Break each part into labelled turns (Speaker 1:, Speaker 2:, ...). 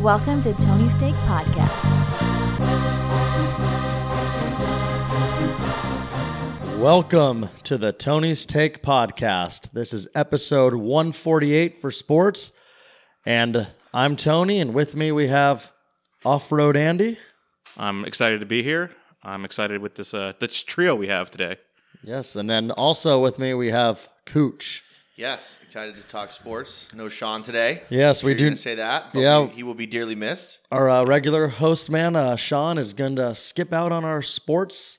Speaker 1: Welcome to Tony Steak Podcast.
Speaker 2: Welcome to the Tony's Take podcast. This is episode 148 for sports. And I'm Tony, and with me we have Off Road Andy.
Speaker 3: I'm excited to be here. I'm excited with this uh this trio we have today.
Speaker 2: Yes, and then also with me we have Cooch.
Speaker 4: Yes, excited to talk sports. No Sean today.
Speaker 2: Yes,
Speaker 4: Sure
Speaker 2: we
Speaker 4: you're
Speaker 2: do-
Speaker 4: gonna say that. But
Speaker 2: Yeah.
Speaker 4: we- he will be dearly missed.
Speaker 2: Our uh, regular host man, uh, Sean, is going to skip out on our sports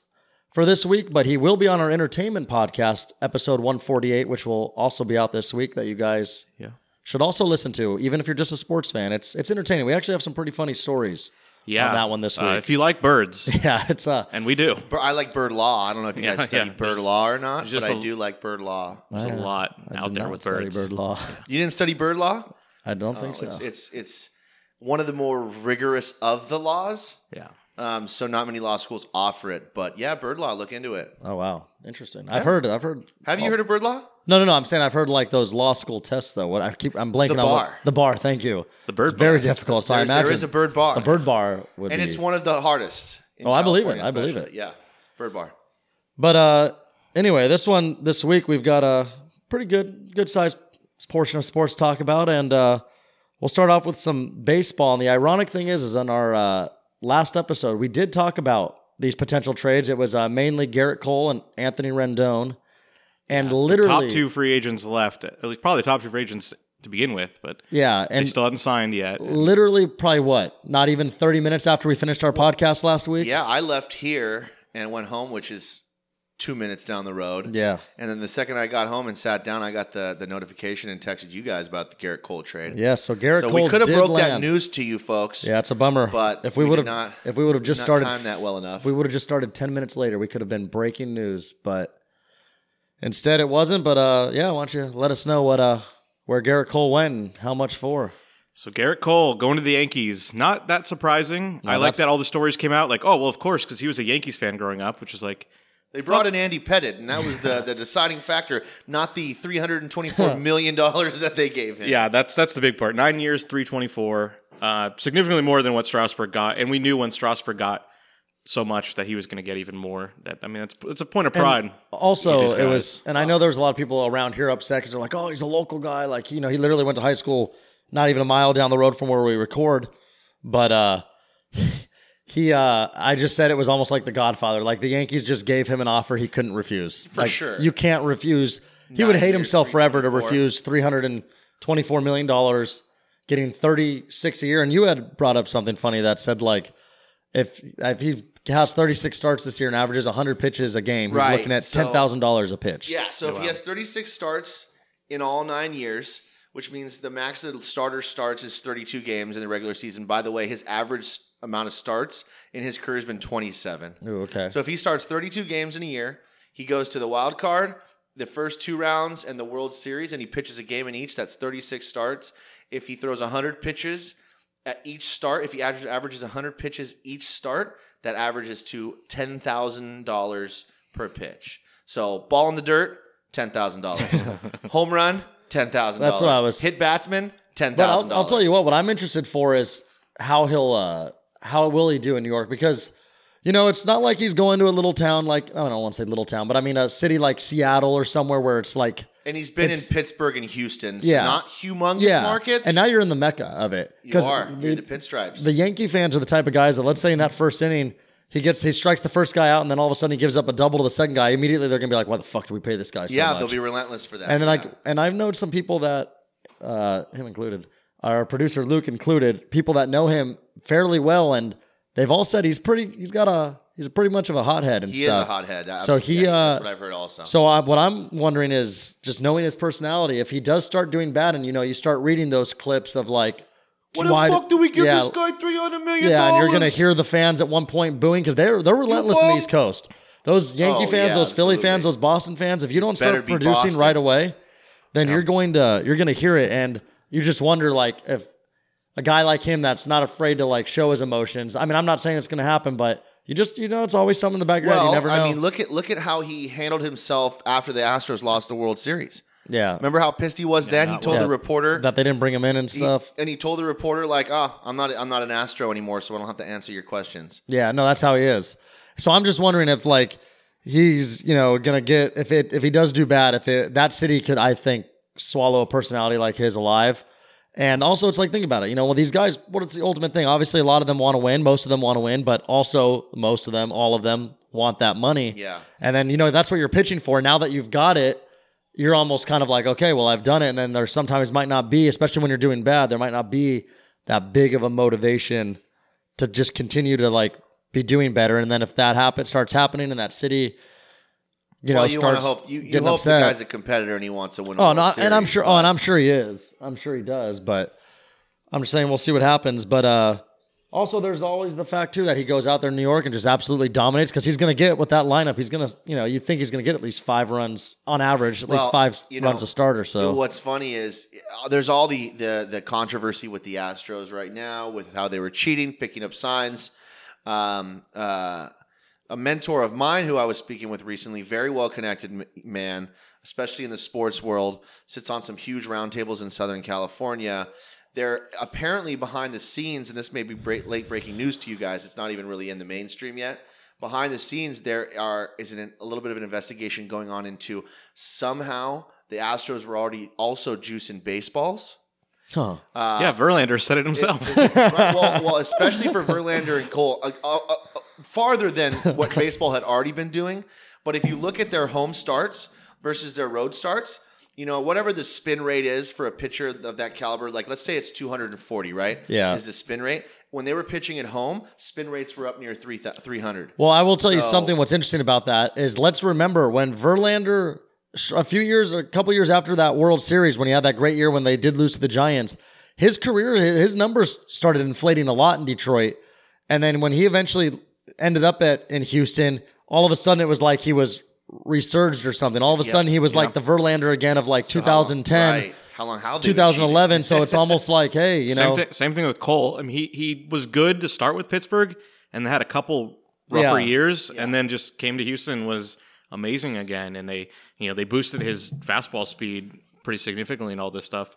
Speaker 2: for this week, but he will be on our entertainment podcast, episode 148, which will also be out this week that you guys
Speaker 3: Yeah.
Speaker 2: should also listen to, even if you're just a sports fan. It's it's entertaining. We actually have some pretty funny stories.
Speaker 3: Yeah.
Speaker 2: On that one this
Speaker 3: Uh,
Speaker 2: week.
Speaker 3: if you like birds,
Speaker 2: Yeah, it's uh
Speaker 3: and we do.
Speaker 4: But I like bird law. I don't know if you
Speaker 3: Yeah,
Speaker 4: guys study
Speaker 3: yeah.
Speaker 4: bird
Speaker 3: There's-
Speaker 4: law or not, but
Speaker 3: just
Speaker 4: I
Speaker 3: a-
Speaker 4: do like bird law.
Speaker 3: There's a lot
Speaker 2: I
Speaker 3: out
Speaker 2: did
Speaker 3: there
Speaker 2: not
Speaker 3: with
Speaker 2: study
Speaker 3: birds.
Speaker 2: bird law.
Speaker 4: You didn't study bird law?
Speaker 2: I don't think so.
Speaker 4: Oh, It's, it's it's one of the more rigorous of the laws.
Speaker 3: Yeah.
Speaker 4: Um, so not many law schools offer it, but yeah, bird law. Look into it.
Speaker 2: oh wow, interesting. I've heard. I've heard.
Speaker 4: Have you heard of bird law?
Speaker 2: No, no, no. I'm saying I've heard like those law school tests though. What I keep I'm blanking
Speaker 4: The
Speaker 2: on what-
Speaker 4: bar.
Speaker 2: the bar. Thank you.
Speaker 3: The bird
Speaker 2: It's very
Speaker 3: bar.
Speaker 2: difficult. So I
Speaker 4: There's-
Speaker 2: imagine
Speaker 4: there is a bird bar,
Speaker 2: The bird bar would
Speaker 4: and
Speaker 2: be.
Speaker 4: it's one of the hardest. in
Speaker 2: Oh, I believe it.
Speaker 4: California
Speaker 2: I believe
Speaker 4: especially. Yeah, bird bar.
Speaker 2: But uh, anyway, this one this week we've got a pretty good good sized portion of sports to talk about, and uh, we'll start off with some baseball. And the ironic thing is, is on our uh, last episode we did talk about these potential trades. It was uh, mainly Garrett Cole and Anthony Rendon, and literally
Speaker 3: Top two free agents left. At least probably top two free agents to begin with, but
Speaker 2: yeah,
Speaker 3: they
Speaker 2: and
Speaker 3: still hadn't signed yet.
Speaker 2: literally probably what not even thirty minutes after we finished our podcast last week.
Speaker 4: Yeah, I left here and went home, which is two minutes down the road.
Speaker 2: Yeah.
Speaker 4: And then the second I got home and sat down, I got the, the notification and texted you guys about the Garrett Cole trade.
Speaker 2: Yeah, so Garrett
Speaker 4: so
Speaker 2: Cole
Speaker 4: we could have
Speaker 2: did
Speaker 4: broke that
Speaker 2: land.
Speaker 4: news to you folks.
Speaker 2: Yeah, it's a bummer.
Speaker 4: But
Speaker 2: if we,
Speaker 4: we
Speaker 2: would
Speaker 4: did
Speaker 2: have,
Speaker 4: not-
Speaker 2: if we would have
Speaker 4: did
Speaker 2: just
Speaker 4: not
Speaker 2: started
Speaker 4: time that well enough.
Speaker 2: if we would have just started ten minutes later, we could have been breaking news. But instead, it wasn't. But uh, yeah, why don't you let us know what uh where Garrett Cole went and how much for?
Speaker 3: So Garrett Cole going to the Yankees, not that surprising. I like
Speaker 2: that's-
Speaker 3: that all the stories came out like, oh well, of course, because he was a Yankees fan growing up, which is like,
Speaker 4: They brought in Andy Pettit, and that was the, the deciding factor, not the $324 million that they gave him.
Speaker 3: yeah, that's that's the big part. Nine years, three twenty four, uh, significantly more than what Strasburg got, and we knew when Strasburg got so much that he was going to get even more. That I mean, that's it's a point of pride.
Speaker 2: Also,
Speaker 3: These
Speaker 2: it was, and I know there was a lot of people around here upset because they're like, "Oh, he's a local guy. Like, you know, he literally went to high school not even a mile down the road from where we record." But uh, he, uh, I just said it was almost like The Godfather. Like the Yankees just gave him an offer he couldn't refuse. For
Speaker 4: sure.
Speaker 2: you can't refuse. He would
Speaker 4: Nine
Speaker 2: hate
Speaker 4: years,
Speaker 2: himself forever to
Speaker 4: 324.
Speaker 2: refuse three hundred and twenty-four million dollars, getting thirty-six a year. And you had brought up something funny that said like if if he has 36 starts this year and averages 100 pitches a game, he's
Speaker 4: Right,
Speaker 2: looking at
Speaker 4: so-
Speaker 2: $10,000 a pitch.
Speaker 4: Yeah, so if he has 36 starts in all nine years, which means the max that a starter starts is 32 games in the regular season. By the way, his average s- amount of starts in his career has been 27.
Speaker 2: Ooh, okay.
Speaker 4: So if he starts 32 games in a year, he goes to the wild card, the first two rounds, and the World Series, and he pitches a game in each. That's 36 starts. If he throws 100 pitches at each start, if he aver- averages 100 pitches each start, that averages to $10,000 per pitch. So ball in the dirt, $10,000. Home run, $10,000.
Speaker 2: That's what I was-
Speaker 4: Hit batsman, $10,000.
Speaker 2: but I'll, I'll tell you what, what I'm interested for is how he'll, uh, how will he do in New York? Because, you know, it's not like he's going to a little town like, I don't want to say little town, but I mean a city like Seattle or somewhere where it's like,
Speaker 4: And he's been in
Speaker 2: It's-
Speaker 4: Pittsburgh and Houston, so
Speaker 2: Yeah.
Speaker 4: not humongous
Speaker 2: yeah.
Speaker 4: markets.
Speaker 2: And now you're in the mecca of it.
Speaker 4: you
Speaker 2: 'Cause
Speaker 4: are. You're
Speaker 2: the-
Speaker 4: the pinstripes.
Speaker 2: the Yankee fans are the type of guys that let's say in that first inning he gets he strikes the first guy out and then all of a sudden he gives up a double to the second guy. Immediately they're gonna be like, why the fuck do we pay this guy? So
Speaker 4: yeah,
Speaker 2: much?
Speaker 4: they'll be relentless for that.
Speaker 2: and then
Speaker 4: yeah.
Speaker 2: I and I've known some people that uh, him included, our producer Luke included, people that know him fairly well, and they've all said he's pretty. He's got a he's pretty much of a hothead and
Speaker 4: he
Speaker 2: stuff.
Speaker 4: is a hothead. I-
Speaker 2: So he,
Speaker 4: yeah,
Speaker 2: uh,
Speaker 4: that's what I've heard also.
Speaker 2: So I, what I'm wondering is just knowing his personality. If he does start doing bad, and you know you start reading those clips of like, why- Yeah,
Speaker 4: guy three hundred million
Speaker 2: Yeah, and you're gonna hear the fans at one point booing because they're they're relentless in the
Speaker 4: won't-
Speaker 2: East Coast. Those Yankee
Speaker 4: Oh,
Speaker 2: fans,
Speaker 4: yeah,
Speaker 2: those Philly
Speaker 4: absolutely.
Speaker 2: fans, those Boston fans. If you don't
Speaker 4: Better
Speaker 2: start
Speaker 4: be
Speaker 2: producing
Speaker 4: Boston.
Speaker 2: right away, then you're going to you're gonna hear it, and you just wonder like if a guy like him that's not afraid to like show his emotions. I mean, I'm not saying it's gonna happen, but you just you know it's always something in the back of your head.
Speaker 4: Well,
Speaker 2: You never know.
Speaker 4: I mean, look at look at how he handled himself after the Astros lost the World Series.
Speaker 2: Yeah.
Speaker 4: Remember how pissed he was then? He
Speaker 5: not
Speaker 4: told
Speaker 2: well.
Speaker 4: the reporter
Speaker 2: That they didn't bring him in and
Speaker 4: he-
Speaker 2: stuff.
Speaker 4: and he told the reporter like, "Ah, I'm not I'm not an Astro anymore, so I don't have to answer your questions."
Speaker 2: Yeah, no, that's how he is. So I'm just wondering if like he's you know gonna get if it if he does do bad if it, that city could I think swallow a personality like his alive. And also, it's like think about it. You know, well, these guys. What is the ultimate thing? Obviously, a lot of them want to win. Most of them want to win, but also most of them, all of them, want that money.
Speaker 4: Yeah.
Speaker 2: And then you know that's what you're pitching for. Now that you've got it, you're almost kind of like, okay, well, I've done it. And then there sometimes might not be, especially when you're doing bad, there might not be that big of a motivation to just continue to like be doing better. And then if that happens, starts happening in that city, you know,
Speaker 4: well, you want to
Speaker 2: starts
Speaker 4: hope you, you
Speaker 2: getting
Speaker 4: hope
Speaker 2: upset.
Speaker 4: the guy's a competitor and he wants to win. a
Speaker 2: oh,
Speaker 4: World
Speaker 2: and, I, and I'm
Speaker 4: Series,
Speaker 2: sure.
Speaker 4: but-
Speaker 2: Oh, and I'm sure he is. I'm sure he does. But I'm just saying, we'll see what happens. But uh, also, there's always the fact too that he goes out there in New York and just absolutely dominates because he's going to get with that lineup. He's going to, you know, you think he's going to get at least five runs on average, at
Speaker 4: Well,
Speaker 2: least five
Speaker 4: you know,
Speaker 2: runs a starter. So
Speaker 4: What's funny is uh, there's all the, the the controversy with the Astros right now with how they were cheating, picking up signs. Um, uh, a mentor of mine who I was speaking with recently, very well connected m- man, especially in the sports world, sits on some huge roundtables in Southern California. They're apparently behind the scenes, and this may be break, late breaking news to you guys. It's not even really in the mainstream yet. Behind the scenes, there are is an, a little bit of an investigation going on into somehow the Astros were already also juicing baseballs.
Speaker 2: huh.
Speaker 4: Uh,
Speaker 3: yeah, Verlander said it himself.
Speaker 4: right, well, well, especially for Verlander and Cole, uh, uh, uh, uh, farther than what baseball had already been doing. But if you look at their home starts versus their road starts, you know whatever the spin rate is for a pitcher of that caliber, like let's say it's 240, right?
Speaker 2: Yeah.
Speaker 4: is the spin rate when they were pitching at home, spin rates were up near three thou- 300.
Speaker 2: Well, I will tell you
Speaker 4: So-
Speaker 2: something. What's interesting about that is let's remember when Verlander, sh- a few years, a couple years after that World Series, when he had that great year when they did lose to the Giants, his career, his numbers started inflating a lot in Detroit, and then when he eventually ended up at in Houston, all of a sudden it was like he was resurged or something. All of a sudden he was like the Verlander again of like 2010,
Speaker 4: Right. How long? How they were
Speaker 2: 2011. so it's almost like, hey, you
Speaker 3: same,
Speaker 2: know,
Speaker 3: thing, same thing with Cole. I mean, he he was good to start with Pittsburgh, and had a couple rougher
Speaker 2: Yeah.
Speaker 3: years, and then just came to Houston and was amazing again. And they you know they boosted his fastball speed pretty significantly and all this stuff.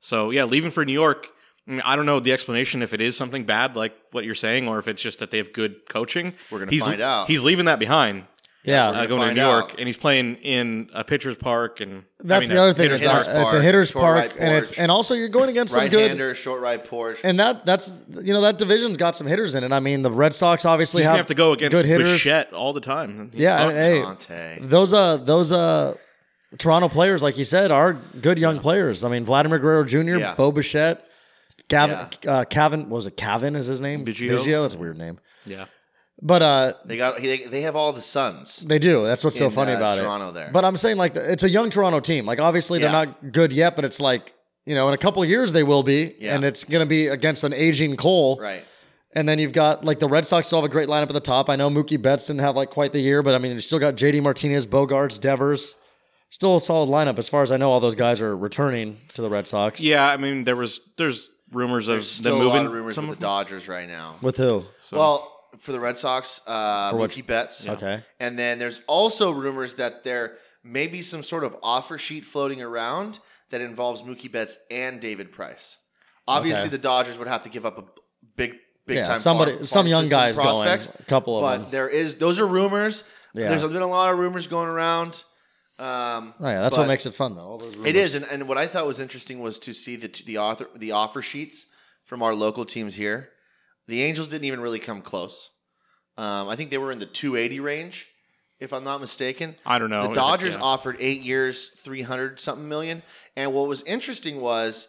Speaker 3: So yeah, leaving for New York. I, mean, I don't know the explanation if it is something bad like what you're saying, or if it's just that they have good coaching.
Speaker 4: We're gonna
Speaker 3: He's-
Speaker 4: find out.
Speaker 3: He's leaving that behind.
Speaker 2: yeah.
Speaker 3: Uh,
Speaker 4: gonna
Speaker 3: going to
Speaker 4: find
Speaker 3: New York,
Speaker 4: out.
Speaker 3: and he's playing in a pitcher's park, and I
Speaker 2: that's
Speaker 3: mean,
Speaker 2: the
Speaker 3: a
Speaker 2: other thing.
Speaker 3: hitter's
Speaker 2: Is
Speaker 4: hitter's
Speaker 2: that
Speaker 3: park.
Speaker 2: it's a
Speaker 4: park,
Speaker 2: hitter's
Speaker 4: short
Speaker 2: park,
Speaker 4: right
Speaker 2: and it's
Speaker 4: porch.
Speaker 2: and also you're going against some good
Speaker 4: Right-hander, short right porch.
Speaker 2: and that that's you know that division's got some hitters in it. I mean, the Red Sox obviously
Speaker 3: He's
Speaker 2: have,
Speaker 3: gonna have to go against
Speaker 2: good hitters.
Speaker 3: Bichette all the time. He's
Speaker 2: Yeah, I mean,
Speaker 3: fucked.
Speaker 2: hey,
Speaker 4: Conte.
Speaker 2: those uh those uh Toronto players, like you said, are good young players. I mean, Vladimir Guerrero Jr.,
Speaker 4: Yeah.
Speaker 2: Bo Bichette, Gavin, uh, Cavin what was it Cavin is his name?
Speaker 3: Biggio.
Speaker 2: It's a weird name,
Speaker 3: yeah.
Speaker 2: but uh
Speaker 4: They got they, they have all the sons.
Speaker 2: They do. That's what's so
Speaker 4: in,
Speaker 2: funny
Speaker 4: uh,
Speaker 2: about
Speaker 4: Toronto
Speaker 2: it.
Speaker 4: there.
Speaker 2: But I'm saying like the- it's a young Toronto team. Like obviously
Speaker 4: Yeah.
Speaker 2: they're not good yet, but it's like you know in a couple of years they will be,
Speaker 4: Yeah.
Speaker 2: and it's going to be against an aging Cole.
Speaker 4: Right.
Speaker 2: And then you've got like the Red Sox still have a great lineup at the top. I know Mookie Betts didn't have like quite the year, but I mean you still got JD Martinez, Bogarts, Devers. Still a solid lineup as far as I know. All those guys are returning to the Red Sox.
Speaker 3: Yeah, I mean, there was there's rumors of
Speaker 4: There's
Speaker 3: them
Speaker 4: still a
Speaker 3: moving
Speaker 4: lot of rumors
Speaker 3: some
Speaker 4: with
Speaker 3: of
Speaker 4: the Dodgers right now.
Speaker 2: With who?
Speaker 4: Well, for the Red Sox, uh,
Speaker 2: For what-
Speaker 4: Mookie Betts.
Speaker 2: Okay.
Speaker 4: And then there's also rumors that there may be some sort of offer sheet floating around that involves Mookie Betts and David Price. Obviously,
Speaker 2: Okay.
Speaker 4: the Dodgers would have to give up a big, big
Speaker 2: Yeah,
Speaker 4: time
Speaker 2: somebody-
Speaker 4: farm-
Speaker 2: some
Speaker 4: farm
Speaker 2: young
Speaker 4: system
Speaker 2: guys going,
Speaker 4: prospects.
Speaker 2: a couple of
Speaker 4: but
Speaker 2: them.
Speaker 4: there is those are rumors.
Speaker 2: Yeah.
Speaker 4: There's been a lot of rumors going around. Um,
Speaker 2: Oh, yeah, that's
Speaker 4: but-
Speaker 2: what makes it fun though. All those
Speaker 4: it is, and, and what I thought was interesting was to see the the author the offer sheets from our local teams here. The Angels didn't even really come close. Um, I think they were in the 280 range, if I'm not mistaken.
Speaker 3: I don't know.
Speaker 4: The Dodgers
Speaker 3: Yeah.
Speaker 4: offered eight years, 300 something million, and what was interesting was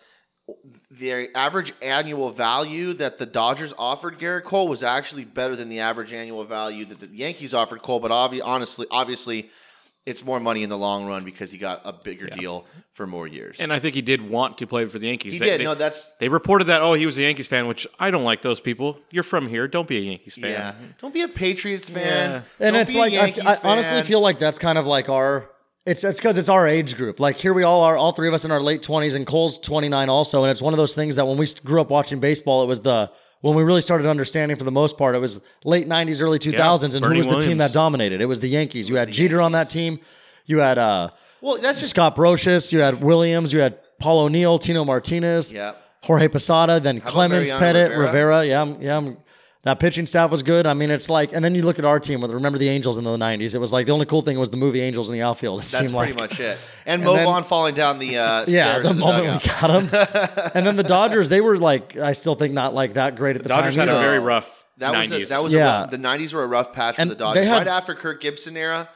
Speaker 4: their average annual value that the Dodgers offered Garrett Cole was actually better than the average annual value that the Yankees offered Cole. But obvi- honestly, obviously, it's more money in the long run because he got a bigger deal for more years.
Speaker 3: and I think he did want to play for the Yankees.
Speaker 4: he
Speaker 3: They-
Speaker 4: did.
Speaker 3: They,
Speaker 4: no, that's
Speaker 3: they reported that oh he was a Yankees fan, which I don't like those people. You're from here, don't be a Yankees fan.
Speaker 4: yeah. Don't be a Patriots fan.
Speaker 3: Yeah.
Speaker 2: And
Speaker 4: Don't
Speaker 2: it's
Speaker 4: be a
Speaker 2: like I,
Speaker 4: Yankees
Speaker 2: I honestly
Speaker 4: fan.
Speaker 2: feel like that's kind of like our it's it's because it's our age group. Like here we all are, all three of us in our late twenties, and Cole's twenty nine also. And it's one of those things that when we grew up watching baseball, it was the when we really started understanding for the most part, it was late nineties, early two thousands, and
Speaker 3: Bernie
Speaker 2: who was the team
Speaker 3: Williams.
Speaker 2: that dominated? It was the Yankees. You had Jeter on that team. You had uh
Speaker 4: Well, that's just
Speaker 2: Scott Brocious, you had Williams, you had Paul O'Neill, Tino Martinez,
Speaker 4: yeah.
Speaker 2: Jorge Posada, then Clemens,
Speaker 4: Mariano
Speaker 2: Pettit,
Speaker 4: Rivera?
Speaker 2: Rivera. Yeah, I'm, yeah, I'm, that pitching staff was good. I mean, it's like, and then you look at our team with remember the Angels in the '90s. It was like the only cool thing was the movie Angels in the outfield. It
Speaker 4: That's
Speaker 2: seemed like
Speaker 4: pretty much it. And, Mo
Speaker 2: then-
Speaker 4: Vaughn falling down the uh,
Speaker 2: yeah,
Speaker 4: stairs
Speaker 2: the
Speaker 4: of
Speaker 2: moment
Speaker 4: dugout.
Speaker 2: we got them. and then the Dodgers, they were like, I still think not like that great at the
Speaker 3: Dodgers
Speaker 2: time.
Speaker 3: had a
Speaker 2: either.
Speaker 3: very rough
Speaker 4: That was
Speaker 3: 90s.
Speaker 4: a, that was
Speaker 2: Yeah.
Speaker 4: a rough, the '90s were a rough patch
Speaker 2: And
Speaker 4: for the Dodgers.
Speaker 2: they had-
Speaker 4: right after Kirk Gibson era,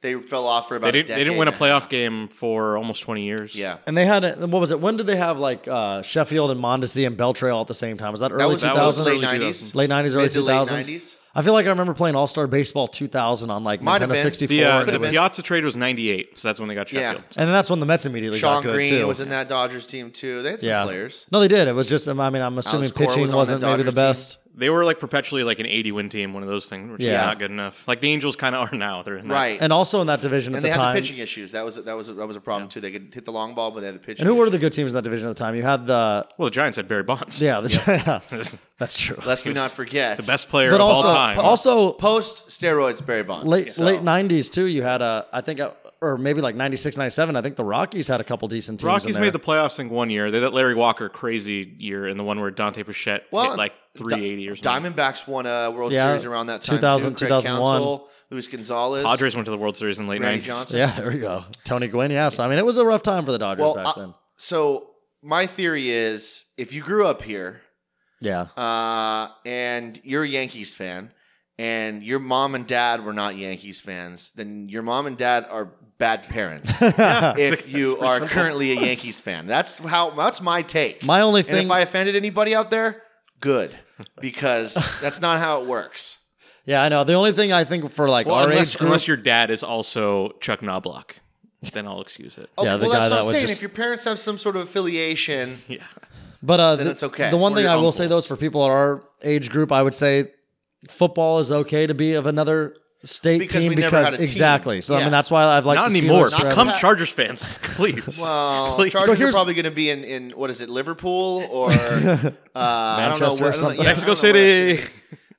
Speaker 4: they fell off for about.
Speaker 3: they
Speaker 4: a
Speaker 3: didn't
Speaker 4: decade
Speaker 3: they didn't win a
Speaker 4: and half.
Speaker 3: playoff game for almost 20 years.
Speaker 4: Yeah,
Speaker 2: and they had a, what was it? When did they have like uh, Sheffield and Mondesi and Beltrail at the same time? Was that
Speaker 4: that
Speaker 2: early
Speaker 4: was,
Speaker 2: two
Speaker 4: that was
Speaker 2: thousands?
Speaker 4: late
Speaker 3: 2000s.
Speaker 4: '90s,
Speaker 2: Late 90s, early
Speaker 4: Mid to late
Speaker 2: 2000s.
Speaker 4: 90s.
Speaker 2: I feel like I remember playing All Star Baseball 2000 on like
Speaker 4: Might have
Speaker 2: Nintendo
Speaker 4: been.
Speaker 2: 64.
Speaker 3: The, uh,
Speaker 2: and,
Speaker 3: the
Speaker 2: it was-
Speaker 3: Piazza trade was 98, so that's when they got
Speaker 4: Yeah.
Speaker 3: Sheffield.
Speaker 2: and then that's when the Mets immediately
Speaker 4: Sean
Speaker 2: got good
Speaker 4: Green
Speaker 2: too.
Speaker 4: was in that Dodgers team too. They had some
Speaker 2: yeah.
Speaker 4: players.
Speaker 2: No, they did. It was just. I mean, I'm assuming
Speaker 4: Cora
Speaker 2: pitching
Speaker 4: was on
Speaker 2: was not
Speaker 4: that
Speaker 2: maybe the
Speaker 4: Dodgers
Speaker 2: best.
Speaker 3: They were like perpetually like an 80 win team, one of those things, which is
Speaker 2: Yeah.
Speaker 3: not good enough. Like the Angels kind of are now. They're in that-
Speaker 4: Right, and,
Speaker 2: And also in that division at
Speaker 4: they
Speaker 2: the
Speaker 4: had
Speaker 2: time.
Speaker 4: the pitching issues. That was that was that was a problem too. They could hit the long ball, but they had the pitching.
Speaker 2: and who were the
Speaker 4: issues.
Speaker 2: good teams in that division at the time? You had the
Speaker 3: Well, the Giants had Barry Bonds.
Speaker 2: yeah, the, yeah that's true.
Speaker 4: Lest we not forget
Speaker 3: The best player
Speaker 2: but
Speaker 3: of
Speaker 2: also,
Speaker 3: all time.
Speaker 2: also
Speaker 4: post steroids Barry Bonds.
Speaker 2: late
Speaker 4: So,
Speaker 2: late 90s too. You had a I think uh, or maybe like 96, 97. I think the Rockies had a couple decent teams. in
Speaker 3: Rockies
Speaker 2: there.
Speaker 3: made the playoffs in one year. They that Larry Walker crazy year in the one where Dante Pichette
Speaker 4: Well,
Speaker 3: hit like
Speaker 4: Di-
Speaker 3: 380 or something.
Speaker 4: Diamondbacks won a World
Speaker 2: Yeah,
Speaker 4: Series around that time.
Speaker 2: 2000,
Speaker 4: too. Craig
Speaker 2: 2001.
Speaker 4: Counsell, Luis Gonzalez,
Speaker 3: Padres went to the World Series in the late
Speaker 4: Randy
Speaker 3: 90s.
Speaker 4: Johnson.
Speaker 2: Yeah, there you go. Tony Gwynn. Yeah, so I mean, it was a rough time for the Dodgers
Speaker 4: Well,
Speaker 2: back
Speaker 4: I-
Speaker 2: then.
Speaker 4: So my theory is, if you grew up here
Speaker 2: Yeah,
Speaker 4: uh, and you're a Yankees fan, and your mom and dad were not Yankees fans, then your mom and dad are bad parents. if you are currently a Yankees fan, that's how. That's my take.
Speaker 2: my only
Speaker 4: and
Speaker 2: thing.
Speaker 4: if I offended anybody out there, good, because that's not how it works.
Speaker 2: yeah, I know. The only thing I think for like
Speaker 3: Well,
Speaker 2: our
Speaker 3: unless,
Speaker 2: age group,
Speaker 3: unless your dad is also Chuck Knobloch, then I'll excuse it.
Speaker 4: Okay,
Speaker 2: Yeah, the
Speaker 4: well,
Speaker 2: guy
Speaker 4: that's
Speaker 2: that
Speaker 4: what I'm
Speaker 2: would
Speaker 4: saying.
Speaker 2: just-
Speaker 4: If your parents have some sort of affiliation,
Speaker 3: Yeah.
Speaker 2: But uh,
Speaker 4: then
Speaker 2: the,
Speaker 4: it's okay.
Speaker 2: The one
Speaker 3: Or
Speaker 2: thing I
Speaker 3: your
Speaker 2: will
Speaker 3: uncle.
Speaker 2: say though is for people at our age group, I would say football is okay to be of another state
Speaker 4: Because
Speaker 2: team
Speaker 4: we never
Speaker 2: because
Speaker 4: had a team.
Speaker 2: exactly. So I
Speaker 4: Yeah.
Speaker 2: mean that's why I've like
Speaker 3: Not anymore.
Speaker 4: Not
Speaker 3: Become
Speaker 4: that-
Speaker 3: Chargers fans, please.
Speaker 4: Well,
Speaker 3: Please.
Speaker 4: Chargers
Speaker 2: So
Speaker 4: are
Speaker 2: here's-
Speaker 4: probably going to be in, in what is it, Liverpool or uh, I don't know
Speaker 2: Manchester
Speaker 4: where,
Speaker 2: or
Speaker 4: I don't know-
Speaker 2: something.
Speaker 4: yeah, I
Speaker 3: Mexico
Speaker 4: don't know where
Speaker 3: City.
Speaker 4: that's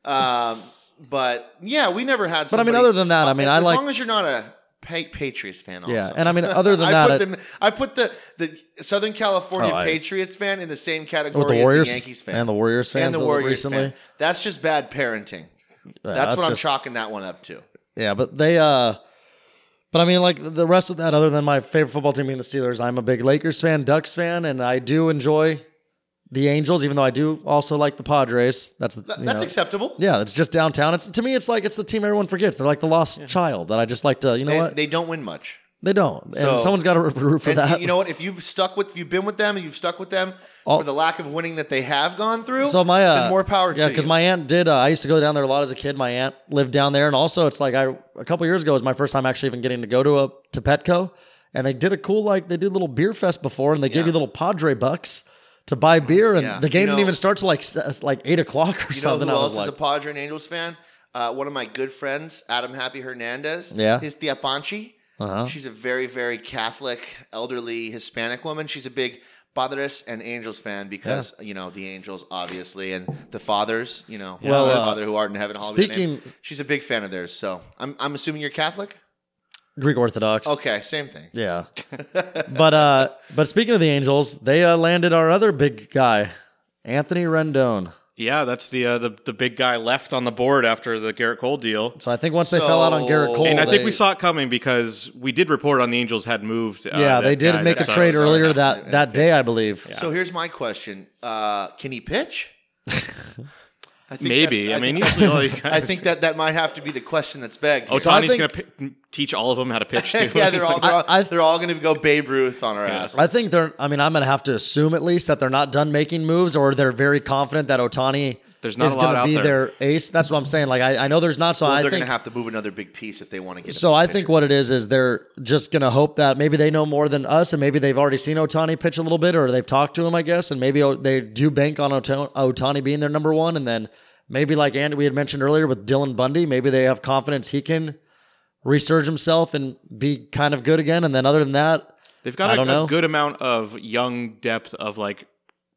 Speaker 4: gonna be. Um, but yeah, we never had.
Speaker 2: But I
Speaker 4: Somebody,
Speaker 2: mean, other than that, I mean, I
Speaker 4: as
Speaker 2: like-
Speaker 4: long as you're not a pa- Patriots fan. Also.
Speaker 2: Yeah, and I mean, other than
Speaker 4: I
Speaker 2: that,
Speaker 4: put
Speaker 2: it-
Speaker 4: them, I put the the Southern California
Speaker 2: Oh, I-
Speaker 4: Patriots fan in the same category
Speaker 2: with the Warriors
Speaker 4: as the Yankees fan
Speaker 2: and the Warriors fans
Speaker 4: and the
Speaker 2: a little
Speaker 4: Warriors
Speaker 2: recently.
Speaker 4: fan. That's just bad parenting.
Speaker 2: Yeah,
Speaker 4: that's, what
Speaker 2: just-
Speaker 4: I'm chalking that one up to.
Speaker 2: Yeah, but they. uh But I mean, like the rest of that, other than my favorite football team being the Steelers, I'm a big Lakers fan, Ducks fan, and I do enjoy the Angels, even though I do also like the Padres. That's the,
Speaker 4: Th-
Speaker 2: you
Speaker 4: that's
Speaker 2: know,
Speaker 4: acceptable.
Speaker 2: Yeah, it's just downtown. It's to me, it's like it's the team everyone forgets. They're like the lost child that I just like to. You know
Speaker 4: They-
Speaker 2: what?
Speaker 4: they don't win much.
Speaker 2: They don't.
Speaker 4: So-
Speaker 2: and someone's got to root for
Speaker 4: and
Speaker 2: that.
Speaker 4: you know what? If you've stuck with, if you've been with them, and you've stuck with them
Speaker 2: All-
Speaker 4: for the lack of winning that they have gone through.
Speaker 2: so my uh,
Speaker 4: then more power
Speaker 2: Yeah,
Speaker 4: to you.
Speaker 2: my aunt did. Uh, I used to go down there a lot as a kid. My aunt lived down there, and also it's like I a couple years ago was my first time actually even getting to go to a to Petco, and they did a cool like they did a little beer fest before, and they
Speaker 4: Yeah.
Speaker 2: gave you little Padre bucks to buy beer, and
Speaker 4: Yeah.
Speaker 2: the game
Speaker 4: You know-
Speaker 2: didn't even start till like s- like eight o'clock or
Speaker 4: you know
Speaker 2: something.
Speaker 4: who
Speaker 2: I
Speaker 4: else
Speaker 2: was
Speaker 4: is
Speaker 2: like,
Speaker 4: a Padre and Angels fan? Uh, one of my good friends, Adam Happy Hernandez.
Speaker 2: Yeah.
Speaker 4: his tia Panchi.
Speaker 2: Uh-huh.
Speaker 4: She's a very, very Catholic, elderly Hispanic woman. She's a big Padres and Angels fan because you know the Angels, obviously, and the fathers. You know,
Speaker 2: Well,
Speaker 4: the
Speaker 2: uh,
Speaker 4: father who art in heaven. hallowed be thy name.
Speaker 2: speaking-
Speaker 4: she's a big fan of theirs. So I'm, I'm assuming you're Catholic.
Speaker 2: Greek Orthodox.
Speaker 4: Okay, same thing.
Speaker 2: Yeah. but uh but speaking of the Angels, they uh, landed our other big guy, Anthony Rendon.
Speaker 3: yeah, that's the, uh, the the big guy left on the board after the Garrett Cole deal.
Speaker 2: So I think once they fell out on Garrett
Speaker 4: So-
Speaker 2: Cole,
Speaker 3: And I think
Speaker 2: they-
Speaker 3: we saw it coming because we did report on the Angels had moved. Uh,
Speaker 2: Yeah,
Speaker 3: that
Speaker 2: they did
Speaker 3: guy
Speaker 2: make a
Speaker 3: that
Speaker 4: sucks.
Speaker 2: trade
Speaker 3: sucks.
Speaker 2: earlier
Speaker 4: Yeah.
Speaker 2: that that day, I believe.
Speaker 4: So here's my question: uh, Can he pitch? I think
Speaker 3: Maybe.
Speaker 4: that's-
Speaker 3: I, mean,
Speaker 4: think,
Speaker 3: usually all these
Speaker 4: I
Speaker 3: guys-
Speaker 4: think that that might have to be the question that's begged. here.
Speaker 3: Otani's
Speaker 2: I think-
Speaker 3: going to p- teach all of them how to pitch too.
Speaker 4: yeah, they're all they're all,
Speaker 2: I- I-
Speaker 4: they're all going to go Babe Ruth on our ass.
Speaker 2: I think they're. I mean, I'm gonna have to assume at least that they're not done making moves, or they're very confident that Otani
Speaker 3: There's not
Speaker 2: is
Speaker 3: a lot
Speaker 2: gonna
Speaker 3: out
Speaker 2: be
Speaker 3: there.
Speaker 2: their ace. That's what I'm saying. Like I, I know there's not. So
Speaker 4: Well,
Speaker 2: I
Speaker 4: they're
Speaker 2: think
Speaker 4: going to have to move another big piece if they want to get.
Speaker 2: So I think what it is is they're just gonna hope that maybe they know more than us, and maybe they've already seen Otani pitch a little bit, or they've talked to him, I guess, and maybe O- they do bank on Otani being their number one, and then maybe like Andy we had mentioned earlier with Dylan Bundy, maybe they have confidence he can resurge himself and be kind of good again, and then other than that,
Speaker 3: They've got
Speaker 2: I
Speaker 3: a,
Speaker 2: don't
Speaker 3: a
Speaker 2: know.
Speaker 3: good amount of young depth of like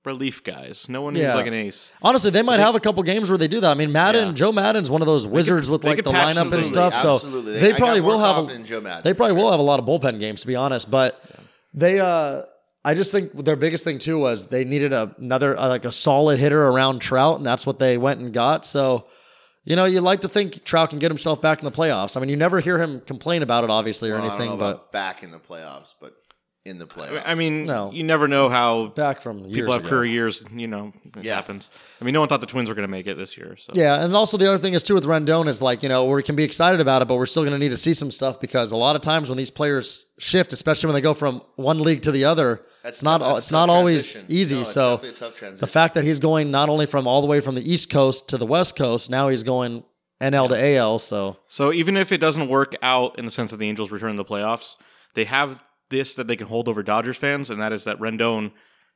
Speaker 3: relief guys. No one
Speaker 2: Yeah.
Speaker 3: who's like an ace.
Speaker 2: Honestly, they might have a couple games where they do that. I mean, Madden,
Speaker 3: Yeah.
Speaker 2: Joe Madden's one of those wizards with like
Speaker 3: could
Speaker 2: the lineup
Speaker 3: patch something.
Speaker 2: and stuff. So
Speaker 4: Absolutely.
Speaker 2: they,
Speaker 4: I got
Speaker 2: probably
Speaker 4: more
Speaker 2: will have.
Speaker 4: confident in Joe Madden,
Speaker 2: they
Speaker 4: for
Speaker 2: probably
Speaker 4: sure.
Speaker 2: will have a lot of bullpen games, to be honest. But they, uh I just think their biggest thing too was they needed a- another uh, like a solid hitter around Trout, and that's what they went and got. So. You know, you like to think Trout can get himself back in the playoffs. I mean, you never hear him complain about it, obviously, or
Speaker 4: Well, I
Speaker 2: anything.
Speaker 4: don't know
Speaker 2: but
Speaker 4: about back in the playoffs, but in the playoffs.
Speaker 3: I mean,
Speaker 2: No.
Speaker 3: you never know how
Speaker 2: back from years
Speaker 3: people have
Speaker 2: ago.
Speaker 3: career years. You know, it
Speaker 4: Yeah.
Speaker 3: happens. I mean, no one thought the Twins were going to make it this year. So
Speaker 2: Yeah, and also the other thing is too with Rendon is like you know we can be excited about it, but we're still going to need to see some stuff because a lot of times when these players shift, especially when they go from one league to the other,
Speaker 4: That's
Speaker 2: it's not
Speaker 4: tough-
Speaker 2: al-
Speaker 4: that's
Speaker 2: it's
Speaker 4: a tough
Speaker 2: not always
Speaker 4: transition.
Speaker 2: easy.
Speaker 4: No, it's
Speaker 2: so
Speaker 4: definitely a tough transition.
Speaker 2: the fact that he's going not only from all the way from the East Coast to the West Coast, now he's going NL to AL. So
Speaker 3: So even if it doesn't work out in the sense that the Angels return to the playoffs, they have this that they can hold over Dodgers fans, and that is that Rendon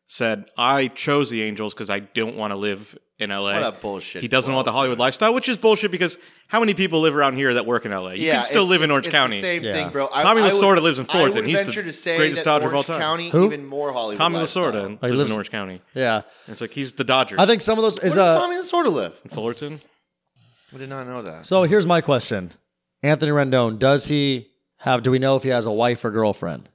Speaker 3: said, "I chose the Angels because I don't want to live in LA."
Speaker 4: What a bullshit
Speaker 3: He doesn't want the Hollywood lifestyle, which is bullshit because how many people live around here that work in LA? You
Speaker 4: Yeah,
Speaker 3: can still
Speaker 4: it's-
Speaker 3: live in
Speaker 4: it's-
Speaker 3: Orange
Speaker 4: it's
Speaker 3: County.
Speaker 4: The same
Speaker 2: Yeah.
Speaker 4: thing, bro. I,
Speaker 3: Tommy
Speaker 4: I would-
Speaker 3: Lasorda lives in
Speaker 4: I would
Speaker 3: Florida, and he's the
Speaker 4: venture to say
Speaker 3: greatest
Speaker 4: that
Speaker 3: Dodger of
Speaker 4: Orange
Speaker 3: all time.
Speaker 4: County,
Speaker 2: Who?
Speaker 4: even more Hollywood.
Speaker 3: Tommy
Speaker 4: lifestyle.
Speaker 3: Lasorda lives,
Speaker 2: lives-
Speaker 3: in Orange County.
Speaker 2: yeah,
Speaker 3: It's like he's the Dodgers.
Speaker 2: I think some of those is
Speaker 4: Where does
Speaker 2: uh.
Speaker 4: Tommy Lasorda live?
Speaker 3: Fullerton.
Speaker 4: We did not know that.
Speaker 2: So here's my question: Anthony Rendon, does he have? Do we know if he has a wife or girlfriend?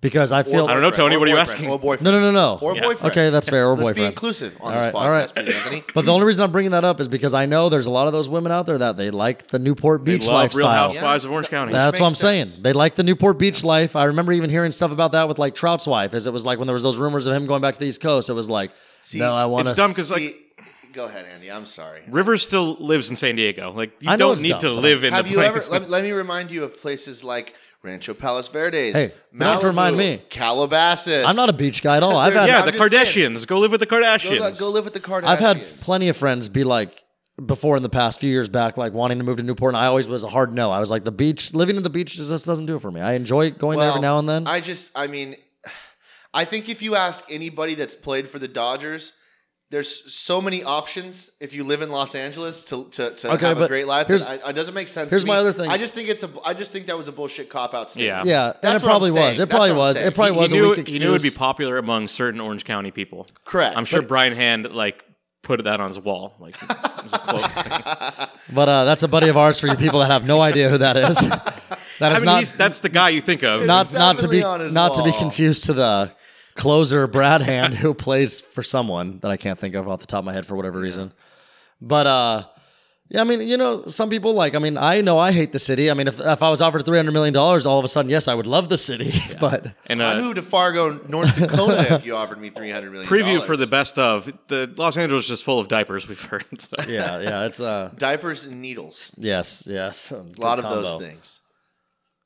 Speaker 2: Because I feel
Speaker 3: I don't know, Tony, what are you asking?
Speaker 4: Or boyfriend.
Speaker 2: no no no no
Speaker 4: Or boyfriend.
Speaker 2: Okay, that's fair. Or
Speaker 4: Let's
Speaker 2: boyfriend.
Speaker 4: be inclusive on
Speaker 2: All
Speaker 4: this
Speaker 2: right, all right.
Speaker 4: podcast, please, Anthony.
Speaker 2: But the only reason I'm bringing that up is because I know there's a lot of those women out there that they like the Newport
Speaker 3: They
Speaker 2: Beach
Speaker 3: love Real
Speaker 2: lifestyle.
Speaker 3: Housewives of Orange County.
Speaker 2: That's
Speaker 4: Which
Speaker 2: what I'm
Speaker 4: makes sense.
Speaker 2: saying. They like the Newport Beach life. I remember even hearing stuff about that with like Trout's wife. Is it was like when there was those rumors of him going back to the East Coast. It was like, no, I want
Speaker 3: it's dumb because like
Speaker 4: See, go ahead, Andy. I'm sorry.
Speaker 3: Rivers still lives in San Diego. Like you
Speaker 2: I know
Speaker 3: don't
Speaker 2: it's
Speaker 3: need
Speaker 2: dumb,
Speaker 3: to
Speaker 2: but
Speaker 3: live in.
Speaker 4: Have
Speaker 3: the
Speaker 4: you ever?
Speaker 3: place.
Speaker 4: Let, me- let me remind you of places like Rancho Palos Verdes.
Speaker 2: Hey, you don't have to remind me.
Speaker 4: Calabasas.
Speaker 2: I'm not a beach guy at all. I've
Speaker 4: There's-
Speaker 2: had
Speaker 3: yeah,
Speaker 4: I'm
Speaker 3: the
Speaker 4: just
Speaker 3: Kardashians.
Speaker 4: saying.
Speaker 3: Go live with the
Speaker 4: Go, li-
Speaker 3: Kardashians.
Speaker 4: go live with the Kardashians.
Speaker 2: I've had plenty of friends be like before in the past few years back, like wanting to move to Newport. And I always was a hard no. I was like the beach, living in the beach just doesn't do it for me. I enjoy going there every
Speaker 4: Well,
Speaker 2: now and then.
Speaker 4: I just, I mean, I think if you ask anybody that's played for the Dodgers, there's so many options if you live in Los Angeles to, to, to
Speaker 2: Okay,
Speaker 4: have a
Speaker 2: but
Speaker 4: great life.
Speaker 2: here's-
Speaker 4: that I, it doesn't make sense.
Speaker 2: here's
Speaker 4: to
Speaker 2: my
Speaker 4: me.
Speaker 2: other thing.
Speaker 4: I just think it's a. I just think that was a bullshit cop out statement.
Speaker 3: Yeah.
Speaker 2: yeah, and
Speaker 4: That's
Speaker 2: it
Speaker 4: what I'm
Speaker 2: probably
Speaker 4: saying.
Speaker 2: was. It
Speaker 4: That's
Speaker 2: probably
Speaker 4: what I'm
Speaker 2: was.
Speaker 4: saying.
Speaker 2: It probably
Speaker 3: He-
Speaker 2: was
Speaker 3: he
Speaker 2: a
Speaker 3: knew,
Speaker 2: weak
Speaker 3: it- he
Speaker 2: excuse.
Speaker 3: knew it would be popular among certain Orange County people.
Speaker 4: Correct.
Speaker 3: I'm sure Brian Hand like put that on his wall. Like it was a quote.
Speaker 2: But uh, that's a buddy of ours for you people that have no idea who that is. That
Speaker 3: I
Speaker 2: is
Speaker 3: mean, he's,
Speaker 2: not
Speaker 3: that's the guy you think of.
Speaker 2: not not to be
Speaker 4: Definitely on his
Speaker 2: not to be
Speaker 4: wall.
Speaker 2: confused to the closer Brad Hand who plays for someone that I can't think of off the top of my head for whatever reason. But uh, yeah, I mean, you know, some people like. I mean, I know I hate the city. I mean, if if I was offered three hundred million dollars, all of a sudden, yes, I would love the city. But
Speaker 3: And
Speaker 4: I
Speaker 3: a
Speaker 4: moved to Fargo, North Dakota. if you offered me three hundred million.
Speaker 3: preview for the best of the Los Angeles is just full of diapers. We've heard. So.
Speaker 2: yeah, yeah, it's uh,
Speaker 4: diapers and needles.
Speaker 2: yes, yes, a
Speaker 4: A lot of those things.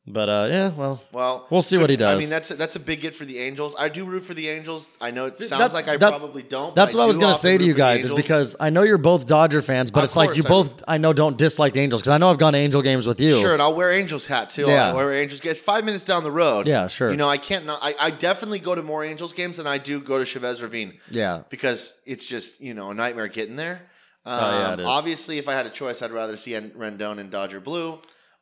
Speaker 2: But uh, yeah, well,
Speaker 4: Well,
Speaker 2: We'll see
Speaker 4: good
Speaker 2: what he
Speaker 4: for- I
Speaker 2: does.
Speaker 4: mean, that's a, that's a big get for the Angels. I do root for the Angels. I know it sounds
Speaker 2: that's-
Speaker 4: like I
Speaker 2: that's-
Speaker 4: probably don't.
Speaker 2: That's what I was
Speaker 4: going
Speaker 2: gonna say to you guys is because I know you're both Dodger fans, but
Speaker 4: Of
Speaker 2: it's like
Speaker 4: course
Speaker 2: you
Speaker 4: I
Speaker 2: both I know don't dislike the Angels because I know I've gone to Angel games with you.
Speaker 4: sure, and I'll wear Angels hat too.
Speaker 2: Yeah.
Speaker 4: I'll wear Angels. It's five minutes down the road.
Speaker 2: Yeah, sure.
Speaker 4: You know, I can't. Not, I I definitely go to more Angels games than I do go to Chavez Ravine.
Speaker 2: Yeah. Oh,
Speaker 4: because it's just you know a nightmare getting there. Um,
Speaker 2: yeah, it is.
Speaker 4: Obviously, if I had a choice, I'd rather see N- Rendon and Dodger blue,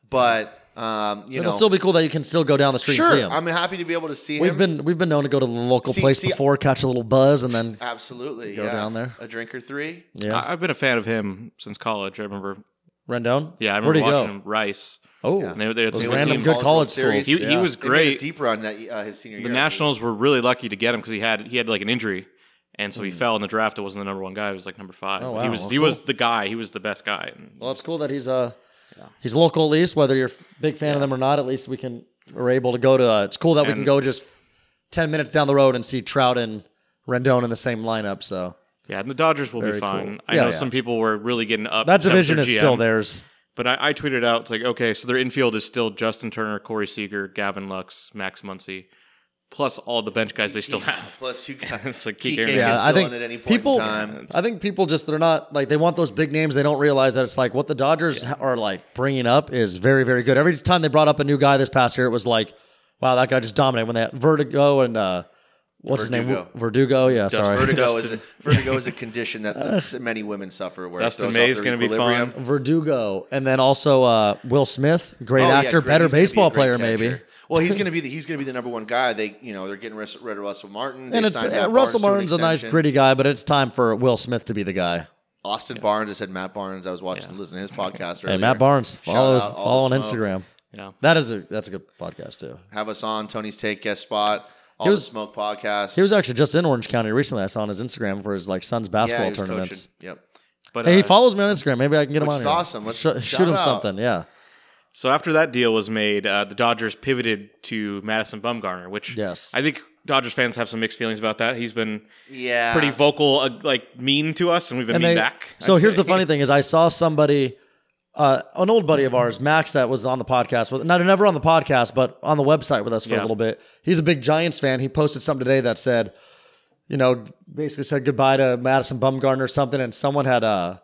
Speaker 4: but um, you
Speaker 2: It'll
Speaker 4: know,
Speaker 2: still be cool that you can still go down the street and see
Speaker 4: sure,
Speaker 2: them.
Speaker 4: I'm happy to be able to see
Speaker 2: we've
Speaker 4: him.
Speaker 2: been we've been known to go to the local
Speaker 4: See-
Speaker 2: place
Speaker 4: see-
Speaker 2: before, catch a little buzz, and then
Speaker 4: absolutely
Speaker 2: Go
Speaker 4: yeah.
Speaker 2: down there.
Speaker 4: a drink or three.
Speaker 2: yeah,
Speaker 3: I- I've been a fan of him since college. I remember.
Speaker 2: Rendon.
Speaker 3: Yeah, I
Speaker 2: Where'd
Speaker 3: remember
Speaker 2: he
Speaker 3: watching
Speaker 2: go?
Speaker 3: him Rice.
Speaker 2: Oh,
Speaker 3: And they, they had
Speaker 2: Those
Speaker 3: some
Speaker 4: They went to
Speaker 2: random
Speaker 3: teams.
Speaker 2: good
Speaker 4: College
Speaker 2: college
Speaker 4: World
Speaker 2: schools.
Speaker 4: Series.
Speaker 3: He, he
Speaker 2: Yeah.
Speaker 3: was
Speaker 4: They made a
Speaker 3: great.
Speaker 4: deep run that uh, his senior
Speaker 3: the
Speaker 4: year.
Speaker 3: Nationals were really lucky to get him because he had he had like an injury, and so he fell in the draft. It wasn't the number one guy; it was like number five.
Speaker 2: Hmm. Oh,
Speaker 3: He
Speaker 2: wow.
Speaker 3: was
Speaker 2: Well,
Speaker 3: he was the guy. He was the best guy. And
Speaker 2: Well, it's cool that he's uh he's local at least. Whether you're a big fan of them or not, at least we can we're able to go to. Uh, it's cool that we can
Speaker 3: And-
Speaker 2: go just ten minutes down the road and see Trout and Rendon in the same lineup. So
Speaker 3: yeah, and the Dodgers will
Speaker 2: Very
Speaker 3: be fine.
Speaker 2: cool.
Speaker 3: I
Speaker 2: Yeah,
Speaker 3: know
Speaker 2: yeah.
Speaker 3: some people were really getting up.
Speaker 2: that
Speaker 3: except
Speaker 2: division
Speaker 3: their
Speaker 2: is still
Speaker 3: GM.
Speaker 2: theirs.
Speaker 3: But I, I tweeted out, it's like, okay, so their infield is still Justin Turner, Corey Seager, Gavin Lux, Max Muncy, plus all the bench guys they still have.
Speaker 4: Plus, you got
Speaker 3: It's like
Speaker 4: Kike
Speaker 3: Kike
Speaker 4: can
Speaker 3: Yeah,
Speaker 4: fill
Speaker 2: I think
Speaker 4: in at any point
Speaker 2: people.
Speaker 4: in time.
Speaker 2: I think people just they're not like they want those big names. They don't realize that it's like what the Dodgers ha- are like bringing up is very very good. Every time they brought up a new guy this past year, it was like, wow, that guy just dominated. When they had Vertigo and uh, What's
Speaker 4: Verdugo.
Speaker 2: his name? Verdugo. Yeah,
Speaker 3: Dustin.
Speaker 2: sorry.
Speaker 3: Verdu-
Speaker 4: Vertigo is
Speaker 3: Dustin.
Speaker 4: a, vertigo is a condition that many women suffer. Where
Speaker 3: Dustin
Speaker 4: it
Speaker 3: May
Speaker 4: May
Speaker 3: is gonna be fun.
Speaker 2: Verdugo, and then also uh, Will Smith, great
Speaker 4: Oh, yeah,
Speaker 2: actor,
Speaker 4: great.
Speaker 2: better
Speaker 4: He's gonna be a
Speaker 2: baseball
Speaker 4: great
Speaker 2: player,
Speaker 4: catcher.
Speaker 2: maybe.
Speaker 4: Well, he's gonna be the he's gonna be the number one guy. They you know they're getting rid rid of Russell Martin. They
Speaker 2: and it's
Speaker 4: signed
Speaker 2: uh,
Speaker 4: Matt
Speaker 2: Russell
Speaker 4: Barnes to
Speaker 2: Martin's a
Speaker 4: an
Speaker 2: nice,
Speaker 4: extension.
Speaker 2: gritty guy, but it's time for Will Smith to be the guy.
Speaker 4: Austin Barnes. I said Matt Barnes. I was watching listening to his podcast.
Speaker 2: Hey,
Speaker 4: earlier.
Speaker 2: Matt Barnes,
Speaker 4: Shout
Speaker 2: follow us,
Speaker 4: out All
Speaker 2: follow on
Speaker 4: the Smoke.
Speaker 2: Instagram.
Speaker 3: Yeah.
Speaker 2: That is a that's a good podcast too.
Speaker 4: Have us on Tony's Take guest spot. All
Speaker 2: was-
Speaker 4: the Smoke podcast.
Speaker 2: He was actually just in Orange County recently. I saw on his Instagram for his like son's basketball
Speaker 4: he was
Speaker 2: tournaments.
Speaker 4: coaching. Yep.
Speaker 3: But
Speaker 2: Hey, he
Speaker 3: uh,
Speaker 2: follows me on Instagram. Maybe I can get him
Speaker 4: Which
Speaker 2: on.
Speaker 4: is
Speaker 2: here.
Speaker 4: awesome. Let's
Speaker 2: Sh-
Speaker 4: shout
Speaker 2: shoot him
Speaker 4: out.
Speaker 2: something. Yeah,
Speaker 3: So after that deal was made, uh, the Dodgers pivoted to Madison Bumgarner, which
Speaker 2: Yes.
Speaker 3: I think Dodgers fans have some mixed feelings about that. He's been
Speaker 4: Yeah.
Speaker 3: pretty vocal, uh, like mean to us, and we've been mean
Speaker 2: they-
Speaker 3: back.
Speaker 2: So
Speaker 3: I'd
Speaker 2: here's
Speaker 3: say.
Speaker 2: the funny thing: is I saw somebody, uh, an old buddy of ours, Max, that was on the podcast with, not never on the podcast, but on the website with us for a
Speaker 3: Yeah.
Speaker 2: little bit. He's a big Giants fan. He posted something today that said, you know, basically said goodbye to Madison Bumgarner or something, and someone had uh,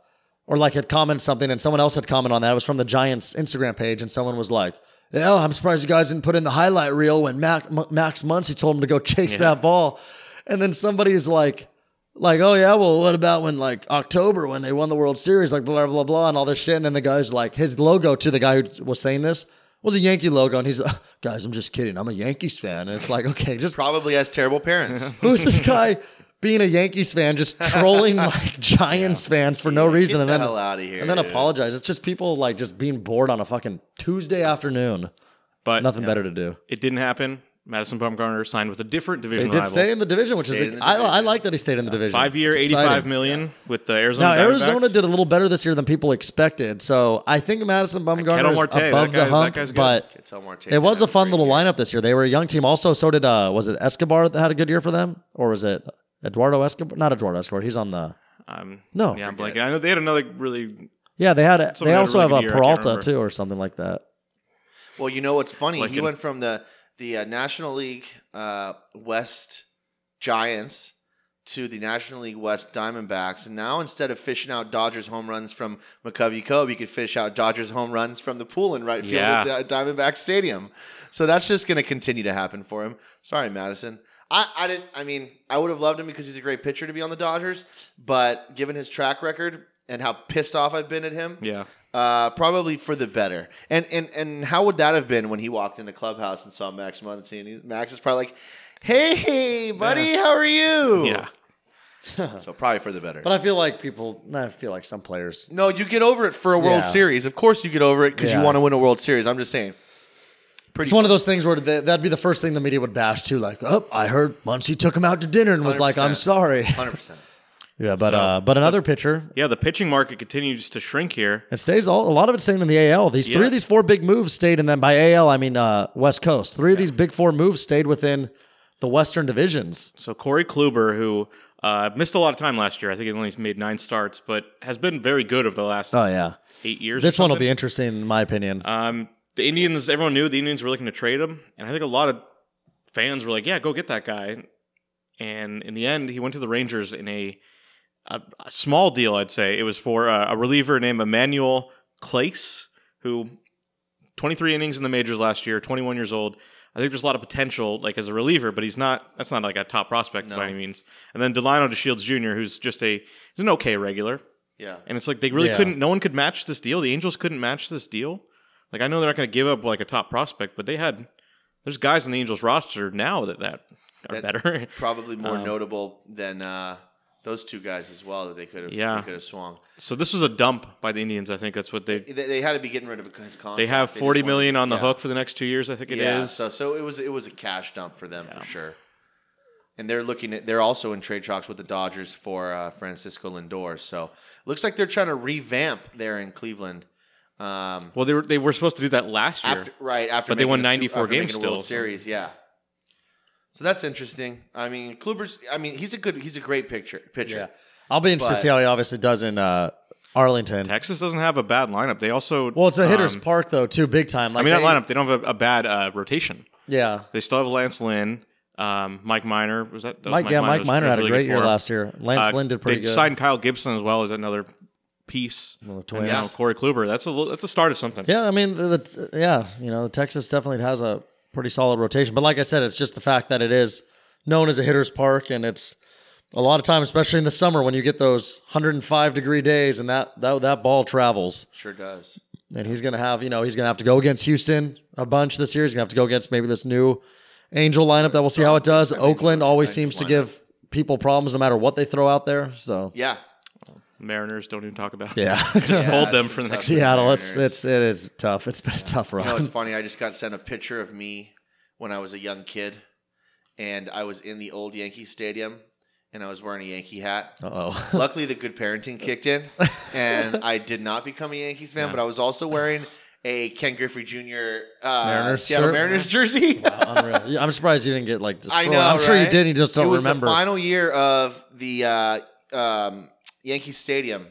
Speaker 2: or like had commented something, and someone else had commented on that. It was from the Giants Instagram page, and someone was like. Yeah, I'm surprised you guys didn't put in the highlight reel when Mac, M- Max Muncy told him to go chase that ball, and then somebody's like, like, oh yeah, well, what about when like October when they won the World Series, like blah blah blah, and all this shit, and then the guy's like, his logo to the guy who was saying this was a Yankee logo, and he's like, guys, I'm just kidding, I'm a Yankees fan, and it's like, okay, just
Speaker 4: Probably has terrible parents.
Speaker 2: who's this guy being a Yankees fan, just trolling like Giants fans for no reason,
Speaker 4: Get
Speaker 2: and
Speaker 4: the
Speaker 2: then
Speaker 4: hell out of here.
Speaker 2: and then
Speaker 4: dude.
Speaker 2: apologize. It's just people like just being bored on a fucking Tuesday afternoon,
Speaker 3: but
Speaker 2: nothing better to do.
Speaker 3: It didn't happen. Madison Bumgarner signed with a different
Speaker 2: They
Speaker 3: division
Speaker 2: did
Speaker 3: rival.
Speaker 2: stay in the division, which
Speaker 4: Stayed
Speaker 2: is
Speaker 4: in the
Speaker 2: I, I
Speaker 4: division.
Speaker 2: like that he stayed in the division.
Speaker 3: Five year,
Speaker 2: It's
Speaker 3: eighty
Speaker 2: exciting.
Speaker 3: five million with the Arizona.
Speaker 2: Now Arizona
Speaker 3: Diamondbacks.
Speaker 2: did a little better this year than people expected, so I think Madison Bumgarner
Speaker 3: Ketel
Speaker 2: is
Speaker 3: Uh, Marte, that
Speaker 2: above the
Speaker 3: guy's- that
Speaker 2: hump.
Speaker 3: guy's good.
Speaker 2: But
Speaker 4: It's Omar Tate
Speaker 2: it was
Speaker 4: had
Speaker 2: a fun
Speaker 4: great
Speaker 2: little
Speaker 4: year.
Speaker 2: lineup this year. They were a young team. Also, so did uh, was it Escobar that had a good year for them, or was it Eduardo Escobar? Not Eduardo Escobar. He's on the
Speaker 3: Um,
Speaker 2: No.
Speaker 3: yeah, I'm
Speaker 4: Forget
Speaker 3: blanking. I know they had another really.
Speaker 2: yeah. They had a,
Speaker 3: Someone
Speaker 2: they
Speaker 3: had a
Speaker 2: also
Speaker 3: really
Speaker 2: have
Speaker 3: good
Speaker 2: a
Speaker 3: year, I can't
Speaker 2: Peralta
Speaker 3: remember.
Speaker 2: too, or something like that.
Speaker 4: Well, you know what's funny? He
Speaker 3: Lincoln.
Speaker 4: went from the the uh, National League uh, West Giants to the National League West Diamondbacks, and now instead of fishing out Dodgers home runs from McCovey Cove, you could fish out Dodgers home runs from the pool in right field
Speaker 3: Yeah.
Speaker 4: at Di- Diamondback Stadium. So that's just going to continue to happen for him. Sorry, Madison. I, I didn't. I mean, I would have loved him because he's a great pitcher to be on the Dodgers, but given his track record and how pissed off I've been at him,
Speaker 3: Yeah,
Speaker 4: uh, probably for the better. And and and how would that have been when he walked in the clubhouse and saw Max Muncy? And he, Max is probably like, "Hey, buddy, how are you?"
Speaker 3: yeah.
Speaker 4: So probably for the better.
Speaker 2: But I feel like people. I feel like some players.
Speaker 4: no, you get over it for a World
Speaker 2: Yeah.
Speaker 4: Series. Of course, you get over it because
Speaker 2: Yeah.
Speaker 4: you want to win a World Series. I'm just saying.
Speaker 2: It's one of those things where th- that'd be the first thing the media would bash too. Like, oh, I heard Muncie took him out to dinner and was like, I'm
Speaker 4: 100%.
Speaker 2: sorry.
Speaker 4: Hundred percent.
Speaker 2: Yeah, but
Speaker 3: So-
Speaker 2: uh, but another pitcher,
Speaker 3: Yeah, the pitching market continues to shrink here.
Speaker 2: It stays all a lot of it staying in the AL. These three
Speaker 3: Yeah.
Speaker 2: of these four big moves stayed, and then by AL I mean uh, West Coast. Three of these big four moves stayed within the Western divisions.
Speaker 3: So Corey Kluber, who uh, missed a lot of time last year, I think he only made nine starts, but has been very good over the last
Speaker 2: Oh yeah,
Speaker 3: eight years.
Speaker 2: this
Speaker 3: or
Speaker 2: one will
Speaker 3: something.
Speaker 2: be interesting in my opinion.
Speaker 3: Um, the Indians, everyone knew the Indians were looking to trade him, and I think a lot of fans were like, "Yeah, go get that guy." And in the end, he went to the Rangers in a a, a small deal, I'd say. It was for a, a reliever named Emmanuel Clace, who 23 innings in the majors last year, 21 years old. I think there's a lot of potential, like as a reliever, but he's not. That's not like a top prospect
Speaker 4: No.
Speaker 3: by any means. And then Delano DeShields Jr., who's just a he's an okay regular,
Speaker 4: Yeah.
Speaker 3: and it's like they really
Speaker 2: Yeah.
Speaker 3: couldn't. No one could match this deal. The Angels couldn't match this deal. Like I know they're not going to give up like a top prospect, but they had there's guys on the Angels roster now that that are
Speaker 4: That-
Speaker 3: better.
Speaker 4: Probably more
Speaker 3: Um,
Speaker 4: notable than uh, those two guys as well that they could have.
Speaker 3: Yeah.
Speaker 4: They could have swung.
Speaker 3: so this was a dump by the Indians. I think that's what they
Speaker 4: They, they had to be getting rid of his contract.
Speaker 3: they have
Speaker 4: just
Speaker 3: forty
Speaker 4: wanted-
Speaker 3: million on the
Speaker 4: yeah.
Speaker 3: hook for the next two years. I think it is.
Speaker 4: yeah, So so it was it was a cash dump for them for sure. And they're looking at they're also in trade talks with the Dodgers for uh, Francisco Lindor. So looks like they're trying to revamp there in Cleveland. Um,
Speaker 3: well, they were they were supposed to do that last year.
Speaker 4: after, right after,
Speaker 3: But they
Speaker 4: making
Speaker 3: won
Speaker 4: the Su-
Speaker 3: 94
Speaker 4: after making
Speaker 3: games
Speaker 4: the World
Speaker 3: still.
Speaker 4: Series, yeah. So that's interesting. I mean, Kluber's. I mean, he's a good. He's a great pitcher. Pitcher.
Speaker 2: Yeah. I'll be interested to
Speaker 4: But-
Speaker 2: see how he obviously does in uh, Arlington.
Speaker 3: Texas doesn't have a bad lineup. They also
Speaker 2: Well, it's a hitter's
Speaker 3: um,
Speaker 2: park though, too, big time.
Speaker 3: I
Speaker 2: Like
Speaker 3: mean, not
Speaker 2: they-
Speaker 3: lineup. They don't have a, a bad uh, rotation.
Speaker 2: Yeah,
Speaker 3: They still have Lance Lynn, um, Mike Miner. Was that, that was
Speaker 2: Mike. yeah, Mike
Speaker 3: was-
Speaker 2: Miner
Speaker 3: was
Speaker 2: had a
Speaker 3: really
Speaker 2: great
Speaker 3: good
Speaker 2: year
Speaker 3: for him.
Speaker 2: last year. Lance
Speaker 3: Uh,
Speaker 2: Lynn did pretty
Speaker 3: they
Speaker 2: good.
Speaker 3: signed Kyle Gibson as well as another piece.
Speaker 2: Well, the
Speaker 3: And
Speaker 2: Twins.
Speaker 3: now Corey Kluber. That's a little- that's a start of something.
Speaker 2: Yeah, I mean, the, the, yeah, you know, Texas definitely has a pretty solid rotation. But like I said, it's just the fact that it is known as a hitter's park, and it's a lot of times, especially in the summer, when you get those 105 degree days, and that that that ball travels.
Speaker 4: Sure does.
Speaker 2: And he's gonna have, you know, he's gonna have to go against Houston a bunch this year. He's gonna have to go against maybe this new Angel lineup that we'll see how it does. Oakland always seems to give people problems no matter what they throw out there. So
Speaker 4: Yeah.
Speaker 3: Mariners don't even talk about.
Speaker 2: yeah,
Speaker 3: just fold
Speaker 4: that's
Speaker 3: them
Speaker 4: been
Speaker 3: for the
Speaker 4: tough.
Speaker 3: next.
Speaker 2: Seattle, it's
Speaker 4: Mariners.
Speaker 2: it's it is tough. It's been a tough
Speaker 4: You know,
Speaker 2: run.
Speaker 4: it's funny. I just got sent a picture of me when I was a young kid, and I was in the old Yankee Stadium, and I was wearing a Yankee hat.
Speaker 2: Uh oh.
Speaker 4: Luckily, the good parenting kicked in, and I did not become a Yankees fan,
Speaker 3: Yeah.
Speaker 4: but I was also wearing a Ken Griffey Jr. Uh,
Speaker 2: Mariners
Speaker 4: Seattle
Speaker 2: shirt?
Speaker 4: Mariners jersey.
Speaker 2: Unreal. Yeah, I'm surprised you didn't get like destroyed.
Speaker 4: I know.
Speaker 2: I'm sure you
Speaker 4: right?
Speaker 2: did. You just don't
Speaker 4: it was
Speaker 2: remember.
Speaker 4: The final year of the uh, um, Yankee Stadium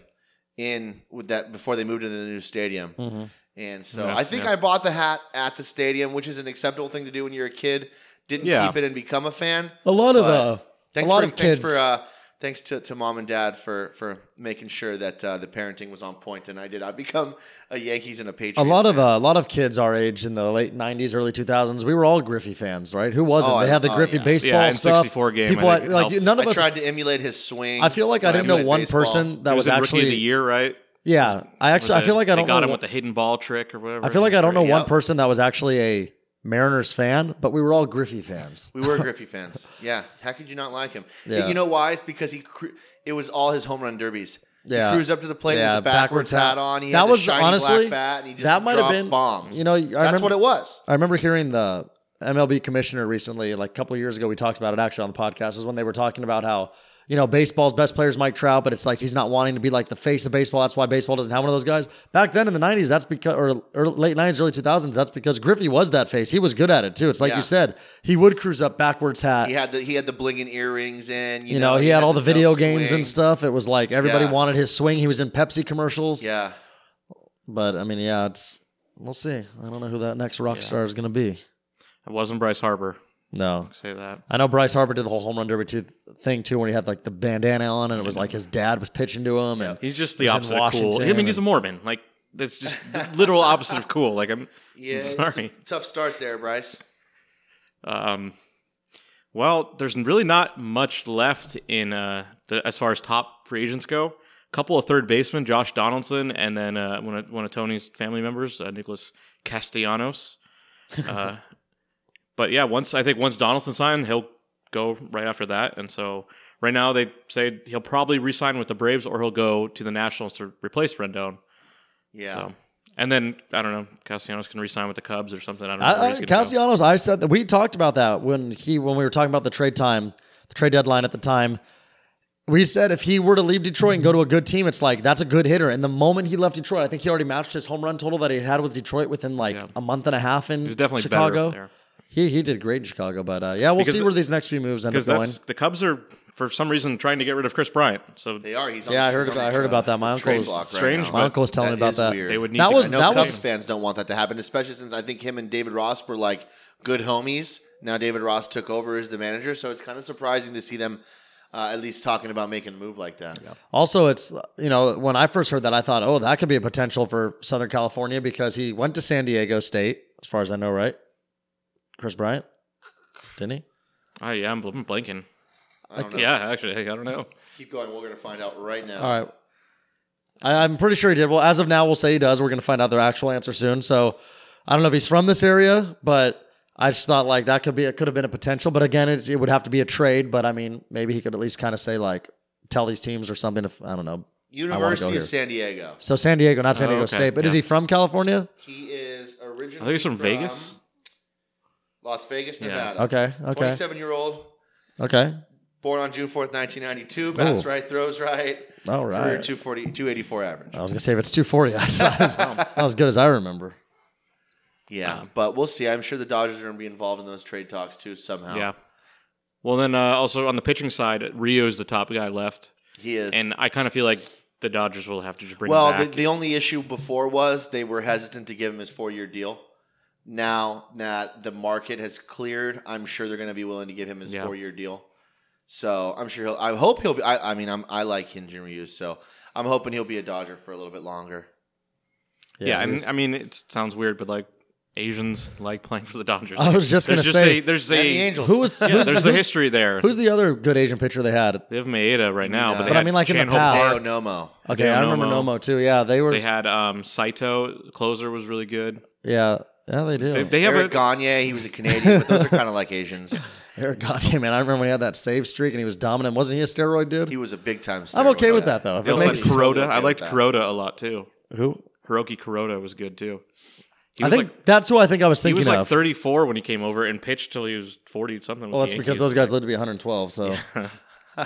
Speaker 4: in with that before they moved into the new stadium.
Speaker 2: Mhm.
Speaker 4: And so
Speaker 3: Yeah,
Speaker 4: I think
Speaker 3: yeah.
Speaker 4: I bought the hat at the stadium, which is an acceptable thing to do when you're a kid. Didn't
Speaker 3: Yeah.
Speaker 4: keep it and become a fan.
Speaker 2: A lot of uh,
Speaker 4: Thanks
Speaker 2: a lot
Speaker 4: for
Speaker 2: of
Speaker 4: thanks
Speaker 2: kids.
Speaker 4: for uh, thanks to, to mom and dad for for making sure that uh, the parenting was on point and I did not become a Yankees and a Patriots.
Speaker 2: a lot of
Speaker 4: fan.
Speaker 2: uh, a lot of kids our age in the late '90s, early 2000s, we were all Griffey fans, right? Who wasn't?
Speaker 4: Oh,
Speaker 2: they
Speaker 4: I-
Speaker 2: had the
Speaker 4: oh,
Speaker 2: Griffey
Speaker 4: yeah.
Speaker 2: baseball
Speaker 3: Yeah, and
Speaker 2: stuff.
Speaker 3: 64 game,
Speaker 2: People
Speaker 3: I
Speaker 2: had-
Speaker 3: think,
Speaker 2: like
Speaker 3: helped.
Speaker 2: none of
Speaker 4: I
Speaker 2: us.
Speaker 4: tried to emulate his swing.
Speaker 2: I feel like I
Speaker 4: when
Speaker 2: didn't know
Speaker 4: played
Speaker 2: one
Speaker 4: baseball.
Speaker 2: person that
Speaker 3: He
Speaker 2: was,
Speaker 3: was, in
Speaker 2: actually.
Speaker 3: rookie of the year, right?
Speaker 2: Yeah, I actually I
Speaker 3: With
Speaker 2: feel
Speaker 3: the-
Speaker 2: like I don't
Speaker 3: They got
Speaker 2: know
Speaker 3: him
Speaker 2: one-
Speaker 3: with the hidden ball trick or whatever.
Speaker 2: I feel like I don't know
Speaker 3: Great.
Speaker 2: one
Speaker 4: Yeah.
Speaker 2: person that was actually a Mariners fan, but we were all Griffey fans.
Speaker 4: We were Griffey fans. Yeah. How could you not like him?
Speaker 2: Yeah.
Speaker 4: You know why? It's because he cru- it was all his home run derbies.
Speaker 2: Yeah.
Speaker 4: He cruised up to the plate
Speaker 2: Yeah,
Speaker 4: with the
Speaker 2: backwards
Speaker 4: backwards,
Speaker 2: hat.
Speaker 4: hat on. He
Speaker 2: That
Speaker 4: had
Speaker 2: was
Speaker 4: the shiny
Speaker 2: honestly-
Speaker 4: black bat and he just
Speaker 2: that might have
Speaker 4: dropped
Speaker 2: been-
Speaker 4: bombs.
Speaker 2: you know, I
Speaker 4: that's
Speaker 2: remember-
Speaker 4: what it was.
Speaker 2: I remember hearing the MLB commissioner recently, like a couple of years ago, we talked about it actually on the podcast, is when they were talking about how, you know, baseball's best player is Mike Trout, but it's like he's not wanting to be like the face of baseball. That's why baseball doesn't have one of those guys. Back then in the 90s, that's because, or, or late 90s, early 2000s, that's because Griffey was that face. He was good at it too. It's like
Speaker 4: Yeah.
Speaker 2: you said, he would cruise up backwards hat.
Speaker 4: He had the he had the blinging earrings in. You,
Speaker 2: you know, he, had, all the video
Speaker 4: felt
Speaker 2: games
Speaker 4: swing.
Speaker 2: and stuff. It was like everybody
Speaker 4: Yeah.
Speaker 2: wanted his swing. He was in Pepsi commercials.
Speaker 4: Yeah.
Speaker 2: But I mean, yeah, it's, we'll see. I don't know who that next rock star is going to be.
Speaker 3: It wasn't Bryce Harper.
Speaker 2: No,
Speaker 3: Say that.
Speaker 2: I know Bryce Harper did the whole home run derby too, thing too, when he had like the bandana on and it was like his dad was pitching to him. And
Speaker 3: He's just the
Speaker 2: He's in
Speaker 3: opposite of cool. I
Speaker 2: Washington
Speaker 3: mean, he's a Mormon. Like that's just the literal opposite of cool. Like I'm.
Speaker 4: Yeah. it's a
Speaker 3: sorry.
Speaker 4: Tough start there, Bryce.
Speaker 3: Um, well, there's really not much left in uh, the, as far as top free agents go. A couple of third basemen, Josh Donaldson, and then uh, one of one of Tony's family members, uh, Nicholas Castellanos. Uh, but yeah, once I think once Donaldson signed, he'll go right after that. And so right now they say he'll probably re-sign with the Braves or he'll go to the Nationals to replace Rendon.
Speaker 4: Yeah.
Speaker 3: So. And then I don't know, Castellanos can re-sign with the Cubs or something. I don't know. where
Speaker 2: I, I,
Speaker 3: he's gonna go.
Speaker 2: Castellanos, I said that we talked about that when he when we were talking about the trade time, the trade deadline at the time. We said if he were to leave Detroit and go to a good team, it's like that's a good hitter. And the moment he left Detroit, I think he already matched his home run total that he had with Detroit within like
Speaker 3: Yeah.
Speaker 2: a month and a half in
Speaker 3: He was definitely better
Speaker 2: Chicago.
Speaker 3: there.
Speaker 2: He he did great in Chicago, but uh, yeah, we'll
Speaker 3: Because
Speaker 2: see
Speaker 3: the-
Speaker 2: where these next few moves end up
Speaker 3: because
Speaker 2: going.
Speaker 3: that's the Cubs are for some reason trying to get rid of Chris Bryant. So
Speaker 4: They are. He's on
Speaker 2: Yeah,
Speaker 4: the-
Speaker 2: I heard
Speaker 4: he's on
Speaker 2: about-
Speaker 4: the
Speaker 2: I heard
Speaker 4: tra-
Speaker 2: about that. My
Speaker 4: trade
Speaker 2: uncle's-
Speaker 4: block right
Speaker 3: strange,
Speaker 4: now.
Speaker 2: My
Speaker 3: but
Speaker 2: uncle was telling me about
Speaker 4: is
Speaker 2: that.
Speaker 4: weird.
Speaker 3: They would need
Speaker 2: that
Speaker 3: to-
Speaker 2: was
Speaker 4: I know
Speaker 2: that
Speaker 4: Cubs
Speaker 2: was
Speaker 4: fans don't want that to happen, especially since I think him and David Ross were like good homies. Now David Ross took over as the manager, so it's kind of surprising to see them uh, at least talking about making a move like that.
Speaker 2: Also, it's you know when I first heard that, I thought, oh, that could be a potential for Southern California because he went to San Diego State, as far as I know, right? Chris Bryant, didn't he?
Speaker 3: oh yeah, I'm, I'm blanking.
Speaker 4: I don't know.
Speaker 3: Yeah, actually, I don't know.
Speaker 4: Keep going. We're gonna find out right
Speaker 3: Uh,
Speaker 4: now.
Speaker 2: All right, I, I'm pretty sure he did. Well, as of now, we'll say he does. We're going to find out their actual answer soon. So I don't know if he's from this area, but I just thought like that could be it could have been a potential. But again, it's, it would have to be a trade. But I mean, maybe he could at least kind of say like tell these teams or something. If I don't know.
Speaker 4: University of
Speaker 2: here.
Speaker 4: San Diego.
Speaker 2: So San Diego, not San
Speaker 3: Oh,
Speaker 2: Diego
Speaker 3: okay.
Speaker 2: State, but is
Speaker 3: Yeah.
Speaker 2: he from California?
Speaker 4: He is originally.
Speaker 3: I think it's from, Vegas.
Speaker 4: Las Vegas,
Speaker 3: Yeah.
Speaker 4: Nevada.
Speaker 2: Okay, okay,
Speaker 4: Twenty-seven year old,
Speaker 2: okay.
Speaker 4: born on June fourth, nineteen ninety-two. Bats
Speaker 2: Ooh.
Speaker 4: right, throws right.
Speaker 2: All
Speaker 4: Career
Speaker 2: right. Oh.
Speaker 4: 240, 284 average.
Speaker 2: I was gonna say if it's 240, that's not as,
Speaker 3: Um,
Speaker 2: not as good as I remember.
Speaker 4: Yeah, but we'll see. I'm sure the Dodgers are going to be involved in those trade talks too somehow.
Speaker 3: Yeah. Well, then uh, also on the pitching side, Rio is the top guy left,
Speaker 4: he is.
Speaker 3: and I kind of feel like the Dodgers will have to just bring
Speaker 4: well,
Speaker 3: him back.
Speaker 4: The, the only issue before was they were hesitant to give him his four year deal. Now that the market has cleared, I'm sure they're going to be willing to give him his
Speaker 3: Yeah.
Speaker 4: four year deal. So I'm sure he'll. I hope he'll be. I, I mean, I'm, I like Hinjin Ryu, so I'm hoping he'll be a Dodger for a little bit longer.
Speaker 3: yeah,
Speaker 2: it
Speaker 3: and
Speaker 2: was-
Speaker 3: I mean it sounds weird, but like Asians like playing for the Dodgers.
Speaker 2: I was just
Speaker 3: there's
Speaker 2: gonna
Speaker 3: just
Speaker 2: say-
Speaker 3: a, there's
Speaker 4: And
Speaker 3: a
Speaker 4: the Angels.
Speaker 2: Who was
Speaker 3: Yeah,
Speaker 2: who's,
Speaker 3: there's
Speaker 2: the,
Speaker 3: the
Speaker 2: who's-
Speaker 3: history there.
Speaker 2: Who's the other good Asian pitcher they had?
Speaker 3: they have Maeda right now,
Speaker 4: No.
Speaker 3: but they
Speaker 4: But
Speaker 2: I
Speaker 3: had
Speaker 2: mean, like, in the
Speaker 3: Chan Ho Park.
Speaker 2: past.
Speaker 4: Deo Nomo.
Speaker 2: Okay,
Speaker 3: Hideo
Speaker 2: I remember
Speaker 3: Nomo.
Speaker 2: Nomo too. Yeah, they were.
Speaker 3: They had um, Saito closer was really good.
Speaker 2: yeah, yeah, they do.
Speaker 3: They, they have
Speaker 4: Oh. Eric
Speaker 3: a,
Speaker 4: Gagne, he was a Canadian, but those are kind of like Asians.
Speaker 2: Eric Gagne, man, I remember when he had that save streak and he was dominant. Wasn't he a steroid dude?
Speaker 4: He was a big time.
Speaker 2: I'm okay with that though. If
Speaker 3: they
Speaker 2: it
Speaker 3: also had
Speaker 2: makes-
Speaker 4: Maybe.
Speaker 3: Kuroda.
Speaker 4: Totally
Speaker 3: I
Speaker 4: okay
Speaker 3: liked
Speaker 4: with that.
Speaker 3: Kuroda a lot too.
Speaker 2: who?
Speaker 3: Hiroki Kuroda was good too. He
Speaker 2: I
Speaker 3: was
Speaker 2: think
Speaker 3: like
Speaker 2: that's who I think I was
Speaker 3: he
Speaker 2: thinking
Speaker 3: was like
Speaker 2: of.
Speaker 3: 34 when he came over and pitched till he was 40 something.
Speaker 2: well,
Speaker 3: with
Speaker 2: that's
Speaker 3: the
Speaker 2: because
Speaker 3: Yankees.
Speaker 2: those guys lived to be 112. So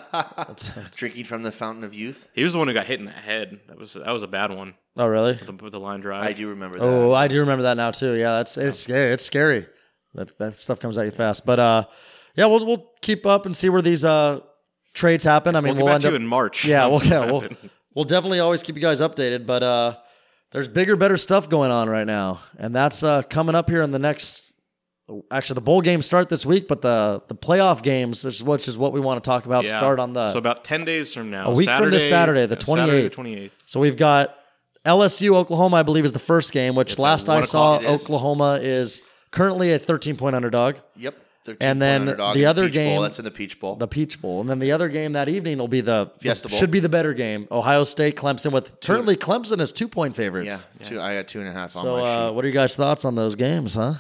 Speaker 4: Drinking from the fountain of youth.
Speaker 3: He was the one who got hit in the head. That was that was a bad one
Speaker 2: oh really?
Speaker 3: with the, with the line drive.
Speaker 4: I do remember that.
Speaker 2: Oh, I do remember that now too. Yeah, that's it's scary. It's scary. That that stuff comes at you fast. But uh, yeah, we'll we'll keep up and see where these uh trades happen. I
Speaker 3: We'll
Speaker 2: mean,
Speaker 3: get
Speaker 2: we'll,
Speaker 3: back
Speaker 2: end
Speaker 3: to
Speaker 2: up.
Speaker 3: you in March.
Speaker 2: yeah, well, yeah,
Speaker 3: What
Speaker 2: we'll
Speaker 3: happened.
Speaker 2: we'll definitely always keep you guys updated. But uh, there's bigger, better stuff going on right now, and that's uh coming up here in the next. Actually, the bowl games start this week, but the the playoff games, which is, which is what we want to talk about,
Speaker 3: Yeah.
Speaker 2: start on the
Speaker 3: so about 10 days from now.
Speaker 2: A week from this Saturday, the
Speaker 3: yeah, Saturday, the
Speaker 2: 28th.
Speaker 3: 28th.
Speaker 2: So we've got LSU Oklahoma, I believe, is the first game, which
Speaker 3: It's at
Speaker 2: last I
Speaker 3: one
Speaker 2: saw,
Speaker 4: o'clock it is.
Speaker 2: Oklahoma is currently a 13 point underdog,
Speaker 4: Yep. 13
Speaker 2: And then
Speaker 4: point underdog
Speaker 2: the
Speaker 4: in
Speaker 2: other
Speaker 4: Peach Bowl.
Speaker 2: game-
Speaker 4: that's in the Peach Bowl.
Speaker 2: the Peach Bowl. And then the other game that evening will be the
Speaker 4: Fiesta Bowl.
Speaker 2: should be the better game, Ohio State Clemson, with currently Clemson as two point favorites.
Speaker 4: yeah, two, I got two and a half on
Speaker 2: So,
Speaker 4: my sheet.
Speaker 2: uh, what are you guys' thoughts on those games, huh?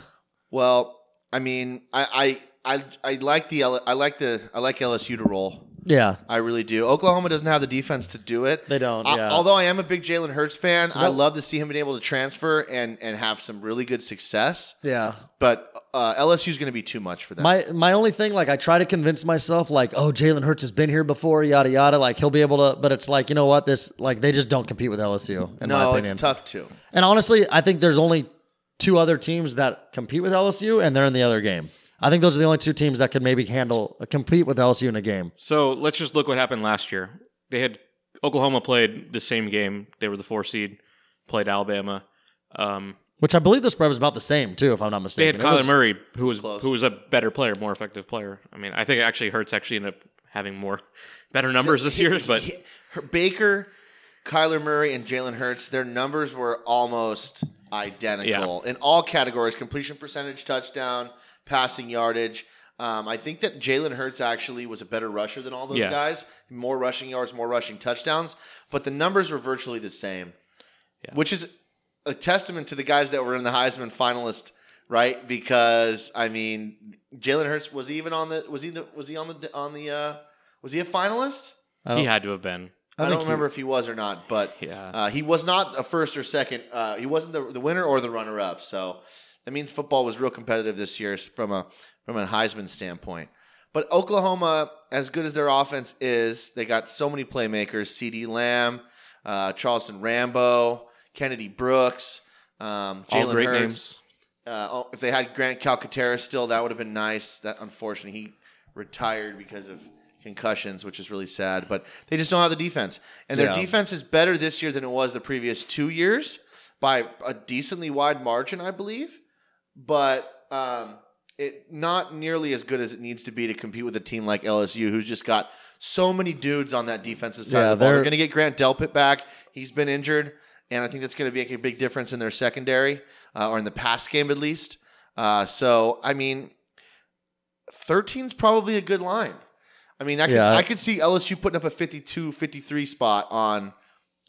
Speaker 4: well, I mean, I I, I, I like the L- I like the I like LSU to roll.
Speaker 2: Yeah.
Speaker 4: I really do. Oklahoma doesn't have the defense to do it.
Speaker 2: They don't,
Speaker 4: I-
Speaker 2: yeah.
Speaker 4: Although I am a big Jalen Hurts fan, I
Speaker 2: that-
Speaker 4: love to see him being able to transfer and and have some really good success.
Speaker 2: Yeah.
Speaker 4: But uh, LSU is going to be too much for them.
Speaker 2: My my only thing, like I try to convince myself, like, oh, Jalen Hurts has been here before, yada yada. Like he'll be able to, but it's like you know what, this like they just don't compete with LSU. In my
Speaker 4: no,
Speaker 2: opinion.
Speaker 4: it's tough too.
Speaker 2: And honestly, I think there's only two other teams that compete with LSU, and they're in the other game. I think those are the only two teams that could maybe handle compete with LSU in a game.
Speaker 3: So let's just look what happened last year. They had Oklahoma played the same game. They were the four seed, played Alabama. Um,
Speaker 2: Which I believe the spread was about the same too, if I'm not
Speaker 3: they had
Speaker 2: mistaken. It
Speaker 3: Kyler
Speaker 2: was-
Speaker 3: Murray, who was
Speaker 4: close.
Speaker 3: who was a better player, more effective player. I mean, I think actually Hurts actually ended up having more better numbers this year, but
Speaker 4: He- he- Baker, Kyler Murray, and Jalen Hurts, their numbers were almost identical in all categories: completion percentage, touchdown, passing yardage. Um, I think that Jalen Hurts actually was a better rusher than all those
Speaker 3: Yeah.
Speaker 4: guys. More rushing yards, more rushing touchdowns, but the numbers were virtually the same, which is a testament to the guys that were in the Heisman finalist, right? Because I mean, Jalen Hurts was he even on the was he the, was he on the on the uh, was he a finalist?
Speaker 3: he had to have been.
Speaker 4: I,
Speaker 2: think
Speaker 4: don't
Speaker 2: he-
Speaker 4: remember if he was or not, but
Speaker 3: Yeah.
Speaker 4: oh. uh, he was not a first or second. Uh, he wasn't the, the winner or the runner up. So that means football was real competitive this year from a from a Heisman standpoint. But Oklahoma, as good as their offense is, they got so many playmakers: C.D. Lamb, uh, Charleston Rambo, Kennedy Brooks, um,
Speaker 3: All
Speaker 4: Jalen
Speaker 3: great
Speaker 4: Hurts.
Speaker 3: names.
Speaker 4: Uh, oh, if they had Grant Calcaterra still, that would have been nice. That unfortunately he retired because of concussions, which is really sad. But they just don't have the defense, and their
Speaker 2: Yeah.
Speaker 4: defense is better this year than it was the previous two years by a decently wide margin, I believe. But um, it not nearly as good as it needs to be to compete with a team like LSU, who's just got so many dudes on that defensive side
Speaker 2: Yeah,
Speaker 4: of the ball. They're
Speaker 2: they're-
Speaker 4: going to get Grant Delpit back. He's been injured, and I think that's going to make a big difference in their secondary uh, or in the pass game at least. Uh, so, I mean, 13's probably a good line. I mean, I could,
Speaker 2: Yeah.
Speaker 4: I could see LSU putting up a 52 53 spot on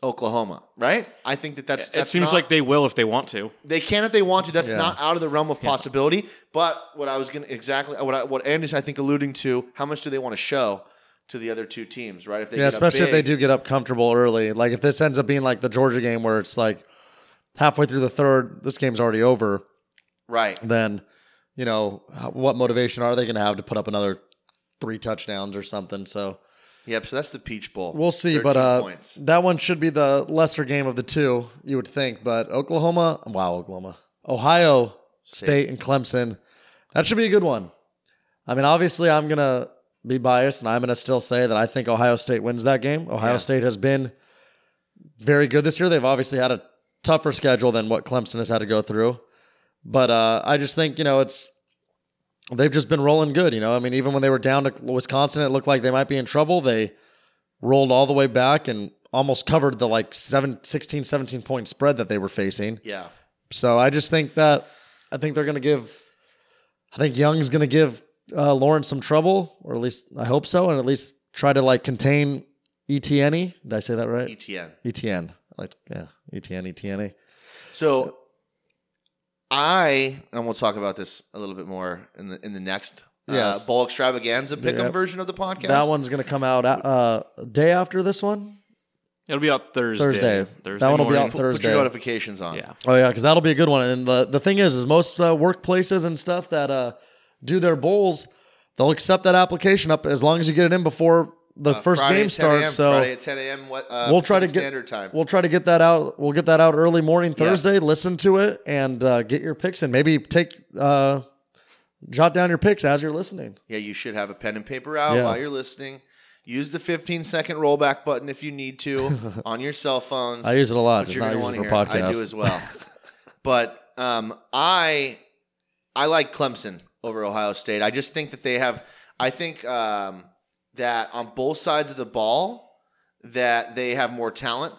Speaker 4: Oklahoma, right? I think that that's.
Speaker 3: It
Speaker 4: that's
Speaker 3: seems
Speaker 4: not-
Speaker 3: like they will if they want to.
Speaker 4: they can if they want to. That's
Speaker 2: Yeah.
Speaker 4: not out of the realm of possibility. But what I was going to exactly what I, what Andy's I think alluding to, how much do they want to show to the other two teams, right? If they
Speaker 2: yeah,
Speaker 4: get up
Speaker 2: especially if they
Speaker 4: big,
Speaker 2: do get up comfortable early. Like if this ends up being like the Georgia game where it's like halfway through the third, this game's already over.
Speaker 4: right?
Speaker 2: Then, you know, h- what motivation are they going to have to put up another three touchdowns or something? So
Speaker 4: Yep. So that's the Peach Bowl.
Speaker 2: We'll see,
Speaker 4: 13
Speaker 2: but uh,
Speaker 4: points.
Speaker 2: that one should be the lesser game of the two, you would think. But Oklahoma, wow, Oklahoma, Ohio State, and Clemson, that should be a good one. I mean, obviously, I'm gonna be biased, and I'm gonna still say that I think Ohio State wins that game. Ohio
Speaker 4: Yeah.
Speaker 2: State has been very good this year. They've obviously had a tougher schedule than what Clemson has had to go through, but uh, I just think you know it's they've just been rolling good. You know, I mean, even when they were down to Wisconsin, it looked like they might be in trouble. They rolled all the way back and almost covered the like seven, 16, 17 point spread that they were facing.
Speaker 4: yeah.
Speaker 2: So I just think that I think they're going to give. I think Young's going to give uh, Lawrence some trouble, or at least I hope so, and at least try to like contain E ETN. Did I say that right?
Speaker 4: ETN.
Speaker 2: ETN. I Like yeah, E ETN, ETN.
Speaker 4: So I and we'll talk about this a little bit more in the in the next
Speaker 2: Yes.
Speaker 4: uh, bowl extravaganza pick'em
Speaker 2: Yep.
Speaker 4: version of the podcast.
Speaker 2: That one's going to come out uh, day after this one.
Speaker 3: It'll be out Thursday.
Speaker 2: Thursday. That one will be
Speaker 3: morning.
Speaker 2: out Thursday.
Speaker 4: Put your notifications on.
Speaker 3: Yeah.
Speaker 2: Oh yeah, because that'll be a good one. And the the thing is, is most uh, workplaces and stuff that uh, do their bowls, they'll accept that application up as long as you get it in before the
Speaker 4: Uh,
Speaker 2: first
Speaker 4: Friday
Speaker 2: game
Speaker 4: at 10 a.m.,
Speaker 2: starts. So
Speaker 4: Friday at 10 a.m. What uh,
Speaker 2: we'll try to
Speaker 4: Pacific
Speaker 2: get-
Speaker 4: standard time.
Speaker 2: we'll try to get that out. We'll get that out early morning
Speaker 4: Yes.
Speaker 2: Thursday. Listen to it and uh, get your picks and maybe take uh, jot down your picks as you're listening.
Speaker 4: yeah, you should have a pen and paper out
Speaker 2: Yeah.
Speaker 4: while you're listening. Use the 15 second rollback button if you need to on your cell phones.
Speaker 2: I use it a lot.
Speaker 4: but
Speaker 2: Just
Speaker 4: you're
Speaker 2: not
Speaker 4: gonna
Speaker 2: use
Speaker 4: want
Speaker 2: it
Speaker 4: to
Speaker 2: for
Speaker 4: hear. it. I do
Speaker 2: podcasts.
Speaker 4: as well. but um, I I like Clemson over Ohio State. I just think that they have. I think um, that on both sides of the ball that they have more talent.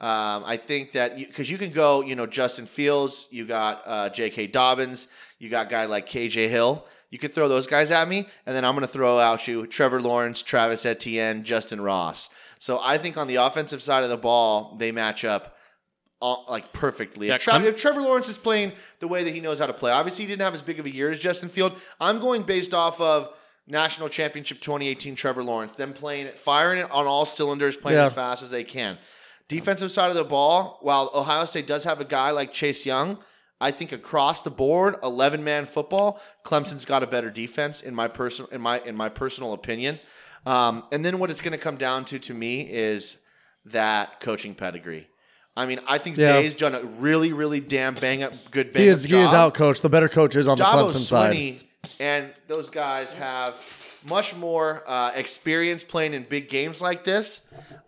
Speaker 4: Um, I think that because you, can go, you know, Justin Fields, you got uh, J.K. Dobbins, you got a guy like K.J. Hill. You could throw those guys at me, and then I'm going to throw out you Trevor Lawrence, Travis Etienne, Justin Ross. So I think on the offensive side of the ball, they match up all, like perfectly.
Speaker 3: Yeah,
Speaker 4: if, Tra-
Speaker 3: Clem-
Speaker 4: if Trevor Lawrence is playing the way that he knows how to play, obviously he didn't have as big of a year as Justin Field. I'm going based off of national championship 2018 Trevor Lawrence, them playing it, firing it on all cylinders, playing
Speaker 2: Yeah.
Speaker 4: as fast as they can. Defensive side of the ball, while Ohio State does have a guy like Chase Young, I think across the board, 11 man football, Clemson's got a better defense in my personal in my in my personal opinion. Um, and then what it's going to come down to to me is that coaching pedigree. I mean, I think
Speaker 2: Yeah.
Speaker 4: Day's done a really, really damn bang up good bang
Speaker 2: He is
Speaker 4: up
Speaker 2: he is
Speaker 4: job.
Speaker 2: out coached. The better coach is on
Speaker 4: Dabo
Speaker 2: the Clemson side.
Speaker 4: Swinney and those guys have much more uh, experience playing in big games like this.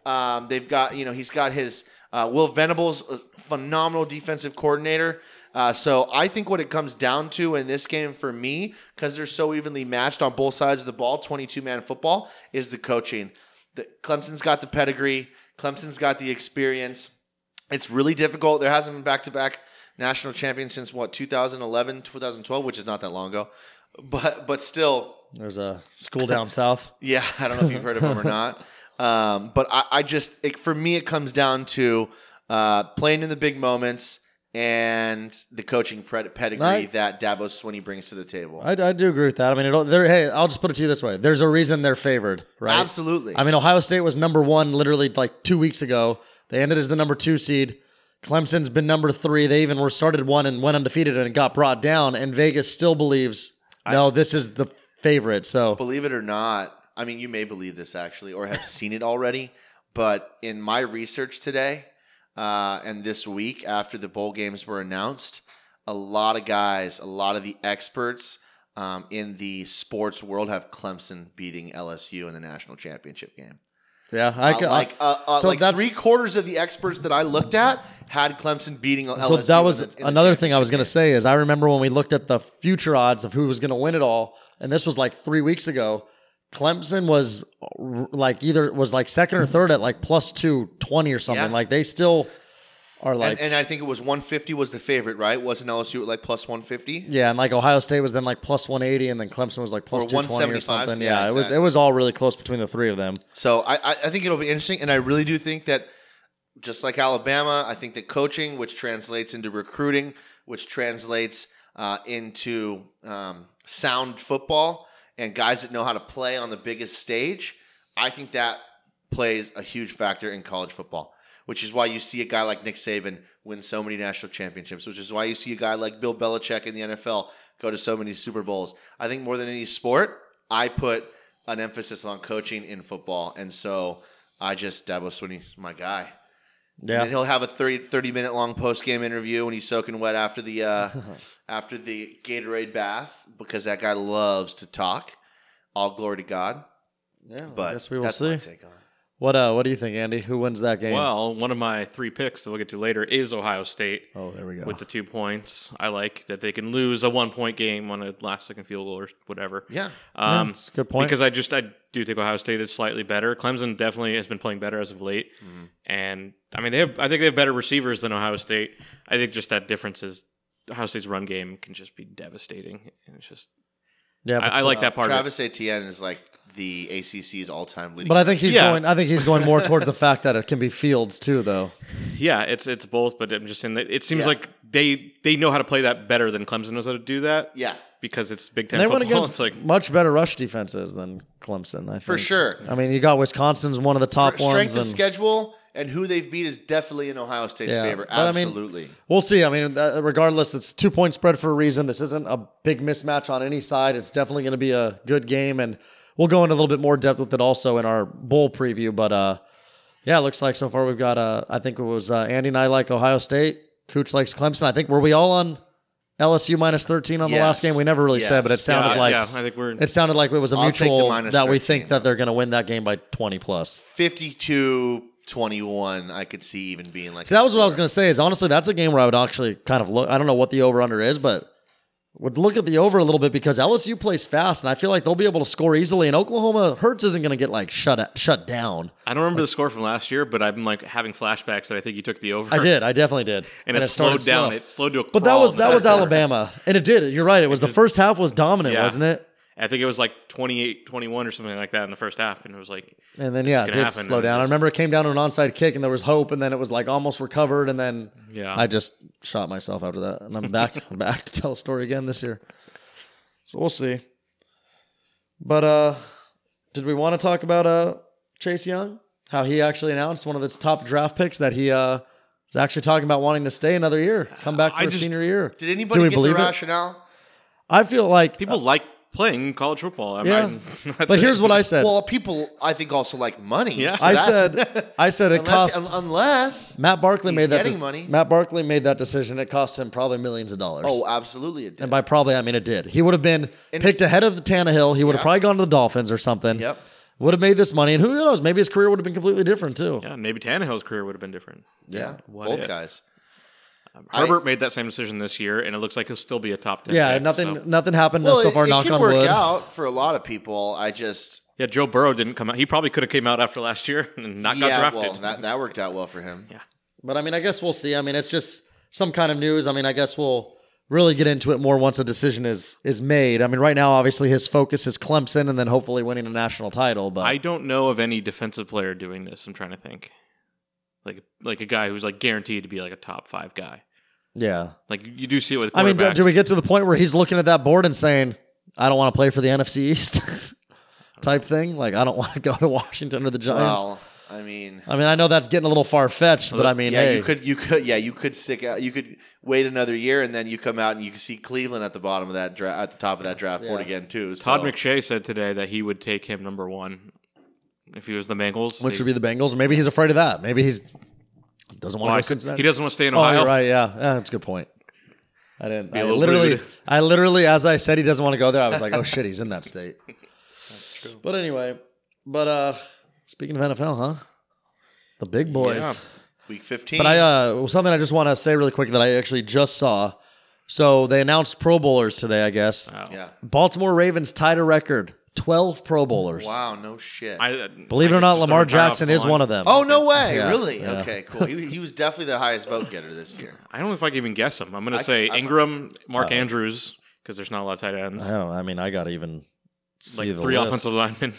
Speaker 4: Um, they've got, you know, he's got his uh, Will Venables, a phenomenal defensive coordinator. Uh, so I think what it comes down to in this game for me, because they're so evenly matched on both sides of the ball, 22 man football, is the coaching. The, Clemson's got the pedigree, Clemson's got the experience it's really difficult. There hasn't been back to back national champions since what 2011, 2012, which is not that long ago. But but still,
Speaker 2: There's a school down south.
Speaker 4: yeah, I don't know if you've heard of him or not. Um, but I, I just it, for me, it comes down to uh, playing in the big moments and the coaching pred- pedigree
Speaker 2: I-
Speaker 4: that Dabo Swinney brings to the table.
Speaker 2: I, I do agree with that. I mean, it'll, they're, hey, I'll just put it to you this way: there's a reason they're favored, right?
Speaker 4: Absolutely.
Speaker 2: I mean, Ohio State was number one literally like two weeks ago. They ended as the number two seed. Clemson's been number three. They even were started one and went undefeated and got brought down. And Vegas still believes no, this is the favorite. So
Speaker 4: Believe it or not, I mean, you may believe this actually or have seen it already, but in my research today uh, and this week after the bowl games were announced, a lot of guys, a lot of the experts um, in the sports world have Clemson beating LSU in the national championship game.
Speaker 2: yeah, I
Speaker 4: Uh,
Speaker 2: could.
Speaker 4: like uh, uh,
Speaker 2: so
Speaker 4: like
Speaker 2: that's-
Speaker 4: three quarters of the experts that I looked at had Clemson beating LSU.
Speaker 2: so that
Speaker 4: in
Speaker 2: was
Speaker 4: the- in the
Speaker 2: another thing I was
Speaker 4: championship
Speaker 2: going to say is I remember when we looked at the future odds of who was going to win it all, and this was like three weeks ago. Clemson was r- like either was like second or third at like plus two twenty or something.
Speaker 4: Yeah.
Speaker 2: Like they still are like
Speaker 4: game. and, and I think it was 150 was the favorite, right? Wasn't LSU at like plus 150?
Speaker 2: Yeah, and like Ohio State was then like plus one eighty, and then Clemson was like plus
Speaker 4: Or
Speaker 2: two twenty or
Speaker 4: 175,
Speaker 2: something.
Speaker 4: yeah,
Speaker 2: Yeah, it was it
Speaker 4: exactly.
Speaker 2: was all really close between the three of them.
Speaker 4: So I, I, I think it'll be interesting, and I really do think that just like Alabama, I think that coaching, which translates into recruiting, which translates uh, into um, sound football and guys that know how to play on the biggest stage, I think that plays a huge factor in college football. Which is why you see a guy like Nick Saban win so many national championships. Which is why you see a guy like Bill Belichick in the NFL go to so many Super Bowls. I think more than any sport, I put an emphasis on coaching in football, and so I just Dabo Swinney's my guy. And
Speaker 2: Yeah,
Speaker 4: then he'll have a 30, 30 minute long post game interview when he's soaking wet after the uh, after the Gatorade bath because that guy loves to talk. All glory to God.
Speaker 2: yeah.
Speaker 4: But
Speaker 2: I guess we will
Speaker 4: that's my
Speaker 2: see.
Speaker 4: take on it.
Speaker 2: What uh, what do you think, Andy? Who wins that game?
Speaker 3: Well, one of my three picks that we'll get to later is Ohio State
Speaker 2: oh, there we go.
Speaker 3: with the two points. I like that they can lose a one point game on a last second field goal or whatever.
Speaker 4: Yeah.
Speaker 2: Yeah,
Speaker 3: Um,
Speaker 2: it's a good point.
Speaker 3: Because I just I do think Ohio State is slightly better. Clemson definitely has been playing better as of late,
Speaker 2: Mm-hmm.
Speaker 3: and I mean they have I think they have better receivers than Ohio State. I think just that difference is Ohio State's run game can just be devastating. And it's just
Speaker 2: Yeah,
Speaker 3: I, I like that part. Of it.
Speaker 4: Uh, Travis Etienne is like the ACC's all-time leading.
Speaker 2: But I think he's
Speaker 3: Yeah.
Speaker 2: going. I think he's going more towards the fact that it can be fields too, though.
Speaker 3: Yeah, it's it's both, but I'm just saying that it seems
Speaker 4: Yeah.
Speaker 3: like they they know how to play that better than Clemson knows how to do that.
Speaker 4: yeah,
Speaker 3: because it's Big Ten
Speaker 2: And they
Speaker 3: football.
Speaker 2: went against
Speaker 3: it's like
Speaker 2: much better rush defenses than Clemson. I think
Speaker 4: for sure.
Speaker 2: I mean, you got Wisconsin's one of the top
Speaker 4: For-
Speaker 2: ones,
Speaker 4: strength of
Speaker 2: and
Speaker 4: schedule and who they've beat is definitely in Ohio State's
Speaker 2: Yeah,
Speaker 4: favor.
Speaker 2: but I mean-
Speaker 4: Absolutely.
Speaker 2: we'll see. I mean, uh, regardless, it's two point spread for a reason. This isn't a big mismatch on any side. It's definitely going to be a good game, and we'll go into a little bit more depth with it also in our bowl preview. But uh, yeah, it looks like so far we've got. Uh, I think it was uh, Andy and I like Ohio State. Cooch likes Clemson. I think were we all on LSU minus thirteen on the
Speaker 4: Yes.
Speaker 2: last game? We never really
Speaker 4: Yes.
Speaker 2: said, but it sounded
Speaker 3: yeah,
Speaker 2: like
Speaker 3: yeah, I think we're
Speaker 2: It sounded like it was a
Speaker 4: I'll take the
Speaker 2: mutual that
Speaker 4: minus
Speaker 2: we
Speaker 4: 13.
Speaker 2: think that they're going to win that game by 20 plus.
Speaker 4: 52 21, I could see even being like.
Speaker 2: See, that was what I was going to say. Is honestly, that's a game where I would actually kind of look. I don't know what the over under is, but would look at the over a little bit because LSU plays fast, and I feel like they'll be able to score easily. And Oklahoma Hertz isn't going to get like shut shut down.
Speaker 3: I don't remember the score from last year, but I'm like having flashbacks that I think you took the over.
Speaker 2: I did. I definitely did.
Speaker 3: and, it, slowed
Speaker 2: started
Speaker 3: down.
Speaker 2: slow.
Speaker 3: It slowed to a
Speaker 2: But that
Speaker 3: crawl
Speaker 2: was
Speaker 3: in the
Speaker 2: that was
Speaker 3: fourth quarter.
Speaker 2: Alabama, and it did. You're right. It was the first half was dominant,
Speaker 3: Yeah.
Speaker 2: wasn't it?
Speaker 3: I think it was like 28 21 or something like that in the first half. And it was like,
Speaker 2: And then yeah, it
Speaker 3: gonna
Speaker 2: did
Speaker 3: happen,
Speaker 2: slow
Speaker 3: and it
Speaker 2: down. I
Speaker 3: just-
Speaker 2: remember it came down to an onside kick, and there was hope, and then it was like almost recovered, and then
Speaker 3: Yeah.
Speaker 2: I just shot myself after that, and I'm back I'm back to tell a story again this year. So we'll see. But uh, did we want to talk about uh Chase Young? How he actually announced one of its top draft picks that he uh is actually talking about wanting to stay another year, come back for
Speaker 3: I
Speaker 2: a
Speaker 3: just-
Speaker 2: senior year.
Speaker 4: Did
Speaker 2: Do
Speaker 4: anybody
Speaker 2: we
Speaker 4: get the
Speaker 2: believe it?
Speaker 4: rationale?
Speaker 2: I feel like
Speaker 3: people like playing college football. I'm,
Speaker 2: yeah.
Speaker 3: I'm-
Speaker 2: but here's what I said.
Speaker 4: Well, people, I think, also like money.
Speaker 3: Yeah.
Speaker 4: so
Speaker 2: I
Speaker 4: that-
Speaker 2: said I said it
Speaker 4: unless,
Speaker 2: costs
Speaker 4: un- unless.
Speaker 2: Matt Barkley
Speaker 4: He's
Speaker 2: made that.
Speaker 4: getting
Speaker 2: dec-
Speaker 4: money.
Speaker 2: Matt Barkley made that decision. It cost him probably millions of dollars.
Speaker 4: Oh, absolutely. It did.
Speaker 2: and by probably I mean it did. He would have been
Speaker 4: And
Speaker 2: picked
Speaker 4: it's-
Speaker 2: ahead of Tannehill. He would have
Speaker 4: Yeah.
Speaker 2: probably gone to the Dolphins or something.
Speaker 4: Yep.
Speaker 2: Would have made this money, and who knows? Maybe his career would have been completely different too.
Speaker 3: yeah, maybe Tannehill's career would have been different.
Speaker 4: yeah.
Speaker 3: What
Speaker 4: Both
Speaker 3: if?
Speaker 4: guys.
Speaker 3: Um,
Speaker 4: I-
Speaker 3: Herbert made that same decision this year, and it looks like he'll still be a top 10.
Speaker 2: Yeah,
Speaker 3: pick,
Speaker 2: nothing,
Speaker 3: so.
Speaker 2: nothing happened
Speaker 4: Well,
Speaker 2: so
Speaker 4: it-
Speaker 2: far.
Speaker 4: it,
Speaker 2: knock
Speaker 4: can
Speaker 2: on
Speaker 4: work
Speaker 2: wood.
Speaker 4: out for a lot of people. I just.
Speaker 3: Yeah, Joe Burrow didn't come out. He probably could have came out after last year and not
Speaker 4: yeah,
Speaker 3: got drafted.
Speaker 4: well, that, that worked out well for him.
Speaker 2: But I mean, I guess we'll see. I mean, it's just some kind of news. I mean, I guess we'll really get into it more once a decision is is made. I mean, right now, obviously, his focus is Clemson, and then hopefully winning a national title. But
Speaker 3: I don't know of any defensive player doing this. I'm trying to think, like like a guy who's like guaranteed to be like a top five guy.
Speaker 2: yeah,
Speaker 3: Like you do see it with.
Speaker 2: I mean, do, do we
Speaker 3: quarterbacks.
Speaker 2: get to the point where he's looking at that board and saying, "I don't want to play for the NFC East," type thing? Like, I don't want to go to Washington or the Giants.
Speaker 4: Well, I mean.
Speaker 2: I mean, I know that's getting a little far fetched, but I mean,
Speaker 4: Yeah,
Speaker 2: hey,
Speaker 4: you could, you could, yeah, you could stick out. You could wait another year, and then you come out and you can see Cleveland at the bottom of that draft, at the top of that draft board
Speaker 2: Yeah.
Speaker 4: again too. So.
Speaker 3: Todd McShay said today that he would take him number one if he was the Bengals.
Speaker 2: which
Speaker 3: They-
Speaker 2: would be the Bengals. Maybe he's afraid of that. Maybe he's doesn't want to
Speaker 3: Why?
Speaker 2: go to Cincinnati.
Speaker 3: He doesn't want to stay in
Speaker 2: Oh,
Speaker 3: Ohio.
Speaker 2: you're right. Yeah, Yeah, that's a good point. I didn't. I
Speaker 3: a little
Speaker 2: literally,
Speaker 3: rude.
Speaker 2: I literally, as I said, he doesn't want to go there. I was like, oh shit, he's in that state. That's true. But anyway, but uh, speaking of NFL, huh? The big boys.
Speaker 3: Yeah.
Speaker 4: Week fifteen.
Speaker 2: But I uh, well, something I just want to say really quick that I actually just saw. So they announced Pro Bowlers today, I guess.
Speaker 3: Oh.
Speaker 4: yeah.
Speaker 2: Baltimore Ravens tied a record, twelve Pro Bowlers.
Speaker 4: Wow. No shit.
Speaker 3: I,
Speaker 2: Believe it or not, Lamar Jackson is one of them.
Speaker 4: oh no way!
Speaker 2: Yeah.
Speaker 4: Really?
Speaker 2: Yeah.
Speaker 4: Okay. Cool. He, he was definitely the highest vote getter this year.
Speaker 3: I don't know if I can even guess him. I'm going to
Speaker 4: I-
Speaker 3: say
Speaker 4: I-
Speaker 3: Ingram, Mark Andrews, because there's not a lot of tight ends.
Speaker 2: I don't. I mean, I got to even see
Speaker 3: Like
Speaker 2: the
Speaker 3: three
Speaker 2: list.
Speaker 3: offensive linemen.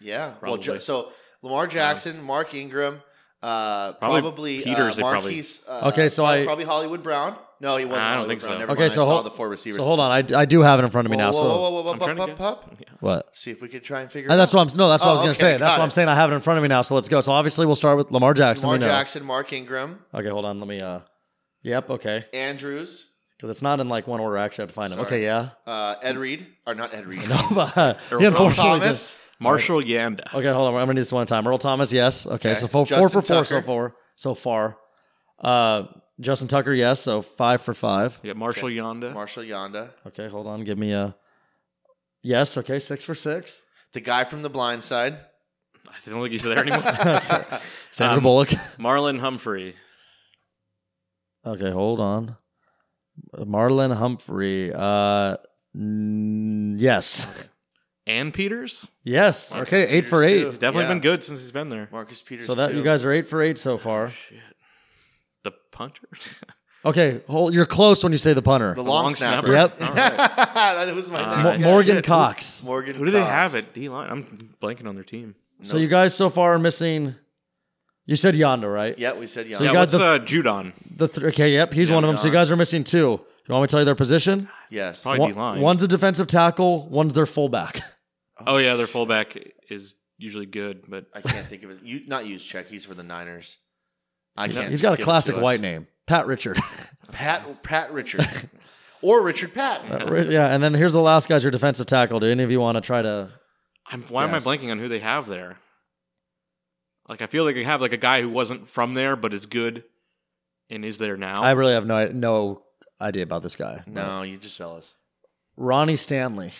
Speaker 4: Yeah. Well,
Speaker 3: Probably.
Speaker 4: ju- so Lamar Jackson, Mark Ingram, uh,
Speaker 3: Probably
Speaker 4: probably,
Speaker 3: Peters,
Speaker 4: uh,
Speaker 3: they probably-
Speaker 4: Marquise. Uh,
Speaker 2: Okay, so
Speaker 4: probably,
Speaker 2: I-
Speaker 4: probably Hollywood Brown. No, he
Speaker 3: I
Speaker 4: wasn't.
Speaker 3: don't
Speaker 4: Hollywood
Speaker 3: think
Speaker 4: Brown.
Speaker 3: so.
Speaker 4: Never
Speaker 2: Okay,
Speaker 4: mind.
Speaker 2: so
Speaker 4: I saw
Speaker 2: hold-
Speaker 4: the four receivers.
Speaker 2: So hold on, I, I do have it in front of me
Speaker 4: Whoa,
Speaker 2: now.
Speaker 4: whoa,
Speaker 2: so
Speaker 4: whoa, whoa, whoa,
Speaker 3: I'm trying
Speaker 4: whoa,
Speaker 3: to
Speaker 4: up,
Speaker 3: guess.
Speaker 4: up, up.
Speaker 3: Yeah.
Speaker 2: what?
Speaker 4: See if we could try and figure.
Speaker 2: And
Speaker 4: it
Speaker 2: that's
Speaker 4: out.
Speaker 2: what I'm. No, that's what
Speaker 4: Oh,
Speaker 2: I was gonna
Speaker 4: okay,
Speaker 2: say. That's
Speaker 4: got
Speaker 2: what I'm
Speaker 4: it.
Speaker 2: saying. I have it in front of me now. So let's go. So obviously we'll start with Lamar Jackson.
Speaker 4: Lamar
Speaker 2: we know.
Speaker 4: Jackson, Mark Ingram,
Speaker 2: Okay, hold on. Let me. uh Yep. Okay.
Speaker 4: Andrews,
Speaker 2: Because it's not in like one order. I actually have to find them.
Speaker 4: Sorry.
Speaker 2: Okay. Yeah.
Speaker 4: uh, Ed Reed, or not Ed Reed.
Speaker 2: No, but
Speaker 3: Earl
Speaker 2: he
Speaker 4: Earl
Speaker 2: unfortunately just-
Speaker 4: Thomas.
Speaker 3: Marshall Yanda.
Speaker 2: Okay, hold on. I'm gonna do this one time. Earl Thomas, yes. Okay,
Speaker 4: Okay.
Speaker 2: so four, four
Speaker 4: Justin
Speaker 2: for four so
Speaker 4: Tucker.
Speaker 2: far. So far, uh, Justin Tucker, yes. So five for five.
Speaker 3: Yeah, Marshall Yanda.
Speaker 4: Marshall Yonda,
Speaker 2: Okay, hold on. Give me a yes. Okay, six for six.
Speaker 4: the guy from The Blind Side.
Speaker 3: I don't think he's there anymore.
Speaker 2: Sandra
Speaker 3: Um,
Speaker 2: Bullock.
Speaker 3: Marlon Humphrey.
Speaker 2: Okay, hold on. Marlon Humphrey. Uh, n- yes,
Speaker 3: And Peters?
Speaker 2: yes.
Speaker 3: Marcus
Speaker 2: Okay, eight for
Speaker 4: Peters,
Speaker 2: eight.
Speaker 3: He's definitely
Speaker 4: Yeah.
Speaker 3: been good since he's been there.
Speaker 4: Marcus Peters.
Speaker 2: So that
Speaker 4: too.
Speaker 2: you guys are eight for eight so far.
Speaker 3: Shit. The punter?
Speaker 2: Okay, hold, you're close when you say the punter.
Speaker 4: The long,
Speaker 3: long
Speaker 4: snapper.
Speaker 3: snapper.
Speaker 2: Yep.
Speaker 3: All
Speaker 4: that was my
Speaker 3: Uh,
Speaker 2: Mo-
Speaker 4: next guess.
Speaker 2: Morgan Cox.
Speaker 4: Morgan.
Speaker 3: Who do they
Speaker 4: Cox.
Speaker 3: have at D line? I'm blanking on their team.
Speaker 2: So you guys so far are missing. You said Yonder, right?
Speaker 4: Yeah, we said Young.
Speaker 2: So you
Speaker 3: yeah,
Speaker 2: got
Speaker 3: what's
Speaker 2: the-
Speaker 3: uh, Judon?
Speaker 2: The th- okay, yep, he's one of them. So you guys are missing two. You want me to tell you their position?
Speaker 4: yes.
Speaker 3: Probably
Speaker 2: One-
Speaker 3: D-line.
Speaker 2: one's a defensive tackle. One's their fullback.
Speaker 3: Oh yeah, their fullback is usually good, but
Speaker 4: I can't think of his. You, not use check. He's for the Niners. I can't.
Speaker 2: He's got
Speaker 4: just
Speaker 2: a
Speaker 4: give it
Speaker 2: classic
Speaker 4: to us.
Speaker 2: white name, Pat Richard.
Speaker 4: Pat Pat Richard, or Richard Patton.
Speaker 2: Pat Ri- Uh, yeah, and then here's the last guy's your defensive tackle. Do any of you want to try to?
Speaker 3: I'm, why
Speaker 2: Yes.
Speaker 3: am I blanking on who they have there? Like I feel like they have like a guy who wasn't from there but is good and is there now.
Speaker 2: I really have no no idea about this guy.
Speaker 4: No, you just tell us.
Speaker 2: Ronnie Stanley.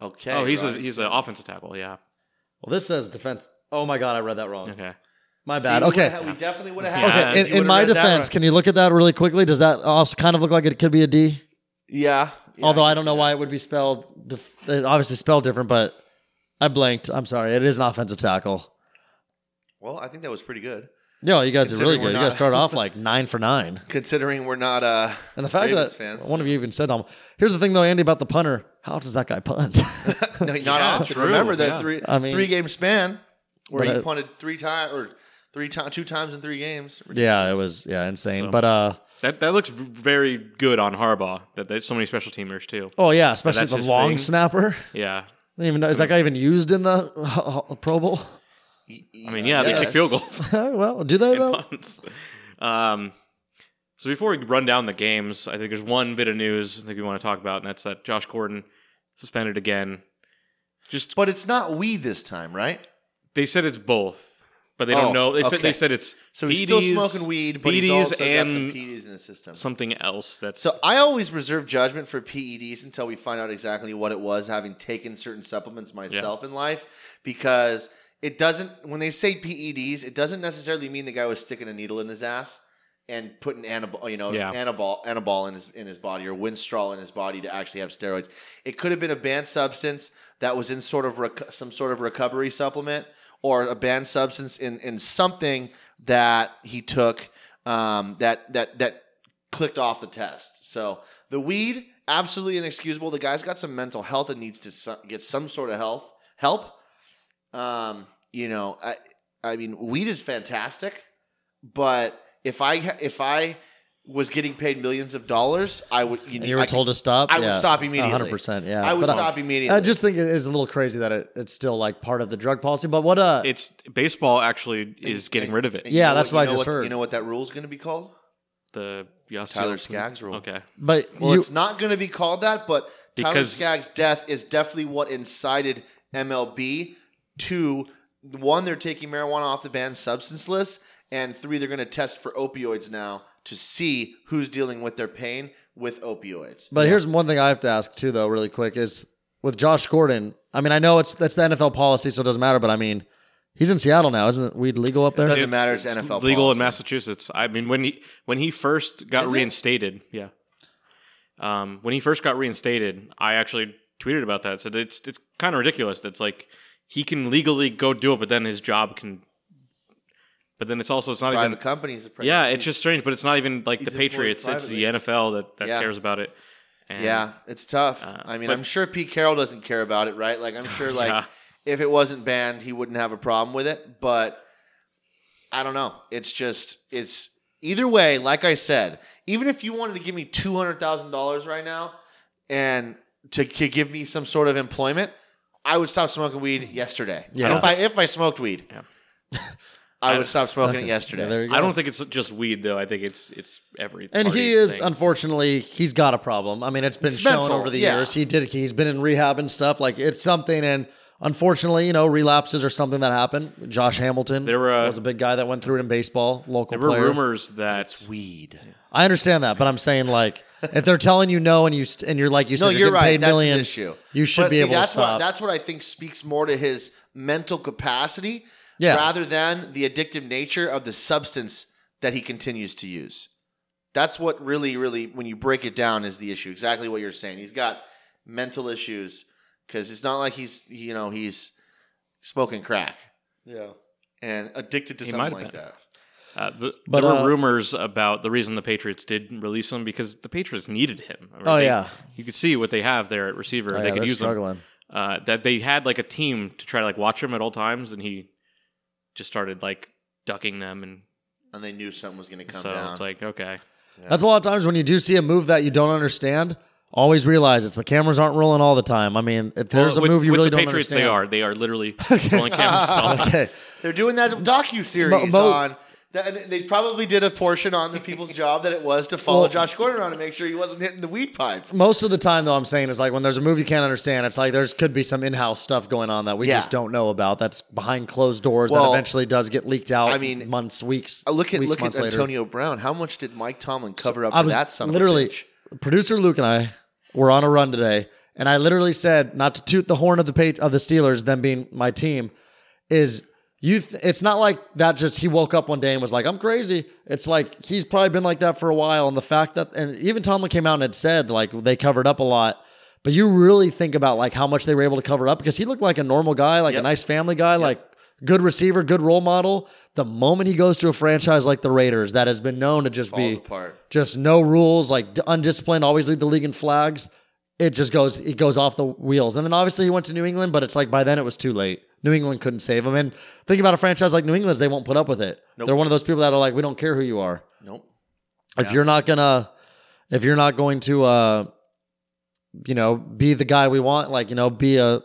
Speaker 4: Okay.
Speaker 3: oh, he's a
Speaker 4: Ryan.
Speaker 3: he's an offensive tackle. Yeah.
Speaker 2: Well, this says defense. Oh my god, I read that wrong.
Speaker 3: Okay.
Speaker 2: My
Speaker 4: See,
Speaker 2: bad.
Speaker 4: we
Speaker 2: okay.
Speaker 4: would've had- We definitely would have
Speaker 3: Yeah.
Speaker 4: had.
Speaker 3: Okay,
Speaker 2: In,
Speaker 4: it if you
Speaker 2: in
Speaker 4: would've
Speaker 2: my
Speaker 4: read that
Speaker 2: defense,
Speaker 4: right.
Speaker 2: can you look at that really quickly? Does that also kind of look like it could be a D?
Speaker 4: yeah, yeah,
Speaker 2: Although I
Speaker 4: can
Speaker 2: don't
Speaker 4: see
Speaker 2: know
Speaker 4: that.
Speaker 2: why it would be spelled, def- it obviously spelled different, but I blanked. I'm sorry. It is an offensive tackle.
Speaker 4: Well, I think that was pretty good
Speaker 2: Yo, you guys are really
Speaker 4: Considering
Speaker 2: good.
Speaker 4: we're
Speaker 2: You guys
Speaker 4: not-
Speaker 2: start off like nine for nine.
Speaker 4: considering we're not. Uh,
Speaker 2: And the fact
Speaker 4: Ravens
Speaker 2: that
Speaker 4: fans.
Speaker 2: one of you even said, um, here's the thing though, Andy, about the punter. How does that guy punt?
Speaker 4: no, not
Speaker 3: Yeah,
Speaker 4: often.
Speaker 3: true,
Speaker 4: Remember that
Speaker 3: yeah.
Speaker 4: three
Speaker 2: I mean-
Speaker 4: three game span where
Speaker 2: But
Speaker 4: he
Speaker 2: I-
Speaker 4: punted three times or three times two times in three games.
Speaker 2: yeah, it was yeah, insane.
Speaker 3: So-
Speaker 2: But uh
Speaker 3: That that looks v- very good on Harbaugh. That there's so many special teamers too.
Speaker 2: oh yeah, especially
Speaker 3: that's
Speaker 2: the
Speaker 3: his
Speaker 2: long
Speaker 3: thing.
Speaker 2: snapper.
Speaker 3: Yeah.
Speaker 2: I don't even know is that guy even used in the Pro Bowl?
Speaker 3: I mean, yeah, they kick field goals.
Speaker 2: well, do they though?
Speaker 3: punts. Um, so before we run down the games, I think there's one bit of news I think we want to talk about, and that's that Josh Gordon suspended again. Just
Speaker 4: But it's not we this time, right?
Speaker 3: they said it's both, but they
Speaker 4: Oh,
Speaker 3: don't know. They said
Speaker 4: okay.
Speaker 3: they said it's
Speaker 4: So he's still
Speaker 3: PEDs,
Speaker 4: smoking weed, but he's
Speaker 3: PEDs,
Speaker 4: also
Speaker 3: and
Speaker 4: got some PEDs in his system.
Speaker 3: something else. That's
Speaker 4: So I always reserve judgment for PEDs until we find out exactly what it was, having taken certain supplements myself in life, because it doesn't. When they say PEDs, it doesn't necessarily mean the guy was sticking a needle in his ass and putting anabol, you know,
Speaker 3: Yeah.
Speaker 4: anabol, anabol in his in his body or winstrol in his body to actually have steroids. It could have been a banned substance that was in sort of rec- some sort of recovery supplement or a banned substance in in something that he took um, that that that clicked off the test. So the weed absolutely inexcusable. The guy's got some mental health and needs to so- get some sort of health help. Um, you know, I I mean, weed is fantastic, but if I if I was getting paid millions of dollars, I would you,
Speaker 2: And
Speaker 4: know,
Speaker 2: you were
Speaker 4: I-
Speaker 2: told to stop.
Speaker 4: I would
Speaker 2: yeah,
Speaker 4: stop immediately.
Speaker 2: 100%. Yeah,
Speaker 4: I would
Speaker 2: But, uh,
Speaker 4: stop immediately.
Speaker 2: I just think it is a little crazy that it, it's still like part of the drug policy. But what uh,
Speaker 3: it's baseball actually is getting
Speaker 4: and-
Speaker 3: rid of it.
Speaker 4: and you
Speaker 2: Yeah,
Speaker 4: know
Speaker 2: that's what I
Speaker 4: you know
Speaker 2: just heard.
Speaker 4: You know what that rule is going to be called?
Speaker 3: the Yasiel
Speaker 4: Tyler Skaggs rule.
Speaker 3: Okay,
Speaker 2: but
Speaker 4: Well,
Speaker 2: you,
Speaker 4: it's not going to be called that, but Tyler
Speaker 3: Because-
Speaker 4: Skaggs' death is definitely what incited MLB to one, they're taking marijuana off the banned substance list, and three, they're going to test for opioids now to see who's dealing with their pain with opioids.
Speaker 2: But here's one thing I have to ask too, though, really quick is with Josh Gordon. I mean, I know it's that's the NFL policy, so it doesn't matter. But I mean, he's in Seattle now, isn't weed legal up there?
Speaker 4: doesn't matter. It's, NFL
Speaker 3: legal
Speaker 4: policy.
Speaker 3: in Massachusetts. I mean, when he when he first got
Speaker 4: Is it?
Speaker 3: reinstated, yeah. Um, when he first got reinstated, I actually tweeted about that. Said it's it's kind of ridiculous. That's like he can legally go do it, but then his job can. But then it's also it's not
Speaker 4: Private
Speaker 3: even
Speaker 4: companies. are-
Speaker 3: yeah. It's just strange, but it's not even like
Speaker 4: he's
Speaker 3: the
Speaker 4: employed
Speaker 3: Patriots. It's the
Speaker 4: privately.
Speaker 3: NFL that that
Speaker 4: Yeah.
Speaker 3: cares about it. And
Speaker 4: Yeah, it's tough.
Speaker 3: Uh,
Speaker 4: I mean,
Speaker 3: but-
Speaker 4: I'm sure Pete Carroll doesn't care about it, right? Like, I'm sure, like,
Speaker 3: Yeah.
Speaker 4: if it wasn't banned, he wouldn't have a problem with it. But I don't know. It's just, it's either way. Like I said, even if you wanted to give me two hundred thousand dollars right now and to, to give me some sort of employment, I would stop smoking weed yesterday.
Speaker 2: Yeah.
Speaker 4: Yeah. If I if I smoked weed,
Speaker 3: Yeah.
Speaker 4: I
Speaker 3: I-
Speaker 4: would stop smoking it yesterday.
Speaker 2: Yeah, there you go.
Speaker 3: I don't think it's just weed though. I think it's it's every
Speaker 2: And
Speaker 3: party
Speaker 2: he is
Speaker 3: thing.
Speaker 2: unfortunately he's got a problem. I mean, it's been
Speaker 4: It's
Speaker 2: shown
Speaker 4: mental,
Speaker 2: over the
Speaker 4: yeah.
Speaker 2: years. He did he's been in rehab and stuff. Like it's something, and unfortunately, you know, relapses are something that happened. Josh Hamilton
Speaker 3: There were, uh,
Speaker 2: was a big guy that went through it in baseball, local
Speaker 3: there were
Speaker 2: player.
Speaker 3: rumors that
Speaker 4: weed.
Speaker 2: I understand that, but I'm saying like if they're telling you no and you st- and you're like you said
Speaker 4: No,
Speaker 2: you're,
Speaker 4: you're
Speaker 2: getting
Speaker 4: right.
Speaker 2: paid
Speaker 4: That's an
Speaker 2: millions,
Speaker 4: issue.
Speaker 2: you should
Speaker 4: But
Speaker 2: be
Speaker 4: see,
Speaker 2: able
Speaker 4: that's
Speaker 2: to stop.
Speaker 4: What, that's what I think speaks more to his mental capacity
Speaker 2: Yeah.
Speaker 4: rather than the addictive nature of the substance that he continues to use. That's what really, really, when you break it down, is the issue. Exactly what you're saying. He's got mental issues because it's not like he's, you know, he's smoking crack
Speaker 2: yeah.
Speaker 4: and addicted to
Speaker 3: He might
Speaker 4: something
Speaker 3: have
Speaker 4: like
Speaker 3: been.
Speaker 4: that.
Speaker 3: Uh, but,
Speaker 2: But,
Speaker 3: there were
Speaker 2: uh,
Speaker 3: rumors about the reason the Patriots did release him because the Patriots needed him. I mean,
Speaker 2: Oh,
Speaker 3: they-
Speaker 2: yeah.
Speaker 3: you could see what they have there at receiver.
Speaker 2: Oh,
Speaker 3: they
Speaker 2: yeah,
Speaker 3: could
Speaker 2: they're
Speaker 3: use him.
Speaker 2: struggling.
Speaker 3: Uh, that they had like a team to try to like watch him at all times, and he just started like ducking them, and
Speaker 4: and they knew something was going to come
Speaker 3: so
Speaker 4: down.
Speaker 3: it's like okay,
Speaker 2: That's a lot of times when you do see a move that you don't understand. Always realize it's the cameras aren't rolling all the time. I mean, if there's a
Speaker 3: Well, with,
Speaker 2: move you
Speaker 3: with
Speaker 2: really
Speaker 3: the
Speaker 2: don't
Speaker 3: Patriots,
Speaker 2: understand,
Speaker 3: they are they are literally rolling cameras. all the time.
Speaker 2: okay.
Speaker 4: They're doing that docu series
Speaker 2: Mo- Mo-
Speaker 4: on. That, and they probably did a portion on the people's job that it was to follow Josh Gordon around and make sure he wasn't hitting the weed pipe.
Speaker 2: Most of the time, though, I'm saying is like when there's a move you can't understand, it's like there's could be some in-house stuff going on that we
Speaker 4: Yeah.
Speaker 2: just don't know about. That's behind closed doors that
Speaker 4: Well,
Speaker 2: eventually does get leaked out.
Speaker 4: I mean,
Speaker 2: months, weeks.
Speaker 4: Uh, Look at
Speaker 2: weeks,
Speaker 4: look at
Speaker 2: months later.
Speaker 4: Antonio Brown. How much did Mike Tomlin cover up
Speaker 2: I
Speaker 4: for
Speaker 2: was
Speaker 4: that? Son of a
Speaker 2: literally
Speaker 4: bitch?
Speaker 2: producer Luke and I were on a run today, and I literally said not to toot the horn of the page of the Steelers, them being my team, is you. Th- it's not like that. Just he woke up one day and was like, "I'm crazy." It's like he's probably been like that for a while, and the fact that and even Tomlin came out and had said like they covered up a lot. But you really think about like how much they were able to cover up because he looked like a normal guy, like
Speaker 4: Yep.
Speaker 2: a nice family guy, like good receiver, good role model. The moment he goes to a franchise like the Raiders that has been known to just be
Speaker 4: falls apart.
Speaker 2: just no rules, like d- undisciplined, always lead the league in flags. It just goes, it goes off the wheels. And then obviously he went to New England, but it's like by then it was too late. New England couldn't save him. And think about a franchise like New England's, they won't put up with it.
Speaker 4: Nope.
Speaker 2: They're one of those people that are like, we don't care who you are.
Speaker 4: Nope.
Speaker 2: If you're not gonna, if you're not going to, uh, you know, be the guy we want, like you know, be a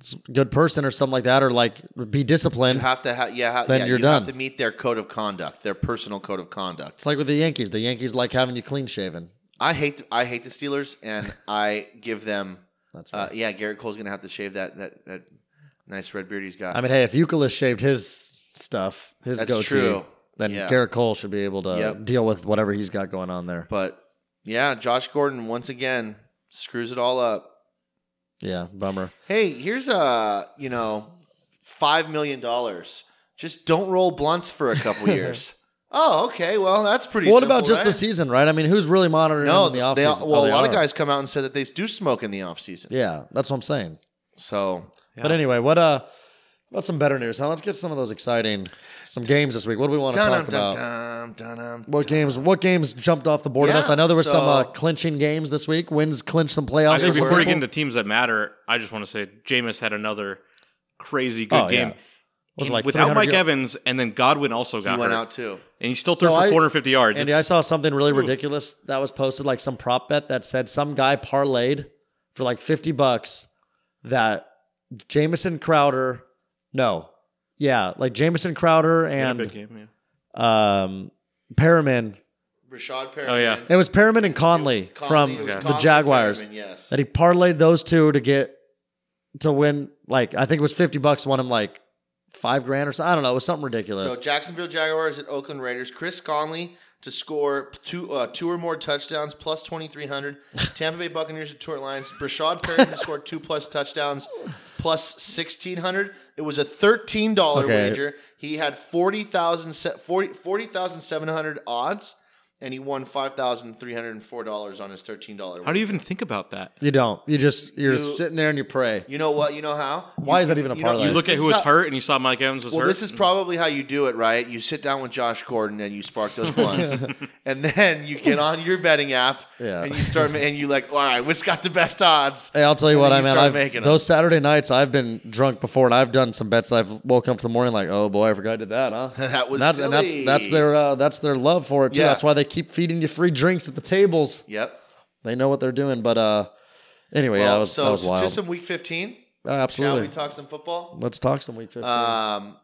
Speaker 2: s- good person or something like that, or like be
Speaker 4: You
Speaker 2: disciplined.
Speaker 4: have to ha- yeah, ha-
Speaker 2: Then
Speaker 4: yeah,
Speaker 2: you're
Speaker 4: you
Speaker 2: done.
Speaker 4: have to meet their code of conduct, their personal code of conduct.
Speaker 2: it's like with the Yankees. The Yankees like having you clean shaven.
Speaker 4: I hate the, I hate the Steelers, and I give them.
Speaker 2: That's
Speaker 4: Uh, yeah, Garrett Cole's gonna have to shave that that, that nice red beard he's got.
Speaker 2: I mean, hey, if Euclid shaved his stuff, his
Speaker 4: That's
Speaker 2: goatee,
Speaker 4: true.
Speaker 2: then
Speaker 4: Yeah.
Speaker 2: Garrett Cole should be able to
Speaker 4: Yep.
Speaker 2: deal with whatever he's got going on there.
Speaker 4: but yeah, Josh Gordon once again screws it all up.
Speaker 2: Yeah, bummer.
Speaker 4: Hey, here's a you know five million dollars. Just don't roll blunts for a couple years. Oh, okay. Well, that's pretty.
Speaker 2: what
Speaker 4: simple,
Speaker 2: about just
Speaker 4: right?
Speaker 2: the season, right? I mean, who's really monitoring
Speaker 4: No,
Speaker 2: him in the
Speaker 4: they,
Speaker 2: offseason?
Speaker 4: well,
Speaker 2: Oh,
Speaker 4: a
Speaker 2: they
Speaker 4: lot of
Speaker 2: are.
Speaker 4: guys come out and said that they do smoke in the offseason.
Speaker 2: Yeah, that's what I'm saying.
Speaker 4: So
Speaker 2: But anyway, what uh, about some better news? Now let's get some of those exciting some games this week. What do we want to
Speaker 4: dun
Speaker 2: talk
Speaker 4: dun
Speaker 2: about?
Speaker 4: dun dun
Speaker 2: What games? What games jumped off the board of
Speaker 4: Yeah,
Speaker 2: us? I know there were some
Speaker 4: so-
Speaker 2: uh, clinching games this week. Wins clinched some
Speaker 3: I
Speaker 2: playoffs.
Speaker 3: think
Speaker 2: for some
Speaker 3: before we
Speaker 2: people.
Speaker 3: get into teams that matter, I just want to say Jameis had another crazy good
Speaker 2: Oh, yeah.
Speaker 3: game.
Speaker 2: Was it
Speaker 3: And
Speaker 2: like
Speaker 3: without
Speaker 2: 300
Speaker 3: Mike
Speaker 2: yards?
Speaker 3: Evans, and then Godwin also got
Speaker 4: He went
Speaker 3: hurt.
Speaker 4: out too.
Speaker 3: and he still threw
Speaker 2: So
Speaker 3: for
Speaker 2: I-
Speaker 3: 450 yards.
Speaker 2: Andy,
Speaker 3: It's-
Speaker 2: I saw something really ridiculous that was posted, like some prop bet that said some guy parlayed for like 50 bucks that Jamison Crowder, no, yeah, like Jamison Crowder
Speaker 3: he had a
Speaker 2: and
Speaker 3: big game,
Speaker 2: um, Perriman.
Speaker 4: Rashad Perriman.
Speaker 3: Oh, yeah.
Speaker 2: It was Perriman and Conley,
Speaker 4: Conley, it
Speaker 2: from
Speaker 4: was
Speaker 3: the
Speaker 4: Conley,
Speaker 2: Jaguars.
Speaker 4: Perriman, yes.
Speaker 2: that he parlayed those two to get to win. Like I think it was 50 bucks, won him like five grand or something. I don't know. It was something ridiculous.
Speaker 4: So Jacksonville Jaguars at Oakland Raiders. Chris Conley to score two uh, two or more touchdowns plus 2300. Tampa Bay Buccaneers at Detroit Lions. Brashad Perriman to score two plus touchdowns plus 1600. It was a $13
Speaker 2: Okay.
Speaker 4: wager. He had 40,000 se- 40, 40,700 odds and he won $5,304 on his $13 wager.
Speaker 3: How do you even think about that?
Speaker 2: you don't. You just you're
Speaker 4: You-
Speaker 2: sitting there and you pray.
Speaker 4: You know what? You know how?
Speaker 2: Why is that even a
Speaker 4: know-
Speaker 2: parlay?
Speaker 3: You look at
Speaker 4: this
Speaker 3: who
Speaker 4: is
Speaker 3: was
Speaker 4: how-
Speaker 3: hurt, and you saw Mike Evans was
Speaker 4: Well,
Speaker 3: hurt.
Speaker 4: this is
Speaker 2: mm-hmm.
Speaker 4: probably how you do it, right? You sit down with Josh Gordon and you spark those blunts, and then you get on your betting app
Speaker 2: Yeah.
Speaker 4: and you start ma- and you like, all right, what's got the best odds?
Speaker 2: Hey, I'll tell you
Speaker 4: And
Speaker 2: what,
Speaker 4: then
Speaker 2: I
Speaker 4: you
Speaker 2: mean,
Speaker 4: start
Speaker 2: I've,
Speaker 4: making 'em.
Speaker 2: those Saturday nights I've been drunk before, and I've done some bets. that I've woken up in the morning like, oh boy, I forgot I did that, huh?
Speaker 4: That was
Speaker 2: and that's, and
Speaker 4: silly.
Speaker 2: that's that's their uh, that's their love for it too.
Speaker 4: Yeah.
Speaker 2: That's why they keep feeding you free drinks at the tables.
Speaker 4: Yep.
Speaker 2: They know what they're doing. But uh, anyway, yeah,
Speaker 4: Well,
Speaker 2: that was
Speaker 4: so
Speaker 2: that was
Speaker 4: to
Speaker 2: wild.
Speaker 4: some week fifteen.
Speaker 2: Uh,
Speaker 4: Now we
Speaker 2: absolutely.
Speaker 4: talk some football.
Speaker 2: Let's talk some week fifteen.
Speaker 4: Um,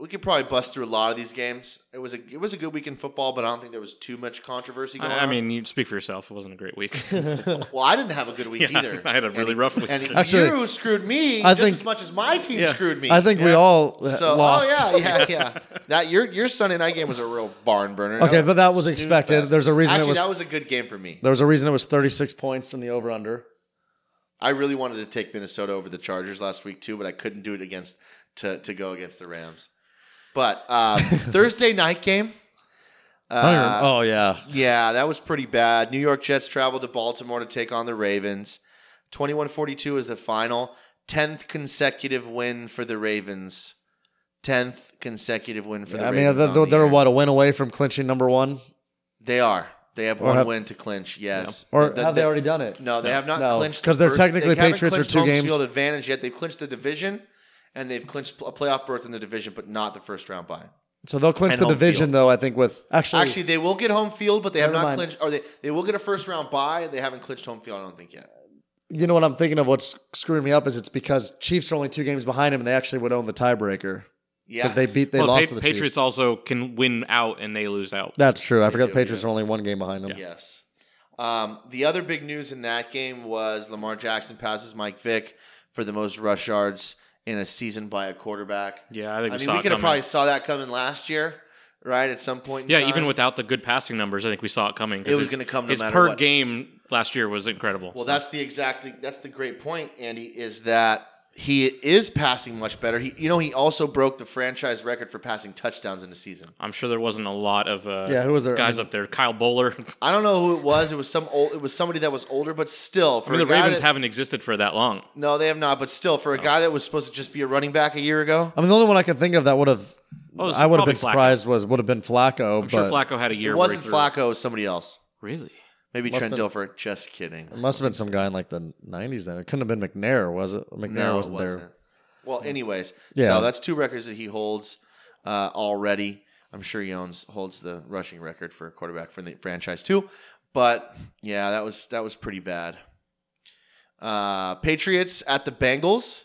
Speaker 4: we could probably bust through a lot of these games. It was a it was a good week in football, but I don't think there was too much controversy going
Speaker 3: I, I
Speaker 4: on.
Speaker 3: mean, you speak for yourself. It wasn't a great week.
Speaker 4: well, I didn't have a good week
Speaker 3: Yeah,
Speaker 4: either.
Speaker 3: I had a really rough week.
Speaker 4: And
Speaker 2: Actually,
Speaker 4: you screwed me
Speaker 2: I
Speaker 4: just
Speaker 2: think-
Speaker 4: as much as my team
Speaker 3: Yeah.
Speaker 4: screwed me.
Speaker 2: I think we
Speaker 3: yeah.
Speaker 2: all uh,
Speaker 4: So,
Speaker 2: lost.
Speaker 4: oh yeah, yeah, yeah. That your your Sunday night game was a real barn burner.
Speaker 2: Okay, but that was
Speaker 4: snooze
Speaker 2: expected. There's a reason it
Speaker 4: Actually,
Speaker 2: was-
Speaker 4: that was a good game for me.
Speaker 2: There was a reason it was thirty six points from the over under.
Speaker 4: I really wanted to take Minnesota over the Chargers last week too, but I couldn't do it against to to go against the Rams. But uh, Thursday night game, uh,
Speaker 2: oh yeah,
Speaker 4: yeah, that was pretty bad. New York Jets traveled to Baltimore to take on the Ravens. 21-42 is the final. 10th consecutive win for the Ravens. tenth consecutive win for the
Speaker 2: I mean,
Speaker 4: Ravens.
Speaker 2: they're,
Speaker 4: on the
Speaker 2: they're
Speaker 4: year.
Speaker 2: what a win away from clinching number one,
Speaker 4: They are. They have
Speaker 2: Or
Speaker 4: one
Speaker 2: have-
Speaker 4: win to clinch. Yes.
Speaker 2: or
Speaker 4: The- the-
Speaker 2: have they
Speaker 4: the-
Speaker 2: already done it?
Speaker 4: No, they have not
Speaker 2: No,
Speaker 4: clinched
Speaker 2: 'cause they're
Speaker 4: first- they
Speaker 2: technically
Speaker 4: haven't
Speaker 2: Patriots are
Speaker 4: clinched
Speaker 2: two
Speaker 4: home
Speaker 2: games-
Speaker 4: field advantage yet. They've clinched the division, and they've clinched a playoff berth in the division, but not the first round bye.
Speaker 2: So they'll clinch
Speaker 4: And
Speaker 2: the
Speaker 4: home
Speaker 2: division,
Speaker 4: field.
Speaker 2: though. I think with actually,
Speaker 4: Actually, they will get home field, but they have
Speaker 2: Never
Speaker 4: not
Speaker 2: mind.
Speaker 4: clinched. Or they they will get a first round bye. They haven't clinched home field. I don't think yet.
Speaker 2: you know what I'm thinking of. What's screwing me up is it's because Chiefs are only two games behind them, and they actually would own the tiebreaker
Speaker 4: Yeah.
Speaker 2: because they beat they
Speaker 3: well,
Speaker 2: lost
Speaker 3: Pa-
Speaker 2: to the
Speaker 3: Patriots
Speaker 2: Chiefs.
Speaker 3: also can win out and they lose out.
Speaker 2: That's true. I forgot the
Speaker 4: do,
Speaker 2: Patriots are only one game behind them.
Speaker 4: Yes. Um, the other big news in that game was Lamar Jackson passes Mike Vick for the most rush yards in a season by a quarterback.
Speaker 3: Yeah, I think
Speaker 4: I
Speaker 3: we
Speaker 4: mean,
Speaker 3: saw
Speaker 4: we
Speaker 3: it
Speaker 4: could have
Speaker 3: coming.
Speaker 4: probably saw that coming last year, right? At some point. In
Speaker 3: yeah,
Speaker 4: time.
Speaker 3: even without the good passing numbers, I think we saw it coming. 'cause
Speaker 4: It was
Speaker 3: his-
Speaker 4: gonna come no
Speaker 3: his
Speaker 4: matter
Speaker 3: per
Speaker 4: what.
Speaker 3: game last year was incredible.
Speaker 4: Well,
Speaker 3: so.
Speaker 4: that's the exactly that's the great point, Andy, is that he is passing much better. He, you know, he also broke the franchise record for passing touchdowns in a season.
Speaker 3: I'm sure there wasn't a lot of uh,
Speaker 2: Yeah, who was there?
Speaker 3: guys
Speaker 2: I mean-
Speaker 3: up there. Kyle Bowler.
Speaker 4: I don't know who it was. It was some old. It was somebody that was older, but still,
Speaker 3: I
Speaker 4: for
Speaker 3: mean, the
Speaker 4: a guy
Speaker 3: Ravens Oh.
Speaker 4: that-
Speaker 3: haven't existed for that long.
Speaker 4: no, they have not. But still, for a guy that was supposed to just be a running back a year ago,
Speaker 2: I mean, the only one I can think of that would have
Speaker 3: Oh, it's
Speaker 2: I would have
Speaker 3: probably
Speaker 2: been
Speaker 3: Flacco.
Speaker 2: surprised was would have been Flacco.
Speaker 3: I'm
Speaker 2: but
Speaker 3: sure Flacco had a year.
Speaker 4: it
Speaker 3: where he
Speaker 4: wasn't
Speaker 3: threw-
Speaker 4: Flacco. It was somebody else.
Speaker 3: Really?
Speaker 4: Maybe
Speaker 2: Must've
Speaker 4: Trent
Speaker 2: been-
Speaker 4: Dilfer. Just kidding.
Speaker 2: It must have been some guy in like the '90s. Then it couldn't have been McNair, was it? McNair
Speaker 4: No,
Speaker 2: wasn't,
Speaker 4: it wasn't.
Speaker 2: there.
Speaker 4: Well, anyways,
Speaker 2: Yeah.
Speaker 4: so that's two records that he holds uh, already. I'm sure he owns holds the rushing record for a quarterback for the franchise too. But yeah, that was that was pretty bad. Uh, Patriots at the Bengals.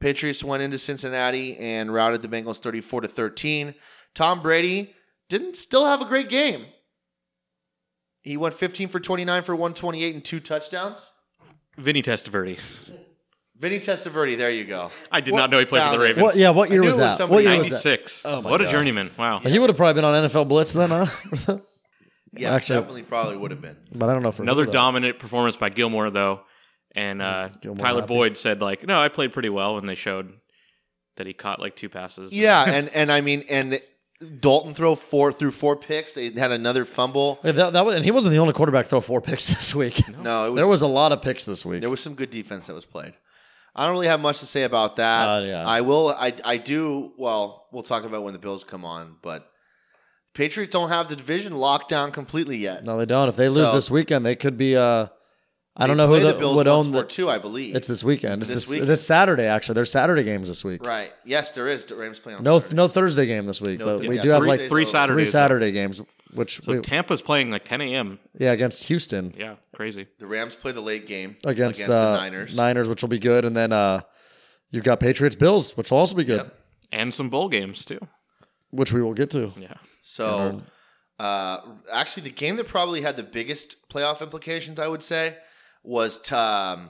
Speaker 4: Patriots went into Cincinnati and routed the Bengals 34 to 13. Tom Brady didn't still have a great game. He went 15 for 29 for 128 and two touchdowns.
Speaker 3: Vinny Testaverde.
Speaker 4: Vinny Testaverde, there you go.
Speaker 3: I did not know he played for
Speaker 4: Found
Speaker 3: the
Speaker 4: it.
Speaker 3: Ravens.
Speaker 2: What? Yeah. What
Speaker 4: I
Speaker 2: year
Speaker 4: knew
Speaker 2: was
Speaker 4: it was
Speaker 2: that?
Speaker 4: somebody
Speaker 2: what year was that?
Speaker 3: 96.
Speaker 2: Oh my
Speaker 3: what a
Speaker 2: God.
Speaker 3: journeyman. Wow.
Speaker 2: He would have probably been on NFL Blitz then, huh?
Speaker 4: Yeah,
Speaker 2: Actually-
Speaker 4: definitely probably would have been.
Speaker 2: but I don't know if
Speaker 3: Another dominant performance by Gilmore, though. And uh,
Speaker 2: Gilmore
Speaker 3: Tyler
Speaker 2: happy.
Speaker 3: Boyd said, like, no, I played pretty well. And they showed that he caught like two passes.
Speaker 4: Yeah, and and I mean, and the, Dalton throw four through four picks. They had another fumble.
Speaker 2: Yeah, that, that was, and he wasn't the only quarterback to throw four picks this week.
Speaker 4: No, it was,
Speaker 2: there was a lot of picks this week.
Speaker 4: there was some good defense that was played. I don't really have much to say about that.
Speaker 2: Uh, yeah.
Speaker 4: I will. I I do. Well, we'll talk about when the Bills come on, but Patriots don't have the division locked down completely yet.
Speaker 2: no, they don't. If they lose
Speaker 4: So-
Speaker 2: this weekend, they could be. Uh, I
Speaker 4: They
Speaker 2: don't know who
Speaker 4: play
Speaker 2: the,
Speaker 4: Bills
Speaker 2: would
Speaker 4: once
Speaker 2: own
Speaker 4: more
Speaker 2: the.
Speaker 4: too. I believe
Speaker 2: It's this weekend. It's
Speaker 4: This
Speaker 2: this,
Speaker 4: weekend.
Speaker 2: this Saturday actually. There's Saturday games this week.
Speaker 4: right. Yes, there is. The Rams play on
Speaker 2: No,
Speaker 4: Saturday.
Speaker 2: no Thursday game this week,
Speaker 4: No
Speaker 2: but
Speaker 4: Thursday.
Speaker 2: we
Speaker 4: Yeah,
Speaker 2: do have like
Speaker 4: Thursday's
Speaker 2: three,
Speaker 3: three
Speaker 4: over.
Speaker 3: Saturdays.
Speaker 2: Saturday games, which
Speaker 3: So
Speaker 2: we,
Speaker 3: Tampa's playing like 10 a.m.
Speaker 2: yeah against Houston.
Speaker 3: Yeah, crazy.
Speaker 4: The Rams play the late game
Speaker 2: against,
Speaker 4: the
Speaker 2: uh,
Speaker 4: Niners.
Speaker 2: which will be good, and then uh, you've got Patriots Bills, which will also be good,
Speaker 4: Yep.
Speaker 3: And some bowl games, too.
Speaker 2: which we will get to.
Speaker 3: Yeah.
Speaker 4: So, uh, actually, the game that probably had the biggest playoff implications, I would say, was t- um,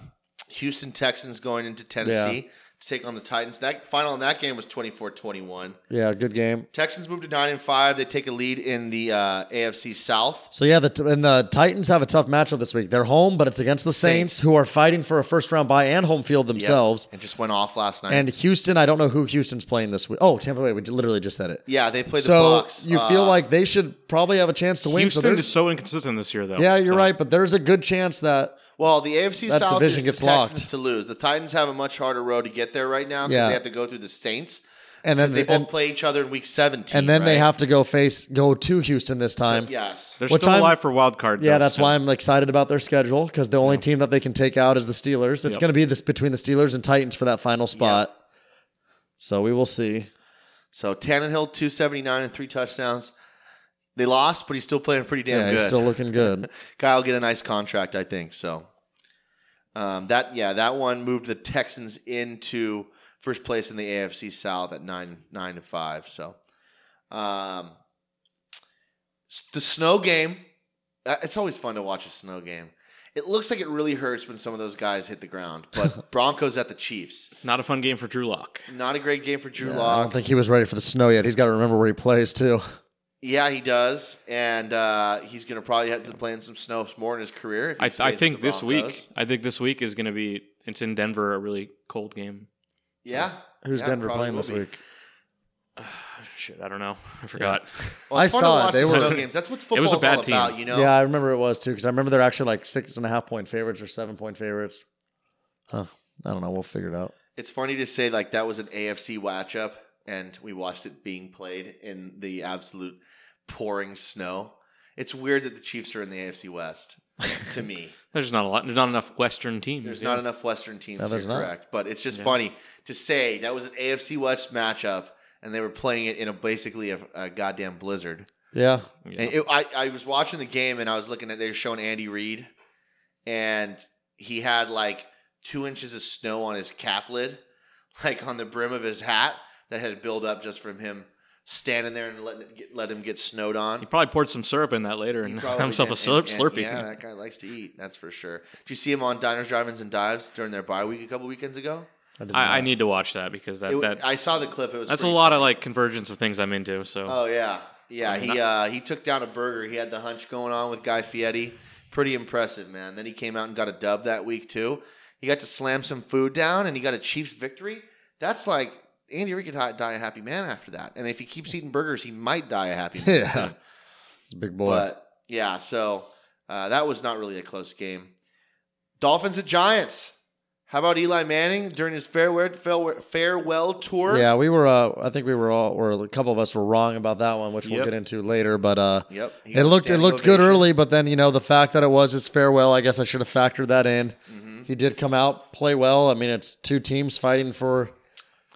Speaker 4: Houston Texans going into Tennessee to take on the Titans. That final in that game was 24-21.
Speaker 2: Yeah, good game.
Speaker 4: Texans moved to nine and five. They take a lead in the uh, AFC South.
Speaker 2: So yeah, the t- and the Titans have a tough matchup this week. They're home, but it's against the Saints,
Speaker 4: Saints.
Speaker 2: who are fighting for a first round bye and home field themselves.
Speaker 4: It just went off last night.
Speaker 2: And Houston, I don't know who Houston's playing this week. Oh, Tampa Bay. We literally just said it.
Speaker 4: yeah, they played
Speaker 2: so
Speaker 4: the Bucks.
Speaker 2: you
Speaker 4: Uh,
Speaker 2: feel like they should probably have a chance to win. so
Speaker 3: Houston
Speaker 2: there's-
Speaker 3: is so inconsistent this year, though.
Speaker 2: yeah, you're
Speaker 3: So-
Speaker 2: right, but there's a good chance that
Speaker 4: well, the AFC
Speaker 2: that
Speaker 4: South
Speaker 2: division
Speaker 4: is
Speaker 2: gets
Speaker 4: the Texans
Speaker 2: locked.
Speaker 4: to lose. The Titans have a much harder road to get there right now because
Speaker 2: Yeah.
Speaker 4: they have to go through the Saints.
Speaker 2: and then
Speaker 4: They
Speaker 2: the,
Speaker 4: both
Speaker 2: and,
Speaker 4: play each other in week seventeen,
Speaker 2: and then they
Speaker 4: right?
Speaker 2: have to go face go to Houston this time.
Speaker 4: yes.
Speaker 3: They're
Speaker 2: What
Speaker 3: still
Speaker 2: time-
Speaker 3: alive for wild card.
Speaker 2: Yeah,
Speaker 3: though,
Speaker 2: that's
Speaker 3: so-
Speaker 2: why I'm excited about their schedule because the only team that they can take out is the Steelers. It's
Speaker 3: Yep.
Speaker 2: going to be this between the Steelers and Titans for that final spot. So we will see.
Speaker 4: So Tannenhill, 279 and three touchdowns. They lost, but he's still playing pretty damn
Speaker 2: yeah,
Speaker 4: good.
Speaker 2: he's still looking good.
Speaker 4: Guy will get a nice contract, I think. So um, that yeah, that one moved the Texans into first place in the AFC South at nine nine to five. So um, s- the snow game. uh, It's always fun to watch a snow game. It looks like it really hurts when some of those guys hit the ground. But Broncos at the Chiefs.
Speaker 3: Not a fun game for Drew Lock.
Speaker 4: Not a great game for Drew
Speaker 2: Yeah, I
Speaker 4: Lock.
Speaker 2: don't think he was ready for the snow yet. He's got to remember where he plays too.
Speaker 4: Yeah, he does, and uh, he's going to probably have to play in some snow more in his career. If he
Speaker 3: I,
Speaker 4: stays
Speaker 3: I
Speaker 4: with
Speaker 3: think
Speaker 4: the
Speaker 3: this
Speaker 4: Broncos.
Speaker 3: week. I think this week is going to be. It's in Denver, a really cold game.
Speaker 4: Yeah,
Speaker 2: Who's
Speaker 4: Yeah,
Speaker 2: Denver
Speaker 4: probably
Speaker 2: playing
Speaker 4: will
Speaker 2: this
Speaker 4: be.
Speaker 2: week?
Speaker 3: Shit, I don't know. I forgot.
Speaker 4: Well, it's
Speaker 2: I
Speaker 4: fun
Speaker 2: saw it.
Speaker 4: to watch
Speaker 2: They
Speaker 4: the
Speaker 2: were-
Speaker 4: snow games. That's what football's
Speaker 3: a bad
Speaker 4: all
Speaker 3: team.
Speaker 4: about, you know.
Speaker 2: Yeah, I remember it was too because I remember they're actually like six and a half point favorites or seven point favorites. Huh. I don't know. We'll figure it out.
Speaker 4: It's funny to say like that was an AFC watch up. and we watched it being played in the absolute pouring snow. It's weird that the Chiefs are in the AFC West to me.
Speaker 3: There's not a lot. There's not enough Western teams.
Speaker 4: There's
Speaker 3: yeah.
Speaker 4: not enough Western teams.
Speaker 2: No,
Speaker 4: you're
Speaker 2: there's not.
Speaker 4: correct, but it's just funny to say that was an AFC West matchup, and they were playing it in a basically a, a goddamn blizzard.
Speaker 2: Yeah.
Speaker 3: Yeah.
Speaker 4: And it, I I was watching the game, and I was looking at they were showing Andy Reid, and he had like two inches of snow on his cap lid, like on the brim of his hat that had built up just from him standing there and letting it get, let him get snowed on.
Speaker 3: He probably poured some syrup in that later
Speaker 4: He
Speaker 3: and got
Speaker 4: probably
Speaker 3: himself a
Speaker 4: did.
Speaker 3: slurp,
Speaker 4: And- and-
Speaker 3: Slurpee.
Speaker 4: Yeah, that guy likes to eat. That's for sure. Did you see him on Diners, Drive-ins, and Dives during their bye week a couple weekends ago?
Speaker 2: did
Speaker 3: I, I
Speaker 2: not.
Speaker 3: need to watch that because that,
Speaker 4: It-
Speaker 3: that
Speaker 4: I saw the clip. It was
Speaker 3: that's a
Speaker 4: pretty-
Speaker 3: lot of like convergence of things I'm into. So
Speaker 4: Oh yeah, yeah.
Speaker 3: I mean,
Speaker 4: He uh, he took down a burger. He had the hunch going on with Guy Fieri. Pretty impressive, man. Then he came out and got a dub that week too. He got to slam some food down, and he got a Chiefs victory. That's like Andy Reid could hi- die a happy man after that. And if he keeps eating burgers, he might die a happy man.
Speaker 2: Yeah.
Speaker 4: soon.
Speaker 2: He's a big boy.
Speaker 4: But yeah, so uh, that was not really a close game. Dolphins at Giants. How about Eli Manning during his farewell farewell, farewell tour?
Speaker 2: yeah, we were. Uh, I think we were all, or a couple of us were wrong about that one, which we'll
Speaker 3: Yep.
Speaker 2: get into later. But uh,
Speaker 4: Yep. he
Speaker 2: it
Speaker 4: got
Speaker 2: looked it
Speaker 4: standing
Speaker 2: looked good
Speaker 4: ovation.
Speaker 2: early, but then you know the fact that it was his farewell. I guess I should have factored that in.
Speaker 4: Mhm.
Speaker 2: He did come out, play well. I mean, it's two teams fighting for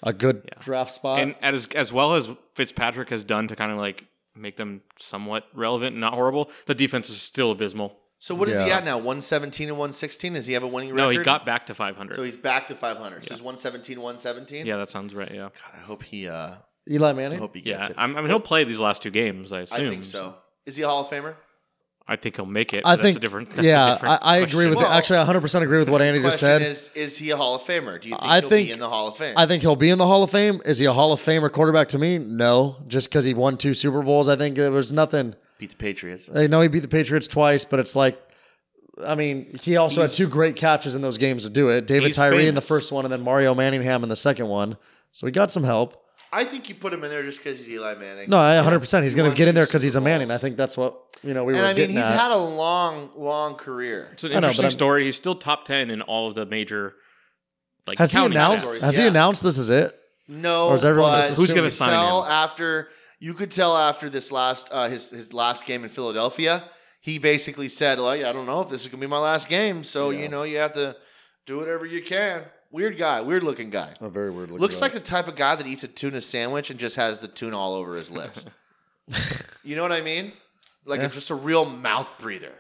Speaker 2: a good draft spot.
Speaker 3: and as as well as Fitzpatrick has done to kind of like make them somewhat relevant and not horrible, the defense is still abysmal.
Speaker 4: So what is he
Speaker 2: Yeah.
Speaker 4: at now? One seventeen and one sixteen. Does he have a winning record?
Speaker 3: No, he got back to 500.
Speaker 4: So he's back to five hundred. So he's one seventeen, one seventeen.
Speaker 3: yeah, that sounds right. Yeah,
Speaker 4: God, I hope he. Uh,
Speaker 2: Eli
Speaker 4: I
Speaker 2: Manning.
Speaker 4: hope he gets
Speaker 3: yeah.
Speaker 4: it.
Speaker 3: I'm, I mean, he'll play these last two games. I
Speaker 4: I
Speaker 3: assume.
Speaker 4: think so. Is he a Hall of Famer?
Speaker 3: I think he'll make it.
Speaker 2: I
Speaker 3: but that's
Speaker 2: think
Speaker 3: a different. That's
Speaker 2: yeah,
Speaker 3: a different
Speaker 2: I, I agree
Speaker 3: question.
Speaker 2: with
Speaker 4: Well,
Speaker 2: actually 100 percent agree with what Andy just
Speaker 4: Question
Speaker 2: said.
Speaker 4: is: Is he a Hall of Famer? Do you think
Speaker 2: I
Speaker 4: he'll
Speaker 2: think-
Speaker 4: be in the Hall of Fame?
Speaker 2: I think he'll be in the Hall of Fame. Is he a Hall of Famer quarterback to me? No, just because he won two Super Bowls. I think there was nothing.
Speaker 4: Beat the Patriots.
Speaker 2: I know he beat the Patriots twice, but it's like, I mean, he also
Speaker 3: He's-
Speaker 2: had two great catches in those games to do it. David
Speaker 3: He's
Speaker 2: Tyree in the
Speaker 3: famous.
Speaker 2: first one, and then Mario Manningham in the second one. So he got some help.
Speaker 4: I think you put him in there just because he's Eli Manning.
Speaker 2: No, I 100. percent He's
Speaker 4: He
Speaker 2: going to
Speaker 4: won
Speaker 2: get in
Speaker 4: two
Speaker 2: there because he's a
Speaker 4: Super
Speaker 2: Manning.
Speaker 4: Bowls.
Speaker 2: I think that's what you know we
Speaker 4: and
Speaker 2: were
Speaker 4: I mean,
Speaker 2: getting
Speaker 4: he's
Speaker 2: at.
Speaker 4: had a long, long career.
Speaker 3: It's an
Speaker 2: I know, but
Speaker 3: interesting
Speaker 2: I'm-
Speaker 3: story. He's still top ten in all of the major. Like
Speaker 2: has he
Speaker 3: counting
Speaker 2: announced?
Speaker 3: stats.
Speaker 2: Has he
Speaker 4: Yeah.
Speaker 2: announced this is it?
Speaker 4: No,
Speaker 2: Or is everyone
Speaker 4: but
Speaker 2: just
Speaker 3: Who's
Speaker 4: you
Speaker 3: gonna
Speaker 4: could
Speaker 3: sign
Speaker 4: tell
Speaker 3: him?
Speaker 4: after? You could tell after this last uh, his his last game in Philadelphia, he basically said, "Like I don't know if this is gonna be my last game, so you know you have to do whatever you can." Weird guy, weird looking guy.
Speaker 2: A very Oh, weird.
Speaker 4: Looks like the type of guy that eats a tuna sandwich and just has the tuna all over his lips. you know what I mean? Like
Speaker 2: Yeah.
Speaker 4: just a real mouth breather.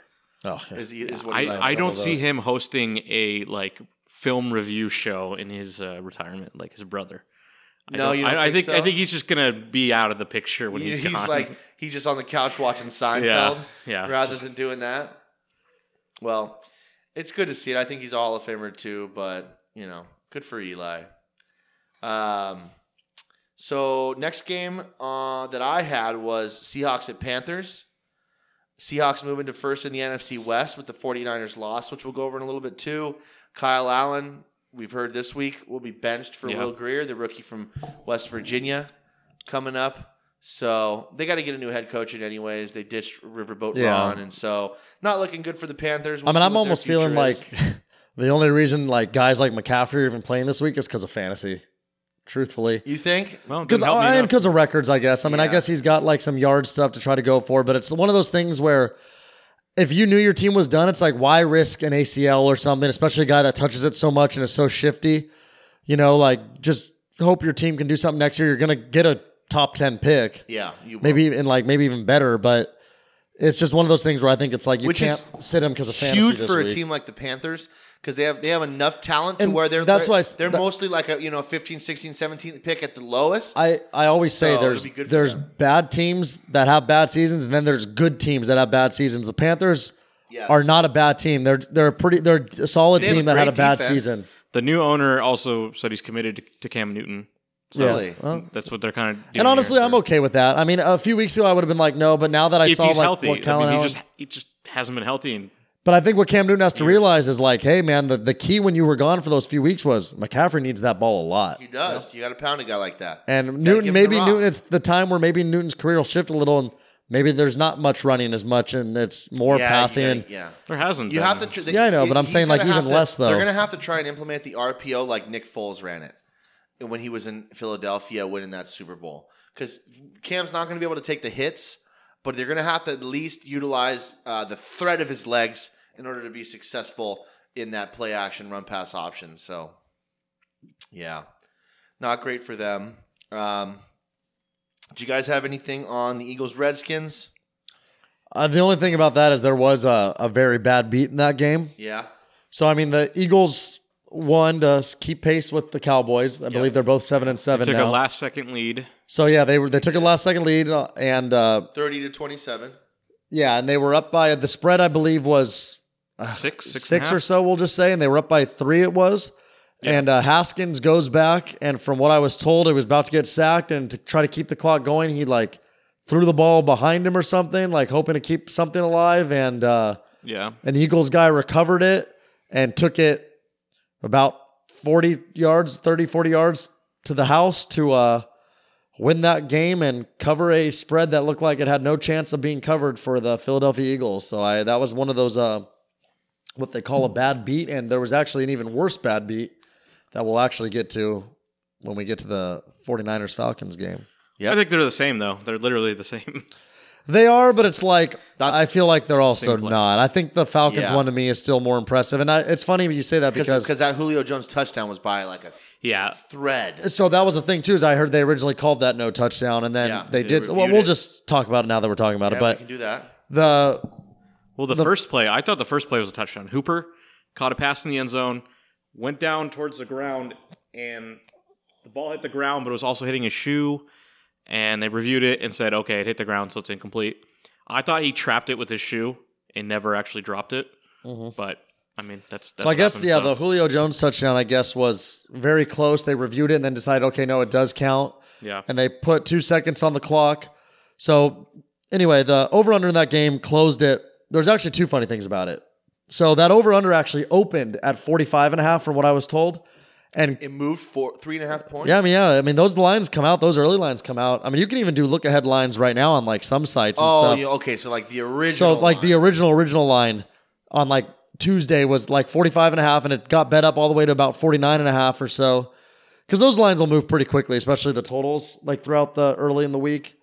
Speaker 2: Oh, yeah.
Speaker 4: Is, is what he
Speaker 3: I, I don't
Speaker 2: of
Speaker 3: see
Speaker 2: those.
Speaker 3: him hosting a like film review show in his uh, retirement, like his brother. I
Speaker 4: No, you don't
Speaker 3: I, I
Speaker 4: think
Speaker 3: think I
Speaker 4: so?
Speaker 3: think he's just gonna be out of the picture when
Speaker 4: He-
Speaker 3: he's,
Speaker 4: he's
Speaker 3: gone.
Speaker 4: like he's just on the couch watching Seinfeld
Speaker 3: yeah.
Speaker 4: rather than doing that. Well, it's good to see it. I think he's a Hall of Famer too, but you know, good for Eli. Um, so next game uh, that I had was Seahawks at Panthers. Seahawks moving to first in the NFC West with the 49ers loss, which we'll go over in a little bit too. Kyle Allen, we've heard this week, will be benched for
Speaker 3: Yeah.
Speaker 4: Will Greer, the rookie from West Virginia, coming up. So they got to get a new head coach in anyways. They ditched Riverboat
Speaker 2: Yeah.
Speaker 4: Ron, and so not looking good for the Panthers. We'll
Speaker 2: I mean,
Speaker 4: see
Speaker 2: I'm
Speaker 4: what their
Speaker 2: almost
Speaker 4: future
Speaker 2: feeling
Speaker 4: is.
Speaker 2: like the only reason like guys like McCaffrey are even playing this week is because of fantasy. Truthfully,
Speaker 4: you think
Speaker 3: well,
Speaker 2: because
Speaker 3: because
Speaker 2: and because of records, I guess. I mean, I
Speaker 4: Yeah.
Speaker 2: guess he's got like some yard stuff to try to go for, but it's one of those things where if you knew your team was done, it's like why risk an ACL or something, especially a guy that touches it so much and is so shifty. You know, like just hope your team can do something next year. You're gonna get a top ten pick,
Speaker 4: yeah, you will.
Speaker 2: maybe even like maybe even better, but. It's just one of those things where I think it's like you
Speaker 4: Which is
Speaker 2: can't sit him because of fantasy.
Speaker 4: huge
Speaker 2: this
Speaker 4: for a
Speaker 2: week.
Speaker 4: team like the Panthers because they have they have enough talent to
Speaker 2: And
Speaker 4: where they're
Speaker 2: that's
Speaker 4: they're,
Speaker 2: why I s-
Speaker 4: they're
Speaker 2: that-
Speaker 4: mostly like a you know 15, 16, 17 pick at the lowest.
Speaker 2: I, I always say
Speaker 4: So
Speaker 2: there's
Speaker 4: it'll be good for
Speaker 2: there's
Speaker 4: them.
Speaker 2: bad teams that have bad seasons, and then there's good teams that have bad seasons. The Panthers
Speaker 4: Yes.
Speaker 2: are not a bad team. They're they're a pretty they're a solid
Speaker 4: They have a
Speaker 2: team that had a
Speaker 4: great
Speaker 2: bad
Speaker 4: defense.
Speaker 2: season.
Speaker 3: the new owner also said he's committed to, to Cam Newton. So
Speaker 4: Really?
Speaker 2: Well,
Speaker 3: that's what they're kind of.
Speaker 2: and honestly, I'm okay with that. I mean, a few weeks ago I would have been like, no, but now that I
Speaker 3: If
Speaker 2: saw
Speaker 3: he's
Speaker 2: like
Speaker 3: healthy,
Speaker 2: what
Speaker 3: I
Speaker 2: Colin
Speaker 3: mean, he
Speaker 2: Allen,
Speaker 3: just he just hasn't been healthy, and
Speaker 2: but I think what Cam Newton has to realize is like, hey man, the, the key when you were gone for those few weeks was McCaffrey needs that ball a lot.
Speaker 4: he does. You got to pound a guy like that.
Speaker 2: And
Speaker 4: Gotta give
Speaker 2: Newton,
Speaker 4: him the
Speaker 2: maybe
Speaker 4: rock.
Speaker 2: Newton, it's the time where maybe Newton's career will shift a little, and maybe there's not much running as much, and it's more
Speaker 4: Yeah, you
Speaker 2: passing.
Speaker 4: gotta-
Speaker 2: and
Speaker 4: yeah.
Speaker 3: there hasn't.
Speaker 4: You
Speaker 3: been. uh,
Speaker 4: have to. Tr- they-
Speaker 2: Yeah, I know, but I'm
Speaker 4: he's
Speaker 2: saying, like,
Speaker 4: gonna have
Speaker 2: even
Speaker 4: to-
Speaker 2: less, though.
Speaker 4: They're gonna have to try and implement the RPO like Nick Foles ran it. when he was in Philadelphia winning that Super Bowl because Cam's not going to be able to take the hits, but they're going to have to at least utilize uh, the threat of his legs in order to be successful in that play action run pass option. So, yeah, not great for them. Um, do you guys have anything on the Eagles Redskins?
Speaker 2: Uh, the only thing about that is there was a, a very bad beat in that game.
Speaker 4: Yeah.
Speaker 2: So I mean, the Eagles won to s- keep pace with the Cowboys. I believe they're both seven and seven
Speaker 3: Took
Speaker 2: now.
Speaker 3: a last second lead.
Speaker 2: so yeah, they were they took a last second lead uh, and uh,
Speaker 4: 30 to 27.
Speaker 2: yeah, and they were up by the spread. I believe was
Speaker 3: Six, six,
Speaker 2: Uh, six or so, we'll just say, and they were up by three. It was, and uh, Haskins goes back, and from what I was told, he was about to get sacked, and to try to keep the clock going, he like threw the ball behind him or something, like hoping to keep something alive, and uh,
Speaker 3: Yeah.
Speaker 2: an Eagles guy recovered it and took it about 40 yards, 30, 40 yards to the house to uh, win that game and cover a spread that looked like it had no chance of being covered for the Philadelphia Eagles. So I that was one of those uh, what they call a bad beat, and there was actually an even worse bad beat that we'll actually get to when we get to the 49ers Falcons game.
Speaker 4: Yep.
Speaker 3: I think they're the same though. They're literally the same.
Speaker 2: They are, but it's like
Speaker 4: Not-
Speaker 2: I feel like they're also
Speaker 3: Same play.
Speaker 2: not. I think the Falcons
Speaker 4: Yeah.
Speaker 2: one to me is still more impressive, and I, it's funny you say that because,
Speaker 4: Because that Julio Jones touchdown was by like a
Speaker 3: yeah.
Speaker 4: thread.
Speaker 2: so that was the thing too. Is I heard they originally called that no touchdown, and then
Speaker 4: Yeah,
Speaker 2: they
Speaker 4: they
Speaker 2: did. well,
Speaker 4: reviewed
Speaker 2: we'll
Speaker 4: it.
Speaker 2: just talk about it now that we're talking about
Speaker 4: Yeah,
Speaker 2: it.
Speaker 4: we
Speaker 2: But
Speaker 4: can do that.
Speaker 2: the
Speaker 3: Well, the, first play, I thought the first play was a touchdown. Hooper caught a pass in the end zone, went down towards the ground, and the ball hit the ground, but it was also hitting his shoe. And they reviewed it and said, okay, it hit the ground, so it's incomplete. I thought he trapped it with his shoe and never actually dropped it. But I mean, that's, that's
Speaker 2: Mm-hmm. so I
Speaker 3: what
Speaker 2: guess
Speaker 3: happened,
Speaker 2: yeah,
Speaker 3: so.
Speaker 2: the Julio Jones touchdown I guess was very close. They reviewed it and then decided, okay, no, it does count,
Speaker 3: yeah,
Speaker 2: and they put two seconds on the clock. So anyway, the over under in that game closed it. There's actually two funny things about it. So that over under actually opened at 45 and a half from what I was told, and
Speaker 4: It moved four, three and a half points.
Speaker 2: Yeah, I mean, yeah. I mean, those lines come out. Those early lines come out. I mean, you can even do look ahead lines right now on like some sites and
Speaker 4: Oh,
Speaker 2: stuff.
Speaker 4: yeah, okay. So like the original.
Speaker 2: so like the original original line on like Tuesday was like 45 and a half and it got bet up all the way to about 49 and a half or so. Cuz those lines will move pretty quickly, especially the totals like throughout the early in the week.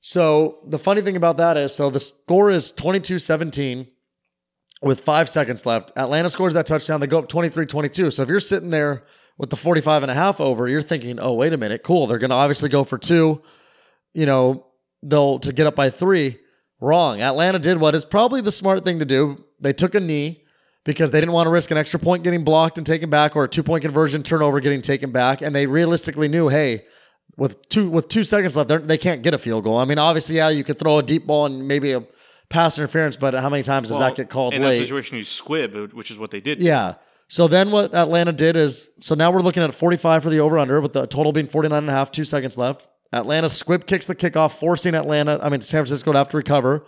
Speaker 2: So the funny thing about that is so the score is 22-17 with 5 seconds left. Atlanta scores that touchdown, they go up 23-22. So if you're sitting there with the 45 and a half over, you're thinking, "Oh, wait a minute. Cool. They're going to obviously go for 2." You know, they'll to get up by 3 wrong. Atlanta did what is probably the smart thing to do. They took a knee because they didn't want to risk an extra point getting blocked and taken back or a two point conversion turnover getting taken back. And they realistically knew, hey, with two with two seconds left, they're- they can't get a field goal. I mean, obviously, yeah, you could throw a deep ball and maybe a pass interference, but how many times does
Speaker 3: Well,
Speaker 2: that get called
Speaker 3: in that
Speaker 2: late?
Speaker 3: situation, you squib, which is what they did.
Speaker 2: Yeah. So then what Atlanta did is so now we're looking at 45 for the over under with the total being 49 and a half, 2 seconds left. Atlanta squib kicks the kickoff forcing Atlanta, I mean San Francisco to have to recover.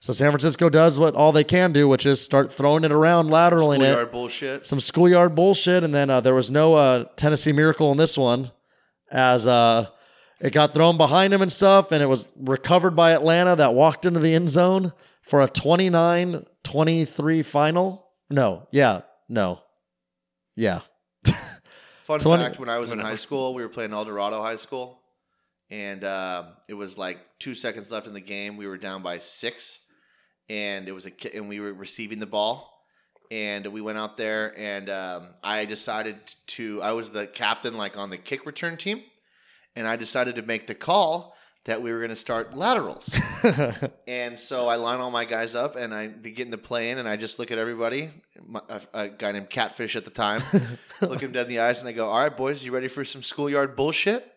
Speaker 2: So San Francisco does what all they can do, which is start throwing it around, lateraling it
Speaker 4: schoolyard bullshit.
Speaker 2: some schoolyard bullshit, and then uh, there was no uh, Tennessee miracle in this one, as uh, it got thrown behind him and stuff, and it was recovered by Atlanta that walked into the end zone for a 29-23 final. No, yeah, no, yeah.
Speaker 4: Fun
Speaker 2: So when-
Speaker 4: fact: When I was in high school, we were playing El Dorado High School, and um it was like two seconds left in the game. We were down by six, and it was a ki- and we were receiving the ball, and we went out there, and um, I decided to. I was the captain, like on the kick return team, and I decided to make the call that we were going to start laterals. And so I line all my guys up, and I they get in the plane, and I just look at everybody. My, a, a guy named Catfish at the time, look him dead in the eyes, and I go, "All right, boys, you ready for some schoolyard bullshit?"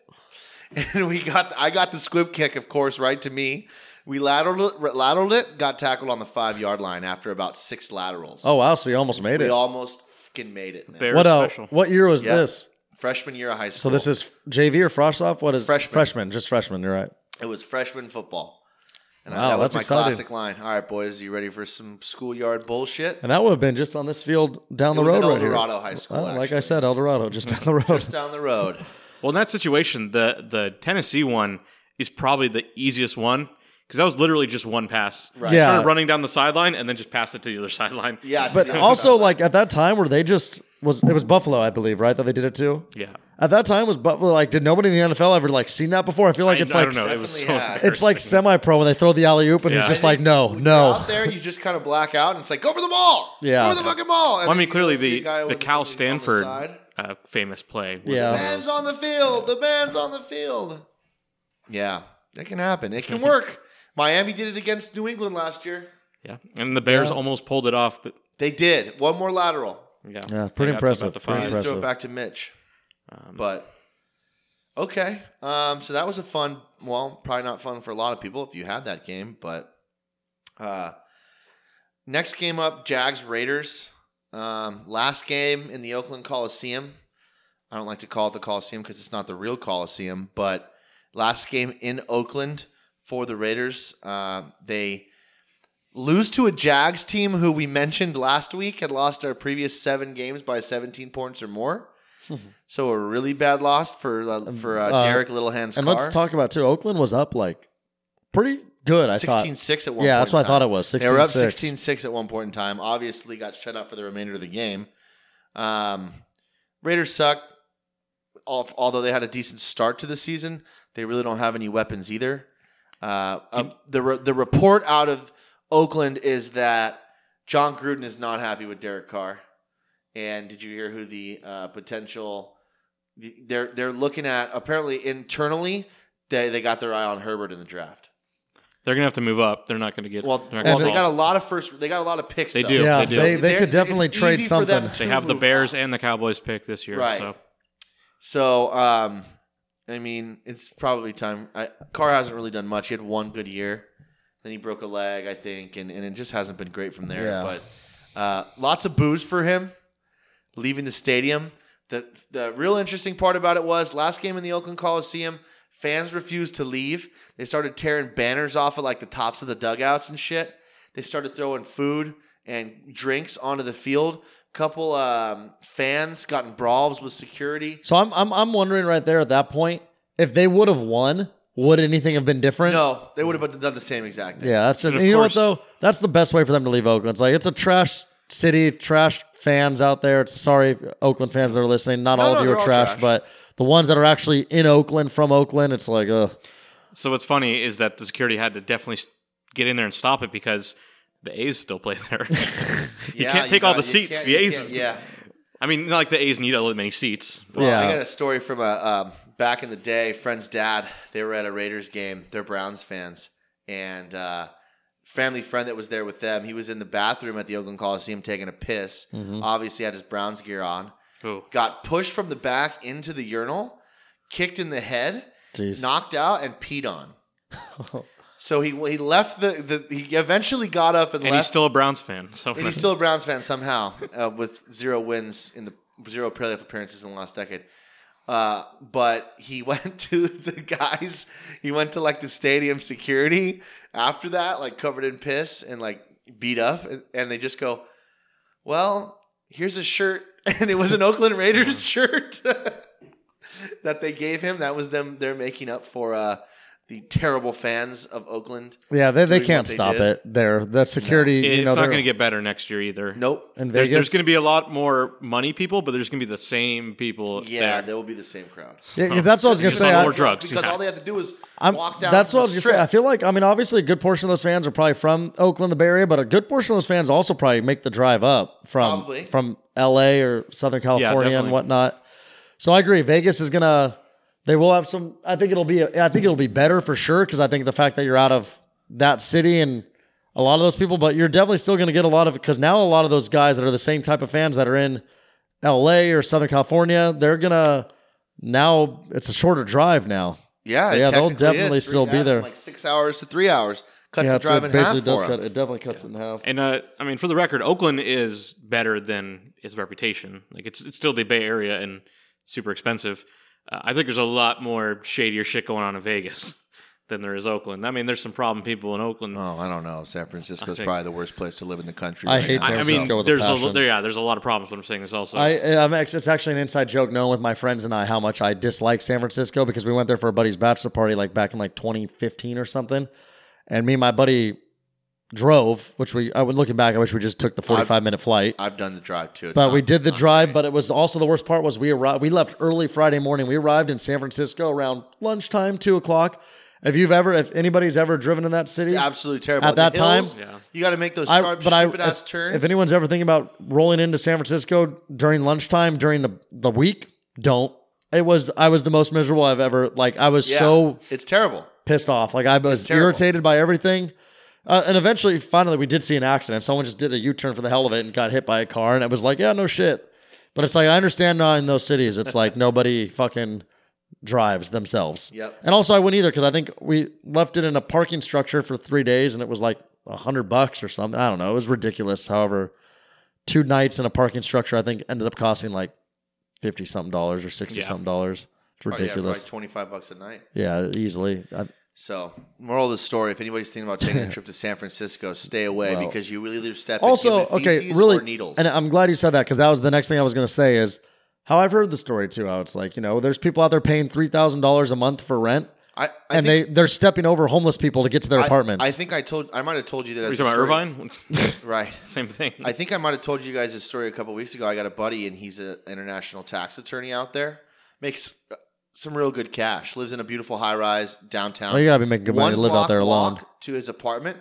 Speaker 4: And we got, I got the squib kick, of course, right to me. We lateraled, it- lateraled it, got tackled on the five yard line after about six laterals.
Speaker 2: oh wow, so you almost made
Speaker 4: we
Speaker 2: it.
Speaker 4: almost fucking made it. man.
Speaker 3: Bear
Speaker 2: What uh,
Speaker 3: special.
Speaker 2: what year was
Speaker 4: Yeah.
Speaker 2: this?
Speaker 4: Freshman year of high
Speaker 2: So
Speaker 4: school.
Speaker 2: this is JV or Froshoff? What is
Speaker 4: Freshman.
Speaker 2: Freshman, just freshman. You're right.
Speaker 4: It was freshman football. And
Speaker 2: Wow,
Speaker 4: I, that was
Speaker 2: that's
Speaker 4: my
Speaker 2: exciting.
Speaker 4: classic line. All right, boys, you ready for some schoolyard bullshit?
Speaker 2: And that would have been just on this field down
Speaker 4: It
Speaker 2: the
Speaker 4: was
Speaker 2: road
Speaker 4: at El
Speaker 2: right here.
Speaker 4: Dorado High School,
Speaker 2: Well, like I
Speaker 4: actually.
Speaker 2: said, El Dorado, just down the road.
Speaker 4: Just down the road.
Speaker 3: Well, in that situation, the the Tennessee one is probably the easiest one because that was literally just one pass.
Speaker 4: Right.
Speaker 3: He
Speaker 2: Yeah.
Speaker 3: started running down the sideline and then just passed it to the other sideline.
Speaker 4: Yeah, it's
Speaker 2: But
Speaker 4: the other
Speaker 2: also,
Speaker 4: sideline.
Speaker 2: like at that time, where they just was it was Buffalo, I believe, right? That they did it to.
Speaker 3: Yeah.
Speaker 2: At that time, was Butler like? Did nobody in the NFL ever like seen that before? I feel like
Speaker 3: I,
Speaker 2: it's
Speaker 3: I
Speaker 2: like
Speaker 3: don't know. It was so
Speaker 4: Definitely had.
Speaker 2: it's like
Speaker 3: embarrassing.
Speaker 2: semi-pro when they throw the alley oop and
Speaker 3: Yeah.
Speaker 2: he's just
Speaker 4: And
Speaker 2: like,
Speaker 4: then
Speaker 2: no,
Speaker 4: when
Speaker 2: no.
Speaker 4: You're out there, you just kind of black out, and it's like, go for the ball.
Speaker 2: Yeah.
Speaker 4: Go for the fucking ball. And
Speaker 3: Well, I
Speaker 4: then
Speaker 3: mean,
Speaker 4: you
Speaker 3: clearly
Speaker 4: see a
Speaker 3: the
Speaker 4: guy
Speaker 3: the
Speaker 4: with-
Speaker 3: Cal
Speaker 4: he's on the
Speaker 3: Stanford
Speaker 4: side.
Speaker 3: uh, famous play. was
Speaker 2: Yeah.
Speaker 3: one of
Speaker 4: Man's
Speaker 3: those.
Speaker 4: on the field. The man's on the field. Yeah, that can happen. It can work. Miami did it against New England last year.
Speaker 3: Yeah, and the Bears almost pulled it off. The,
Speaker 4: They did. One more lateral.
Speaker 3: yeah,
Speaker 2: Yeah,
Speaker 3: They
Speaker 2: pretty
Speaker 3: got to
Speaker 2: impressive,
Speaker 3: about the
Speaker 2: pretty
Speaker 3: five.
Speaker 2: impressive.
Speaker 4: Throw it back to Mitch.
Speaker 3: Um,
Speaker 4: But okay, um, so that was a fun. Well, probably not fun for a lot of people if you had that game. But uh, next game up, Jags Raiders. Um, last game in the Oakland Coliseum. I don't like to call it the Coliseum because it's not the real Coliseum, but last game in Oakland for the Raiders. Uh, they lose to a Jags team who we mentioned last week had lost their previous seven games by 17 points or more. so a really bad loss for uh, for uh,
Speaker 2: Uh,
Speaker 4: Derek Littlehand's
Speaker 2: and
Speaker 4: car.
Speaker 2: let's talk about too. Oakland was up like pretty good. I
Speaker 4: 16
Speaker 2: thought.
Speaker 4: 6 at one point.
Speaker 2: Yeah, that's what
Speaker 4: in
Speaker 2: I thought
Speaker 4: time.
Speaker 2: it was.
Speaker 4: They were up
Speaker 2: 16-6.
Speaker 4: 16 6 at one point in time. Obviously, got shut out for the remainder of the game. Um, Raiders suck. Al- Although they had a decent start to the season, they really don't have any weapons either. Uh, um, the re- the report out of Oakland is that John Gruden is not happy with Derek Carr. And did you hear who the uh, potential? the- They're they're looking at apparently internally. They they got their eye on Herbert in the draft.
Speaker 3: they're gonna have to move up. They're not gonna get.
Speaker 4: Well,
Speaker 3: they're not
Speaker 4: well
Speaker 3: gonna
Speaker 4: they got a
Speaker 3: fall.
Speaker 4: lot of first. They got a lot of picks.
Speaker 3: They
Speaker 4: though.
Speaker 3: do.
Speaker 2: Yeah,
Speaker 3: they
Speaker 2: they, they
Speaker 4: They're-
Speaker 2: could definitely
Speaker 4: it's
Speaker 2: trade
Speaker 4: easy for them
Speaker 2: something.
Speaker 4: to
Speaker 3: They have the
Speaker 4: move
Speaker 3: Bears
Speaker 4: up.
Speaker 3: and the Cowboys pick this year.
Speaker 4: Right.
Speaker 3: So
Speaker 4: So, um, I mean, it's probably time. I, Carr hasn't really done much. He had one good year, then he broke a leg, I think, and, and it just hasn't been great from there.
Speaker 2: Yeah.
Speaker 4: But uh, lots of booze for him leaving the stadium. The the real interesting part about it was last game in the Oakland Coliseum, fans refused to leave. They started tearing banners off of like the tops of the dugouts and shit. They started throwing food and drinks onto the field. Couple um, fans got in brawls with security.
Speaker 2: So I'm, I'm I'm wondering right there at that point if they would have won, would anything have been different?
Speaker 4: No, they would have done the same exact thing.
Speaker 2: Yeah, that's just
Speaker 3: And of
Speaker 2: and you know what
Speaker 3: course-
Speaker 2: though. That's the best way for them to leave Oakland. It's like it's a trash city, trash fans out there. It's sorry, Oakland fans that are listening. Not
Speaker 4: No,
Speaker 2: all
Speaker 4: no,
Speaker 2: of you are
Speaker 4: they're all
Speaker 2: trash,
Speaker 4: trash.
Speaker 2: but the ones that are actually in Oakland from Oakland, it's like ugh.
Speaker 3: So what's funny is that the security had to definitely s- get in there and stop it because the A's still play there. you
Speaker 4: Yeah,
Speaker 3: can't take all
Speaker 4: got-
Speaker 3: the
Speaker 4: you
Speaker 3: seats.
Speaker 4: can't-
Speaker 3: The
Speaker 4: you
Speaker 3: A's.
Speaker 4: can't- Yeah.
Speaker 3: I mean, not like the A's need all that many seats.
Speaker 4: Well, I
Speaker 2: Yeah.
Speaker 4: got a story from a um, back in the day. Friend's dad. They were at a Raiders game. They're Browns fans, and uh, family friend that was there with them. He was in the bathroom at the Oakland Coliseum taking a piss.
Speaker 2: Mm-hmm.
Speaker 4: Obviously, had his Browns gear on.
Speaker 3: Ooh.
Speaker 4: Got pushed from the back into the urinal, kicked in the head,
Speaker 2: Jeez.
Speaker 4: knocked out, and peed on. so he he left the, the he eventually got up and,
Speaker 3: And he's
Speaker 4: left.
Speaker 3: still a Browns fan. So
Speaker 4: And he's still a Browns fan somehow, uh, with zero wins in the zero playoff appearances in the last decade. Uh, but he went to the guys. He went to like the stadium security after that, like covered in piss and like beat up, and, and they just go, "Well, here's a shirt," and it was an Oakland Raiders shirt that they gave him. That was them. They're making up for uh, the terrible fans of Oakland.
Speaker 2: yeah, they, they
Speaker 4: doing
Speaker 2: can't
Speaker 4: what they
Speaker 2: stop
Speaker 4: did.
Speaker 2: it. There, the security.
Speaker 3: it's
Speaker 2: you know,
Speaker 3: not
Speaker 2: they're-
Speaker 3: going to get better next year either.
Speaker 4: Nope.
Speaker 2: in
Speaker 3: There's,
Speaker 2: Vegas.
Speaker 3: there's going to be a lot more money people, but there's going to be the same people.
Speaker 4: Yeah,
Speaker 3: there.
Speaker 4: they will be the same crowd.
Speaker 2: Yeah, 'cause that's what I was
Speaker 3: Just
Speaker 2: gonna
Speaker 3: on
Speaker 2: say. I-
Speaker 3: more drugs.
Speaker 4: because
Speaker 3: Yeah.
Speaker 4: all they have to do is
Speaker 2: I'm,
Speaker 4: walk down.
Speaker 2: that's
Speaker 4: to
Speaker 2: what I
Speaker 4: the
Speaker 2: was gonna say. I
Speaker 4: strip.
Speaker 2: feel like I mean, obviously, a good portion of those fans are probably from Oakland, the Bay Area, but a good portion of those fans also probably make the drive up from
Speaker 4: Probably.
Speaker 2: from L.A. or Southern California
Speaker 3: definitely.
Speaker 2: and whatnot. So I agree. Vegas is gonna. They will have some. I think it'll be. I think it'll be better for sure because I think the fact that you're out of that city and a lot of those people, but you're definitely still gonna get a lot of because now a lot of those guys that are the same type of fans that are in L.A. or Southern California, they're gonna. Now it's a shorter drive now.
Speaker 4: yeah,
Speaker 2: So,
Speaker 4: it
Speaker 2: yeah, they'll
Speaker 4: technically
Speaker 2: definitely
Speaker 4: is. Three
Speaker 2: still be
Speaker 4: hours,
Speaker 2: there.
Speaker 4: Like six hours to three hours cuts the
Speaker 2: so
Speaker 4: drive in half for 'em.
Speaker 2: cut. It definitely cuts it in half.
Speaker 3: And uh, I mean, for the record, Oakland is better than its reputation. Like it's it's still the Bay Area and super expensive. Uh, I think there's a lot more shadier shit going on in Vegas than there is Oakland. I mean, there's some problem people in Oakland.
Speaker 4: Oh, I don't know. San Francisco
Speaker 3: I
Speaker 4: is
Speaker 3: think-
Speaker 4: probably the worst place to live in the country.
Speaker 2: I
Speaker 4: right
Speaker 2: hate
Speaker 3: I,
Speaker 4: now.
Speaker 3: I
Speaker 2: San
Speaker 3: mean,
Speaker 2: Francisco with a
Speaker 3: there's a,
Speaker 2: passion.
Speaker 3: there, yeah, there's a lot of problems. But I'm saying there's also
Speaker 2: I, I'm actually, it's actually an inside joke known with my friends and I how much I dislike San Francisco because we went there for a buddy's bachelor party like back in like 2015 or something, and me and my buddy drove, which we I was looking back, I wish we just took the forty five minute flight.
Speaker 4: I've done the drive too. It's
Speaker 2: But
Speaker 4: not-
Speaker 2: we did the
Speaker 4: not
Speaker 2: drive,
Speaker 4: great.
Speaker 2: but it was also the worst part was we arrived. We left early Friday morning. We arrived in San Francisco around lunchtime, two o'clock. If you've ever, if anybody's ever driven in that city,
Speaker 4: It's absolutely terrible
Speaker 2: At that
Speaker 4: The
Speaker 2: time-
Speaker 4: hills,
Speaker 3: Yeah.
Speaker 4: You got to make those
Speaker 2: I-
Speaker 4: sharp,
Speaker 2: but I,
Speaker 4: stupid ass
Speaker 2: if,
Speaker 4: turns.
Speaker 2: if anyone's ever thinking about rolling into San Francisco during lunchtime during the the week, don't. It was I was the most miserable I've ever like. I was
Speaker 4: Yeah.
Speaker 2: so
Speaker 4: it's terrible. Oh,
Speaker 2: pissed off. Like I was
Speaker 4: terrible.
Speaker 2: irritated by everything. Uh, and eventually, finally, we did see an accident. Someone just did a U turn for the hell of it and got hit by a car. And it was like, yeah, no shit. But it's like, I understand now in those cities, it's like nobody fucking drives themselves.
Speaker 4: Yep.
Speaker 2: And also, I wouldn't either because I think we left it in a parking structure for three days and it was like a hundred bucks or something. I don't know. It was ridiculous. However, two nights in a parking structure, I think ended up costing like 50 something dollars or 60
Speaker 3: Yeah.
Speaker 2: something dollars. It's
Speaker 4: Probably, Oh, yeah,
Speaker 2: ridiculous.
Speaker 4: probably 25 bucks a night.
Speaker 2: yeah, easily. I,
Speaker 4: So, moral of the story: If anybody's thinking about taking a trip to San Francisco, stay away
Speaker 2: Well-
Speaker 4: because you will either step
Speaker 2: also
Speaker 4: in human
Speaker 2: okay
Speaker 4: feces
Speaker 2: really
Speaker 4: or needles.
Speaker 2: and um, i'm glad you said that because that was the next thing i was going to say is how i've heard the story too how it's like you know there's people out there paying $3000 a month for rent
Speaker 4: I, I
Speaker 2: and
Speaker 4: think,
Speaker 2: they they're stepping over homeless people to get to their
Speaker 4: I-
Speaker 2: apartments
Speaker 4: I, think I told I might have told you that.
Speaker 3: Are
Speaker 4: as
Speaker 3: you
Speaker 4: a
Speaker 3: talking about
Speaker 4: story.
Speaker 3: Irvine?
Speaker 4: Right.
Speaker 3: Same thing.
Speaker 4: I think I might have told you guys this story a couple weeks ago. I got a buddy, and he's an international tax attorney out there. Makes uh, some real good cash. Lives in a beautiful high rise downtown.
Speaker 2: oh you gotta be making good money to live out
Speaker 4: block
Speaker 2: there alone
Speaker 4: walk to his apartment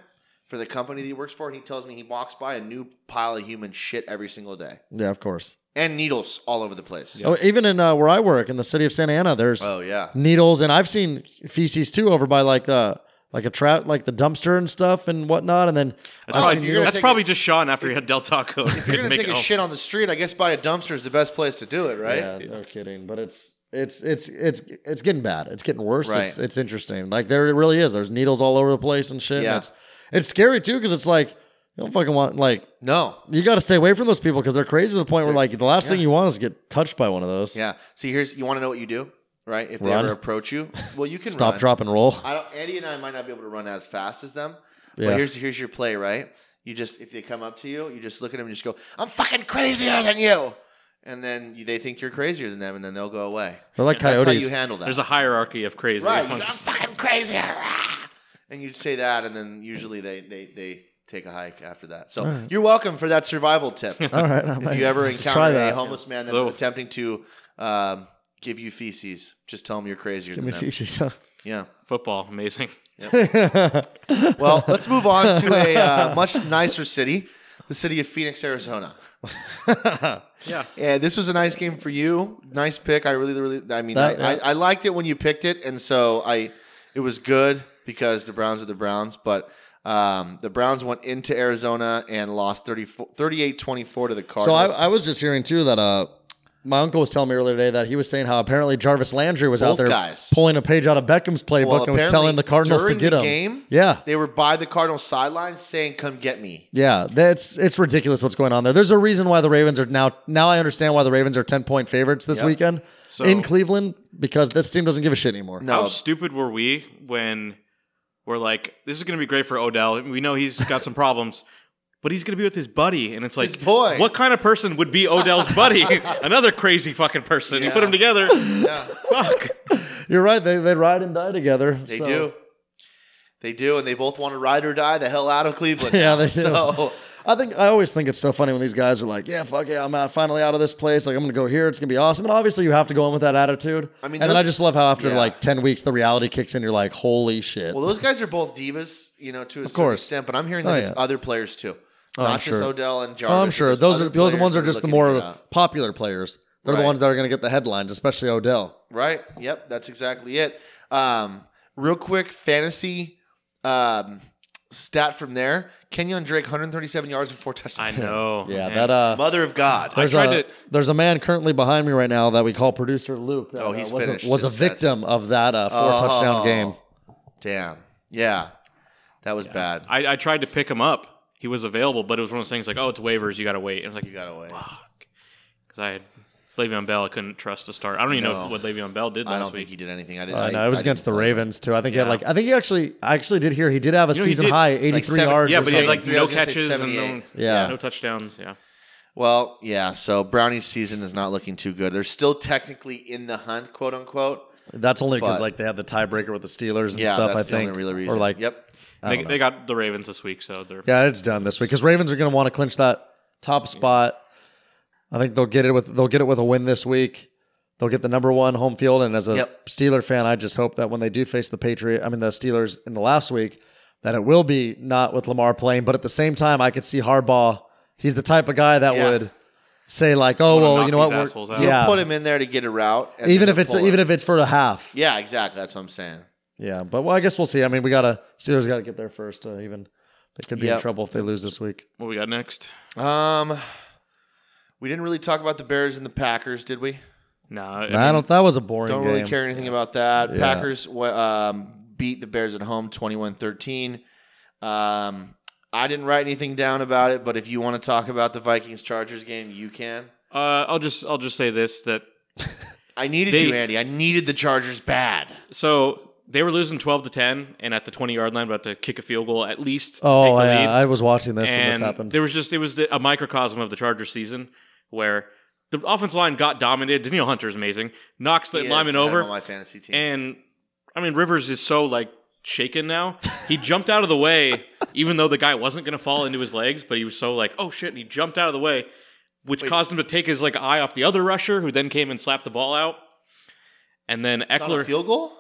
Speaker 4: for the company that he works for, and he tells me he walks by a new pile of human shit every single day,
Speaker 2: yeah of course
Speaker 4: and needles all over the place.
Speaker 2: oh, even in uh, where i work in the city of santa ana there's
Speaker 4: Oh yeah,
Speaker 2: needles and i've seen feces too over by like the like a trap like the dumpster and stuff and whatnot and then I've
Speaker 3: That's
Speaker 4: if
Speaker 3: probably,
Speaker 4: you're gonna
Speaker 3: that's
Speaker 4: take
Speaker 3: probably just Sean after he had Del Taco.
Speaker 4: if you're gonna take a shit on the street, I guess by a dumpster is the best place to do it, right?
Speaker 2: Yeah, no kidding. But it's it's it's it's it's getting bad. It's getting worse. It's
Speaker 4: Right.
Speaker 2: it's interesting. Like there really is. There's needles all over the place and shit. and
Speaker 4: Yeah.
Speaker 2: It's it's scary too because it's like you don't fucking want like
Speaker 4: No,
Speaker 2: you got to stay away from those people because they're crazy to the point where like the last thing
Speaker 4: yeah.
Speaker 2: you want is to get touched by one of those.
Speaker 4: yeah. See, here's you want to know what you do, right? If they
Speaker 2: Run.
Speaker 4: ever approach you, well, you can
Speaker 2: Stop,
Speaker 4: run.
Speaker 2: drop, and roll.
Speaker 4: I don't. Andy and I might not be able to run as fast as them.
Speaker 2: Yeah.
Speaker 4: But here's here's your play, right? You just if they come up to you, you just look at them and just go, "I'm fucking crazier than you," and then you, they think you're crazier than them, and then they'll go away.
Speaker 2: They're like
Speaker 4: That's how you
Speaker 2: coyotes.
Speaker 4: handle that.
Speaker 3: There's a hierarchy of crazy.
Speaker 4: right? You go, I'm
Speaker 3: amongst-
Speaker 4: fucking crazier, ah!" and you say that, and then usually they they they take a hike after that. So you're welcome for that survival tip.
Speaker 2: All right. I might
Speaker 4: if you ever
Speaker 2: have to try
Speaker 4: encounter a
Speaker 2: that.
Speaker 4: homeless man that's
Speaker 3: Oh.
Speaker 4: attempting to um, give you feces, just tell him you're crazier
Speaker 2: Give
Speaker 4: than
Speaker 2: me
Speaker 4: them.
Speaker 2: feces.
Speaker 4: Yeah.
Speaker 3: Football, amazing.
Speaker 4: Well, let's move on to a uh, much nicer city, the city of Phoenix, Arizona.
Speaker 3: Yeah.
Speaker 4: And this was a nice game for you. Nice pick. I really, really. I mean,
Speaker 2: That-
Speaker 4: I, I, I liked it when you picked it, and so I, it was good because the Browns are the Browns. But um, the Browns went into Arizona and lost 34 38-24 to
Speaker 2: So
Speaker 4: the
Speaker 2: I,
Speaker 4: Cardinals.
Speaker 2: I was just hearing too that uh. My uncle was telling me earlier today that he was saying how apparently Jarvis Landry was out
Speaker 4: Both
Speaker 2: there
Speaker 4: guys.
Speaker 2: pulling a page out of Beckham's playbook and was
Speaker 4: apparently
Speaker 2: telling the Cardinals to
Speaker 4: during
Speaker 2: get
Speaker 4: the
Speaker 2: him.
Speaker 4: game,
Speaker 2: yeah,
Speaker 4: they were by the Cardinals sideline saying, "Come get me."
Speaker 2: Yeah, that's it's ridiculous what's going on there. There's a reason why the Ravens are now now I understand why the Ravens are 10 point favorites this
Speaker 4: Yep.
Speaker 2: weekend
Speaker 3: So-
Speaker 2: in Cleveland because this team doesn't give a shit anymore.
Speaker 4: No,
Speaker 3: How stupid were we when we're like, this is going to be great for Odell. We know he's got some problems, but he's going to be with his buddy. And it's like,
Speaker 4: His boy.
Speaker 3: what kind of person would be Odell's buddy? Another crazy fucking person. You put
Speaker 4: Yeah.
Speaker 3: them together.
Speaker 4: yeah,
Speaker 3: Fuck.
Speaker 2: You're right, they they ride and die together.
Speaker 4: they
Speaker 2: so-
Speaker 4: do. They do, and they both want to ride or die the hell out of Cleveland.
Speaker 2: Yeah,
Speaker 4: now.
Speaker 2: they do.
Speaker 4: So
Speaker 2: I think I always think it's so funny when these guys are like, "Yeah, fuck yeah, I'm out, finally out of this place. Like I'm gonna go here. It's gonna be awesome." And obviously, you have to go in with that attitude.
Speaker 4: I mean,
Speaker 2: and then I
Speaker 4: those-
Speaker 2: just love how after
Speaker 4: yeah.
Speaker 2: like ten weeks, the reality kicks in. You're like, "Holy shit!"
Speaker 4: Well, those guys are both divas, you know, to a certain
Speaker 2: course.
Speaker 4: extent. But I'm hearing
Speaker 2: Oh,
Speaker 4: that it's
Speaker 2: yeah.
Speaker 4: other players too,
Speaker 2: Oh,
Speaker 4: not
Speaker 2: I'm
Speaker 4: just
Speaker 2: sure.
Speaker 4: Odell and Jarvis.
Speaker 2: Oh, I'm
Speaker 4: but
Speaker 2: sure
Speaker 4: there's
Speaker 2: those
Speaker 4: other
Speaker 2: are those
Speaker 4: players
Speaker 2: ones
Speaker 4: that
Speaker 2: are just the
Speaker 4: looking to
Speaker 2: more
Speaker 4: get out.
Speaker 2: popular players. They're
Speaker 4: Right.
Speaker 2: the ones that are going to get the headlines, especially Odell.
Speaker 4: right. Yep, that's exactly it. Um, real quick, fantasy um, stat from there: Kenyon Drake, 137 yards and four
Speaker 3: I
Speaker 4: touchdowns.
Speaker 3: know.
Speaker 2: Yeah,
Speaker 3: Oh, man.
Speaker 2: that uh,
Speaker 4: Mother of God.
Speaker 2: there's
Speaker 3: tried
Speaker 2: a
Speaker 3: to-
Speaker 2: there's a man currently behind me right now that we call producer Luke. That,
Speaker 4: Oh,
Speaker 2: uh,
Speaker 4: he's
Speaker 2: was
Speaker 4: finished.
Speaker 2: A, was a
Speaker 4: It's sad.
Speaker 2: victim of that uh, four touchdown
Speaker 4: Oh.
Speaker 2: game.
Speaker 4: Damn. Yeah, that was bad.
Speaker 3: I, I tried to pick him up. He was available, but it was one of those things like, oh, it's waivers. You got to wait. It's like,
Speaker 4: You got away.
Speaker 3: because I had Le'Veon Bell. I couldn't trust to start. I don't even know
Speaker 4: No.
Speaker 3: if, what Le'Veon Bell did last
Speaker 4: I don't
Speaker 3: week.
Speaker 4: think he did anything. I didn't.
Speaker 2: Uh, no, it was
Speaker 4: I
Speaker 2: against the
Speaker 4: didn't-
Speaker 2: Ravens too. I think he had
Speaker 3: Yeah.
Speaker 2: like I think he actually I actually did hear he did have a
Speaker 3: You know, he
Speaker 2: season
Speaker 3: did,
Speaker 2: high,
Speaker 3: like,
Speaker 2: 83
Speaker 4: seven-
Speaker 2: yards.
Speaker 3: yeah,
Speaker 2: or
Speaker 3: but he had
Speaker 2: something.
Speaker 3: like
Speaker 4: Three, I
Speaker 3: no
Speaker 4: was gonna say
Speaker 3: catches and no,
Speaker 4: 78.
Speaker 2: Yeah.
Speaker 3: no touchdowns. Yeah.
Speaker 4: Well, yeah. So Brownie's season is not looking too good. They're still technically in the hunt, quote unquote.
Speaker 2: That's only because
Speaker 4: But-
Speaker 2: like they had the tiebreaker with the Steelers and
Speaker 4: Yeah,
Speaker 2: stuff.
Speaker 4: that's
Speaker 2: I
Speaker 4: the only
Speaker 2: think,
Speaker 4: real
Speaker 2: or
Speaker 4: reason.
Speaker 2: like
Speaker 4: yep.
Speaker 2: I
Speaker 3: They,
Speaker 2: don't know.
Speaker 3: they got the Ravens this week, so they're
Speaker 2: Yeah, it's done this week because Ravens are going to want to clinch that top spot. I think they'll get it with they'll get it with a win this week. They'll get the number one home field, and as a
Speaker 4: Yep.
Speaker 2: Steeler fan, I just hope that when they do face the Patriot, I mean the Steelers in the last week, that it will be not with Lamar playing, but at the same time, I could see Harbaugh. He's the type of guy that
Speaker 4: Yeah.
Speaker 2: would say like, "Oh
Speaker 3: Wanna
Speaker 2: well,
Speaker 3: knock
Speaker 2: you know what?
Speaker 3: these
Speaker 2: we're-
Speaker 3: assholes out.
Speaker 4: You'll
Speaker 2: Yeah,
Speaker 4: put him in there to get a route. and
Speaker 2: even
Speaker 4: then
Speaker 2: if it's
Speaker 4: pull it.
Speaker 2: even if it's for a half. Yeah,
Speaker 4: yeah, exactly. That's what I'm saying.
Speaker 2: but well, I guess we'll see. I mean, we gotta Steelers got to get there first. Uh, even they could be in
Speaker 4: Yep.
Speaker 2: trouble if they lose this week.
Speaker 3: what we got next.
Speaker 4: Um, we didn't really talk about the Bears and the Packers, did we?
Speaker 3: No,
Speaker 2: I,
Speaker 3: mean,
Speaker 2: don't. That was a boring.
Speaker 4: Don't
Speaker 2: game.
Speaker 4: really care anything about that.
Speaker 2: Yeah.
Speaker 4: Packers wa- um, beat the Bears at home 21 13. Um, I didn't write anything down about it, but if you want to talk about the Vikings Chargers game, you can.
Speaker 3: Uh, I'll just I'll just say this that
Speaker 4: I needed
Speaker 3: They-
Speaker 4: you, Andy. I needed the Chargers bad.
Speaker 3: so they were losing twelve to ten, and at the twenty yard line, about to kick a field goal at least to take
Speaker 2: Oh
Speaker 3: the
Speaker 2: yeah,
Speaker 3: lead.
Speaker 2: I was watching this when this
Speaker 3: and
Speaker 2: happened.
Speaker 3: there was just it was a microcosm of the Chargers season where the offense line got dominated. Daniel Hunter is amazing, knocks the
Speaker 4: Yes,
Speaker 3: lineman
Speaker 4: I'm
Speaker 3: over,
Speaker 4: on my fantasy team.
Speaker 3: and I mean Rivers is so like shaken now. He jumped out of the way, even though the guy wasn't going to fall into his legs, but he was so like, oh shit, and he jumped out of the way, which
Speaker 4: Wait.
Speaker 3: caused him to take his like eye off the other rusher, who then came and slapped the ball out. And then
Speaker 4: It's on a
Speaker 3: Eckler,
Speaker 4: field goal?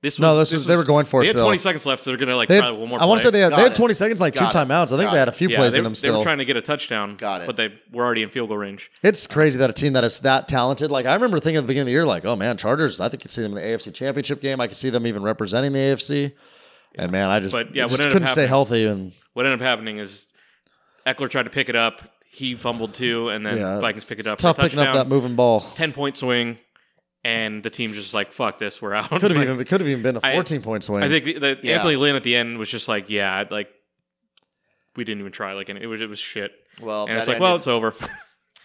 Speaker 3: this was
Speaker 2: No, this was- they were going for it
Speaker 3: They had
Speaker 2: still.
Speaker 3: 20 seconds left, so they're going to like
Speaker 2: They had-
Speaker 3: probably one more.
Speaker 2: I want to say they had,
Speaker 4: Got
Speaker 2: they had
Speaker 4: it.
Speaker 2: 20 seconds, like
Speaker 4: Got
Speaker 2: two
Speaker 4: it.
Speaker 2: timeouts. I think
Speaker 4: Got
Speaker 2: they
Speaker 4: it.
Speaker 2: had a few
Speaker 3: yeah,
Speaker 2: plays
Speaker 3: they,
Speaker 2: in them
Speaker 3: they
Speaker 2: still.
Speaker 3: were trying to get a touchdown.
Speaker 4: Got it.
Speaker 3: But they were already in field goal range.
Speaker 2: it's crazy that a team that is that talented. Like I remember thinking at the beginning of the year, like, oh man, Chargers. I think you could see them in the AFC Championship game. I could see them even representing the AFC. And man, I just,
Speaker 3: But, yeah,
Speaker 2: I
Speaker 3: what
Speaker 2: just
Speaker 3: ended up
Speaker 2: couldn't stay
Speaker 3: happening-
Speaker 2: healthy. And
Speaker 3: What ended up happening is Eckler tried to pick it up. He fumbled too, and then
Speaker 2: yeah,
Speaker 3: Vikings pick it
Speaker 2: it's
Speaker 3: up. for a
Speaker 2: Tough picking up that
Speaker 3: touchdown.
Speaker 2: moving ball.
Speaker 3: 10 point swing and the team's just like fuck this we're out
Speaker 2: Could have
Speaker 3: Like,
Speaker 2: even it could have even been a
Speaker 3: I-
Speaker 2: 14 point swing.
Speaker 3: i think the, the
Speaker 4: Yeah.
Speaker 3: anthony lynn at the end was just like yeah I'd like we didn't even try like and it was it was shit
Speaker 4: Well,
Speaker 3: and it's like
Speaker 4: that
Speaker 3: well
Speaker 4: ended-
Speaker 3: it's over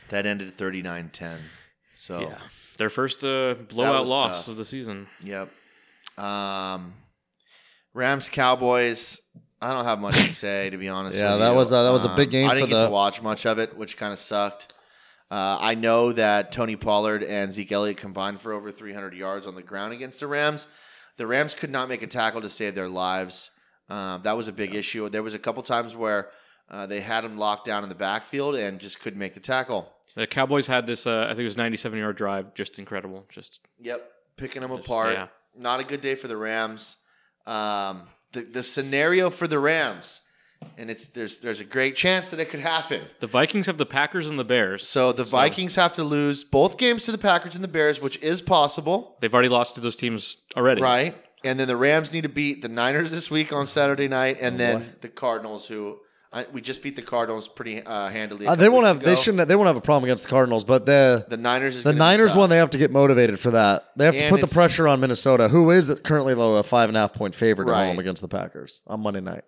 Speaker 4: that ended 39 10. So,
Speaker 3: yeah their first uh, blowout
Speaker 4: was
Speaker 3: loss
Speaker 4: tough.
Speaker 3: of the season
Speaker 4: yep. Um, Rams Cowboys. I don't have much to say to be honest.
Speaker 2: Yeah,
Speaker 4: with
Speaker 2: that
Speaker 4: you. Um,
Speaker 2: was a- that was a big game
Speaker 4: I didn't
Speaker 2: for
Speaker 4: get
Speaker 2: the-
Speaker 4: to watch much of it, which kind of sucked. Uh, I know that Tony Pollard and Zeke Elliott combined for over 300 yards on the ground against the Rams. The Rams could not make a tackle to save their lives. Um, that was a big issue. There was a couple times where uh, they had him locked down in the backfield and just couldn't make the tackle.
Speaker 3: the cowboys had this uh, i think it was 97 yard drive just incredible just
Speaker 4: Yep, picking them
Speaker 3: Just-
Speaker 4: apart.
Speaker 3: yeah.
Speaker 4: Not a good day for the Rams. Um, the the scenario for the Rams, and it's there's there's a great chance that it could happen.
Speaker 3: the vikings have the packers and the bears
Speaker 4: So the Vikings have to lose both games to the Packers and the Bears, which is possible,
Speaker 3: they've already lost to those teams already
Speaker 4: right? And then the Rams need to beat the Niners this week on Saturday night, and
Speaker 2: Oh,
Speaker 4: then the Cardinals, who I, we just beat the Cardinals pretty uh, handily. a
Speaker 2: Uh, they
Speaker 4: couple
Speaker 2: won't
Speaker 4: weeks
Speaker 2: have. They
Speaker 4: ago.
Speaker 2: shouldn't. They won't have a problem against the Cardinals. But the
Speaker 4: The Niners is
Speaker 2: The
Speaker 4: gonna be
Speaker 2: Niners
Speaker 4: tough.
Speaker 2: one, they have to get motivated for that. They have to
Speaker 4: And
Speaker 2: put the
Speaker 4: it's-
Speaker 2: pressure on Minnesota, who is currently though a five and a half point favorite at
Speaker 4: Right.
Speaker 2: home against the Packers on Monday night.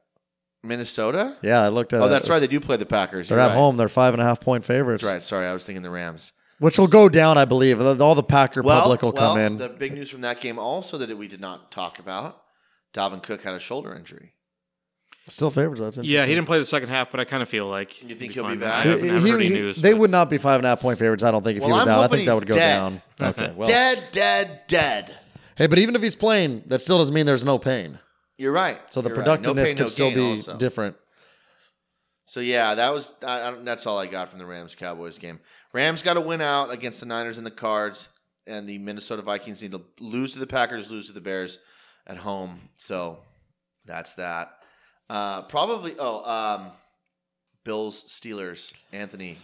Speaker 4: Minnesota.
Speaker 2: Yeah, I looked at.
Speaker 4: oh,
Speaker 2: it.
Speaker 4: that's
Speaker 2: It
Speaker 4: right.
Speaker 2: was-
Speaker 4: They do play the Packers.
Speaker 2: They're
Speaker 4: You're
Speaker 2: at
Speaker 4: right.
Speaker 2: home. They're five and a half point favorites,
Speaker 4: That's right. Sorry, I was thinking the Rams.
Speaker 2: Which will go down, I believe. All the Packer public will come
Speaker 4: well,
Speaker 2: in.
Speaker 4: The big news from that game also that we did not talk about: Dalvin Cook had a shoulder injury.
Speaker 2: Still favorites. That's
Speaker 3: yeah he
Speaker 2: interesting.
Speaker 3: didn't play the second half but i kind of feel like
Speaker 4: You think he'll be
Speaker 3: fine.
Speaker 4: back?
Speaker 3: i haven't, I haven't heard any
Speaker 2: He- he-
Speaker 3: news
Speaker 2: they
Speaker 3: but-
Speaker 2: would not be five and a half point favorites. I don't think if he
Speaker 4: Well,
Speaker 2: was
Speaker 4: I'm
Speaker 2: out. I
Speaker 4: hoping
Speaker 2: think that
Speaker 4: he's
Speaker 2: would go
Speaker 4: dead.
Speaker 2: down. Okay, well,
Speaker 4: dead, dead, dead.
Speaker 2: hey, but even if he's playing, that still doesn't mean there's no pain.
Speaker 4: You're right.
Speaker 2: So the
Speaker 4: You're right. No
Speaker 2: productiveness
Speaker 4: pain,
Speaker 2: could
Speaker 4: no
Speaker 2: still
Speaker 4: gain
Speaker 2: be
Speaker 4: also.
Speaker 2: different.
Speaker 4: So yeah, that was I, I don't, that's all I got from the Rams Cowboys game. Rams got to win out against the Niners and the Cards, and the Minnesota Vikings need to lose to the Packers, lose to the Bears at home. So that's that. Uh, probably oh um, Bills Steelers Anthony,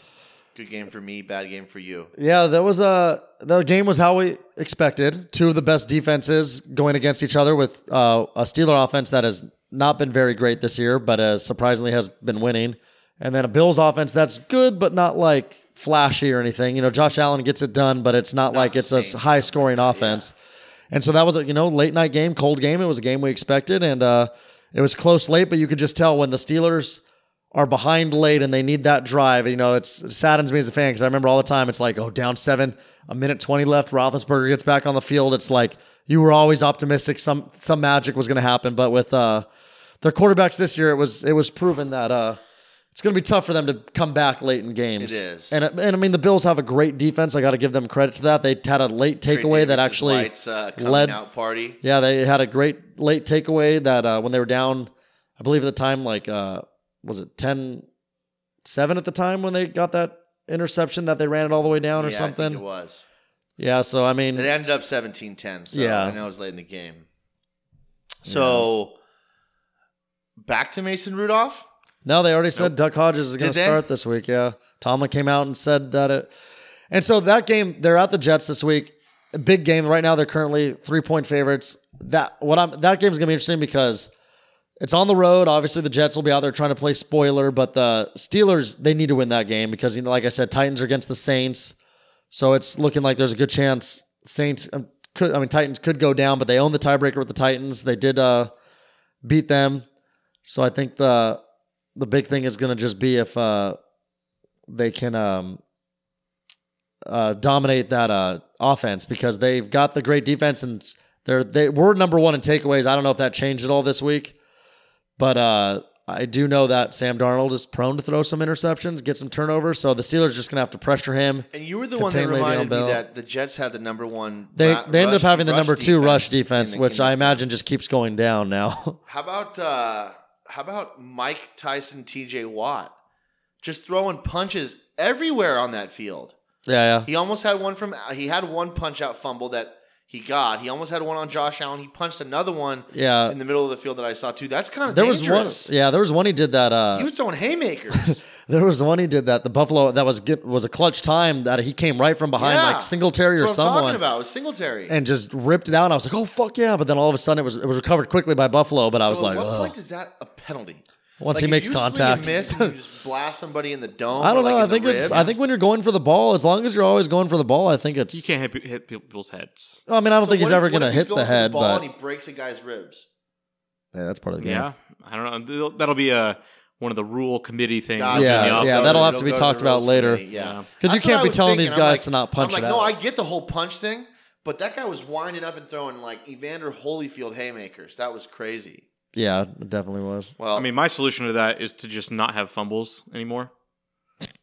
Speaker 4: good game for me, bad game for you.
Speaker 2: Yeah, that was uh the game was how we expected. Two of the best defenses going against each other with uh, a Steeler offense that has not been very great this year, but uh, surprisingly has been winning, and then a Bills offense that's good but not like flashy or anything. You know, Josh Allen gets it done, but it's not, like it's a
Speaker 4: insane.
Speaker 2: high scoring offense. And so that was a you know late night game, cold game. It was a game we expected, and uh, it was close late, but you could just tell when the Steelers are behind late and they need that drive. You know, it's, it saddens me as a fan because I remember all the time it's like, oh, down seven, a minute twenty left. Roethlisberger gets back on the field. It's like you were always optimistic some some magic was going to happen, but with uh, their quarterbacks this year, it was it was proven that uh, it's going to be tough for them to come back late in games.
Speaker 4: It is.
Speaker 2: and and I mean the Bills have a great defense. I got to give them credit to that. They had a late
Speaker 4: Trey
Speaker 2: takeaway that
Speaker 4: Davis's
Speaker 2: actually
Speaker 4: White's, uh, coming
Speaker 2: led-
Speaker 4: out party.
Speaker 2: yeah, they had a great late takeaway that uh, when they were down, I believe at the time, like, uh, was it 10 7 at the time when they got that interception that they ran it all the way down or
Speaker 4: Yeah, I think
Speaker 2: something?
Speaker 4: it was.
Speaker 2: Yeah, so I mean,
Speaker 4: It ended up 17-10, so
Speaker 2: Yeah.
Speaker 4: I know it was late in the game. So back to Mason Rudolph.
Speaker 2: No, they already said Duck Hodges is going to
Speaker 4: Did they?
Speaker 2: start this week. Yeah, Tomlin came out and said that it. And so that game, they're at the Jets this week. A big game right now. They're currently three point favorites. That what I'm that game's going to be interesting because it's on the road. Obviously, the Jets will be out there trying to play spoiler, but the Steelers they need to win that game because you know, like I said, Titans are against the Saints, so it's looking like there's a good chance Saints. um, Could, I mean, Titans could go down, but they own the tiebreaker with the Titans. They did uh, beat them, so I think the the big thing is going to just be if uh, they can um, uh, dominate that uh, offense because they've got the great defense and they're they were number one in takeaways. I don't know if that changed at all this week, but uh, I do know that Sam Darnold is prone to throw some interceptions, get some turnovers. So the Steelers are just going to have to pressure him.
Speaker 4: And you were the one that
Speaker 2: Contain Le'Veon
Speaker 4: reminded me
Speaker 2: Bell.
Speaker 4: that the Jets had the number one.
Speaker 2: They
Speaker 4: ra-
Speaker 2: they end up
Speaker 4: rush-
Speaker 2: having the number two rush
Speaker 4: in
Speaker 2: defense,
Speaker 4: the-
Speaker 2: which
Speaker 4: in the-
Speaker 2: I imagine just keeps going down now.
Speaker 4: How about uh, how about Mike Tyson, T.J. Watt, just throwing punches everywhere on that field.
Speaker 2: yeah, yeah,
Speaker 4: He almost had one from he had one punch out fumble that he got. He almost had one on Josh Allen. He punched another one
Speaker 2: yeah.
Speaker 4: in the middle of the field that I saw too. That's kind of
Speaker 2: There was one.
Speaker 4: dangerous.
Speaker 2: Yeah, there was one he did that. Uh,
Speaker 4: He was throwing haymakers.
Speaker 2: There was one he did that the Buffalo that was get, was a clutch time that he came right from behind
Speaker 4: Yeah.
Speaker 2: like Singletary or
Speaker 4: That's what I'm talking
Speaker 2: someone
Speaker 4: about. It was Singletary.
Speaker 2: and just ripped it out. And I was like, oh fuck yeah! But then all of a sudden it was it was recovered quickly by Buffalo. But I was
Speaker 4: so
Speaker 2: like,
Speaker 4: at what
Speaker 2: oh.
Speaker 4: point is that a penalty?
Speaker 2: once
Speaker 4: Like,
Speaker 2: he
Speaker 4: if
Speaker 2: makes
Speaker 4: you swing and
Speaker 2: contact,
Speaker 4: miss and you just blast somebody in the dome.
Speaker 2: I
Speaker 4: or,
Speaker 2: don't
Speaker 4: like,
Speaker 2: know.
Speaker 4: in
Speaker 2: I
Speaker 4: the
Speaker 2: think it's I
Speaker 4: ribs?
Speaker 2: think when you're going for the ball, as long as you're always going for the ball, I think
Speaker 3: You
Speaker 2: it's.
Speaker 3: can't hit, pe- hit people's heads.
Speaker 2: I mean, I don't
Speaker 4: So
Speaker 2: think he's
Speaker 4: what if-
Speaker 2: ever
Speaker 4: what
Speaker 2: going to
Speaker 4: if he's
Speaker 2: hit the
Speaker 4: going for
Speaker 2: head,
Speaker 4: ball
Speaker 2: but
Speaker 4: and he breaks a guy's ribs.
Speaker 2: yeah, that's part of the game.
Speaker 3: Yeah, I don't know. They'll- That'll be a one of the rule committee things.
Speaker 4: Gotcha.
Speaker 3: in the
Speaker 2: Yeah, yeah,
Speaker 3: offseason.
Speaker 4: It'll
Speaker 2: that'll
Speaker 4: go-
Speaker 2: have to
Speaker 4: it'll
Speaker 2: be
Speaker 4: go
Speaker 2: talked
Speaker 4: the rules
Speaker 2: about later.
Speaker 4: committee, Yeah,
Speaker 3: Yeah.
Speaker 2: 'Cause you
Speaker 4: That's what
Speaker 2: can't
Speaker 4: I
Speaker 2: be
Speaker 4: was
Speaker 2: telling these
Speaker 4: thinking. I'm
Speaker 2: guys
Speaker 4: like-
Speaker 2: to not punch
Speaker 4: I'm like,
Speaker 2: it
Speaker 4: no,
Speaker 2: out.
Speaker 4: I get the whole punch thing, but that guy was winding up and throwing like Evander Holyfield haymakers. That was crazy.
Speaker 2: Yeah, it definitely was.
Speaker 4: Well,
Speaker 3: I mean, my solution to that is to just not have fumbles anymore.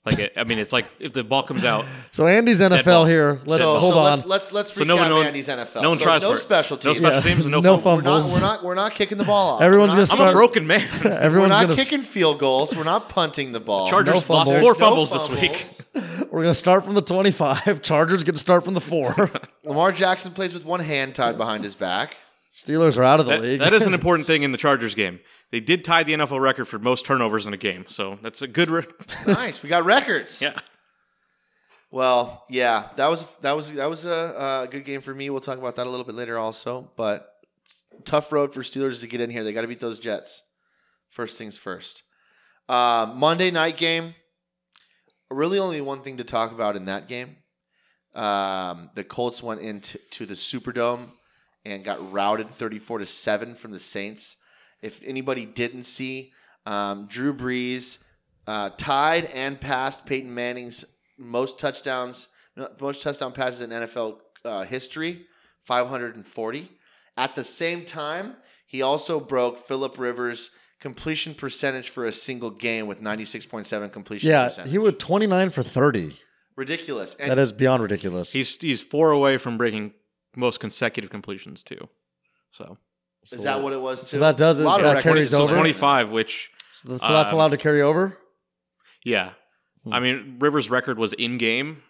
Speaker 3: Like, it, I mean, it's like if the ball comes out,
Speaker 2: So Andy's NFL
Speaker 3: ball.
Speaker 2: here. Let's
Speaker 4: so,
Speaker 2: hold
Speaker 4: so
Speaker 2: on.
Speaker 4: Let's let's let's
Speaker 3: So
Speaker 4: recap
Speaker 3: no one- no one-
Speaker 4: Andy's NFL.
Speaker 3: no one
Speaker 4: So
Speaker 3: tries
Speaker 4: no
Speaker 3: for it.
Speaker 4: special
Speaker 3: No
Speaker 4: teams.
Speaker 3: special teams and no
Speaker 2: No
Speaker 3: fumbles.
Speaker 4: We're not
Speaker 2: fumbles.
Speaker 4: we're not we're not kicking the ball off.
Speaker 2: Everyone's
Speaker 4: we're not,
Speaker 2: gonna
Speaker 3: I'm a
Speaker 2: Start-
Speaker 3: broken man.
Speaker 4: we're
Speaker 2: Everyone's
Speaker 4: not
Speaker 2: gonna s-
Speaker 4: kicking field goals. We're not punting the ball.
Speaker 2: No
Speaker 3: Chargers lost
Speaker 2: fumbles.
Speaker 3: four
Speaker 4: There's no
Speaker 3: fumbles this
Speaker 4: fumbles.
Speaker 3: week.
Speaker 2: We're gonna start from the twenty-five. Chargers get to start from the four.
Speaker 4: Lamar Jackson plays with one hand tied behind his back.
Speaker 2: Steelers are out of the
Speaker 3: That-
Speaker 2: league.
Speaker 3: that is an important thing in the Chargers game. They did tie the NFL record for most turnovers in a game, so that's a good. Re-
Speaker 4: Nice, we got records.
Speaker 3: yeah,
Speaker 4: Well, yeah, that was that was that was a, a good game for me. We'll talk about that a little bit later, also. But tough road for Steelers to get in here. They got to beat those Jets. First things first. Uh, Monday night game. Really, only one thing to talk about in that game. Um, the Colts went into to the Superdome and got routed thirty-four to seven from the Saints. If anybody didn't see, um, Drew Brees uh, tied and passed Peyton Manning's most touchdowns, no, most touchdown passes in NFL uh, history, 540. At the same time, he also broke Philip Rivers' completion percentage for a single game with 96.7 completion
Speaker 2: yeah,
Speaker 4: percentage.
Speaker 2: he was twenty-nine for thirty.
Speaker 4: ridiculous. And
Speaker 2: That is beyond ridiculous.
Speaker 3: he's he's four away from breaking most consecutive completions too. So,
Speaker 4: is that what it was?
Speaker 2: so
Speaker 4: too?
Speaker 2: that does it.
Speaker 4: A lot of
Speaker 2: That
Speaker 4: records.
Speaker 2: carries
Speaker 3: so
Speaker 2: over?
Speaker 3: twenty-five, which
Speaker 2: so, so that's
Speaker 3: Um,
Speaker 2: allowed to carry over.
Speaker 3: yeah, I mean Rivers' record was in game,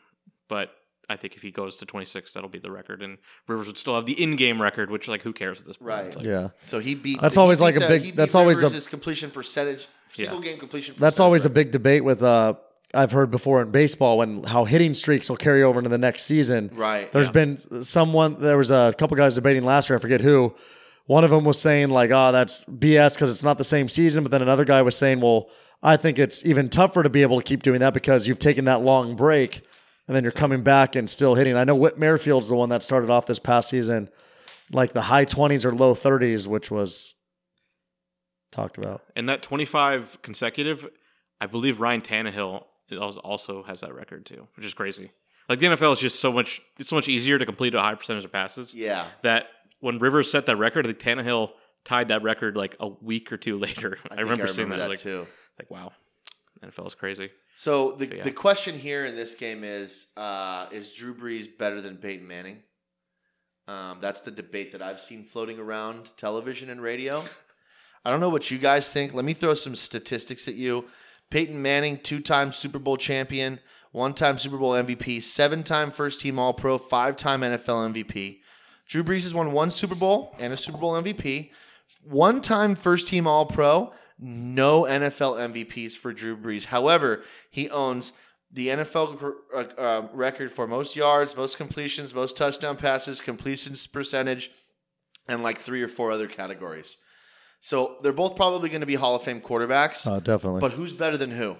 Speaker 3: but I think if he goes to twenty-six, that'll be the record, and Rivers would still have the in-game record, which like who cares at this point?
Speaker 4: Right.
Speaker 3: It's like-
Speaker 2: yeah,
Speaker 4: So he beat.
Speaker 2: That's
Speaker 4: he
Speaker 2: always
Speaker 4: beat
Speaker 2: like a
Speaker 4: the-
Speaker 2: big-
Speaker 4: he beat
Speaker 2: that's always a-
Speaker 4: Rivers' completion percentage,
Speaker 3: Yeah.
Speaker 4: single game completion.
Speaker 2: that's
Speaker 4: percentage
Speaker 2: always a
Speaker 4: record.
Speaker 2: big debate with. Uh, I've heard before in baseball when how hitting streaks will carry over into the next season.
Speaker 4: Right,
Speaker 2: There's
Speaker 4: yeah.
Speaker 2: been someone. There was a couple guys debating last year. I forget who. One of them was saying like, "Oh, that's BS because it's not the same season." But then another guy was saying, "Well, I think it's even tougher to be able to keep doing that because you've taken that long break, and then you're coming back and still hitting." I know Whit Merrifield's the one that started off this past season, like the high 20s or low 30s, which was talked about.
Speaker 3: And that 25 consecutive, I believe Ryan Tannehill is- also has that record too, which is crazy. Like the NFL is just so much, it's so much easier to complete a high percentage of passes.
Speaker 4: Yeah.
Speaker 3: That when Rivers set that record, I think Tannehill tied that record like a week or two later. I,
Speaker 4: think
Speaker 3: remember seeing that. like,
Speaker 4: too.
Speaker 3: like, wow, NFL is crazy.
Speaker 4: So the,
Speaker 3: Yeah.
Speaker 4: the question here in this game is uh, is Drew Brees better than Peyton Manning? Um, that's the debate that I've seen floating around television and radio. I don't know what you guys think. Let me throw some statistics at you. Peyton Manning, two time Super Bowl champion, one time Super Bowl MVP, seven time first team All Pro, five time NFL MVP. Drew Brees has won one Super Bowl and a Super Bowl MVP, one time first team All Pro, no NFL MVPs for Drew Brees. However, he owns the NFL gr- uh, uh, record for most yards, most completions, most touchdown passes, completions percentage, and like three or four other categories. So they're both probably going to be Hall of Fame quarterbacks.
Speaker 2: Oh, definitely.
Speaker 4: But who's better than who?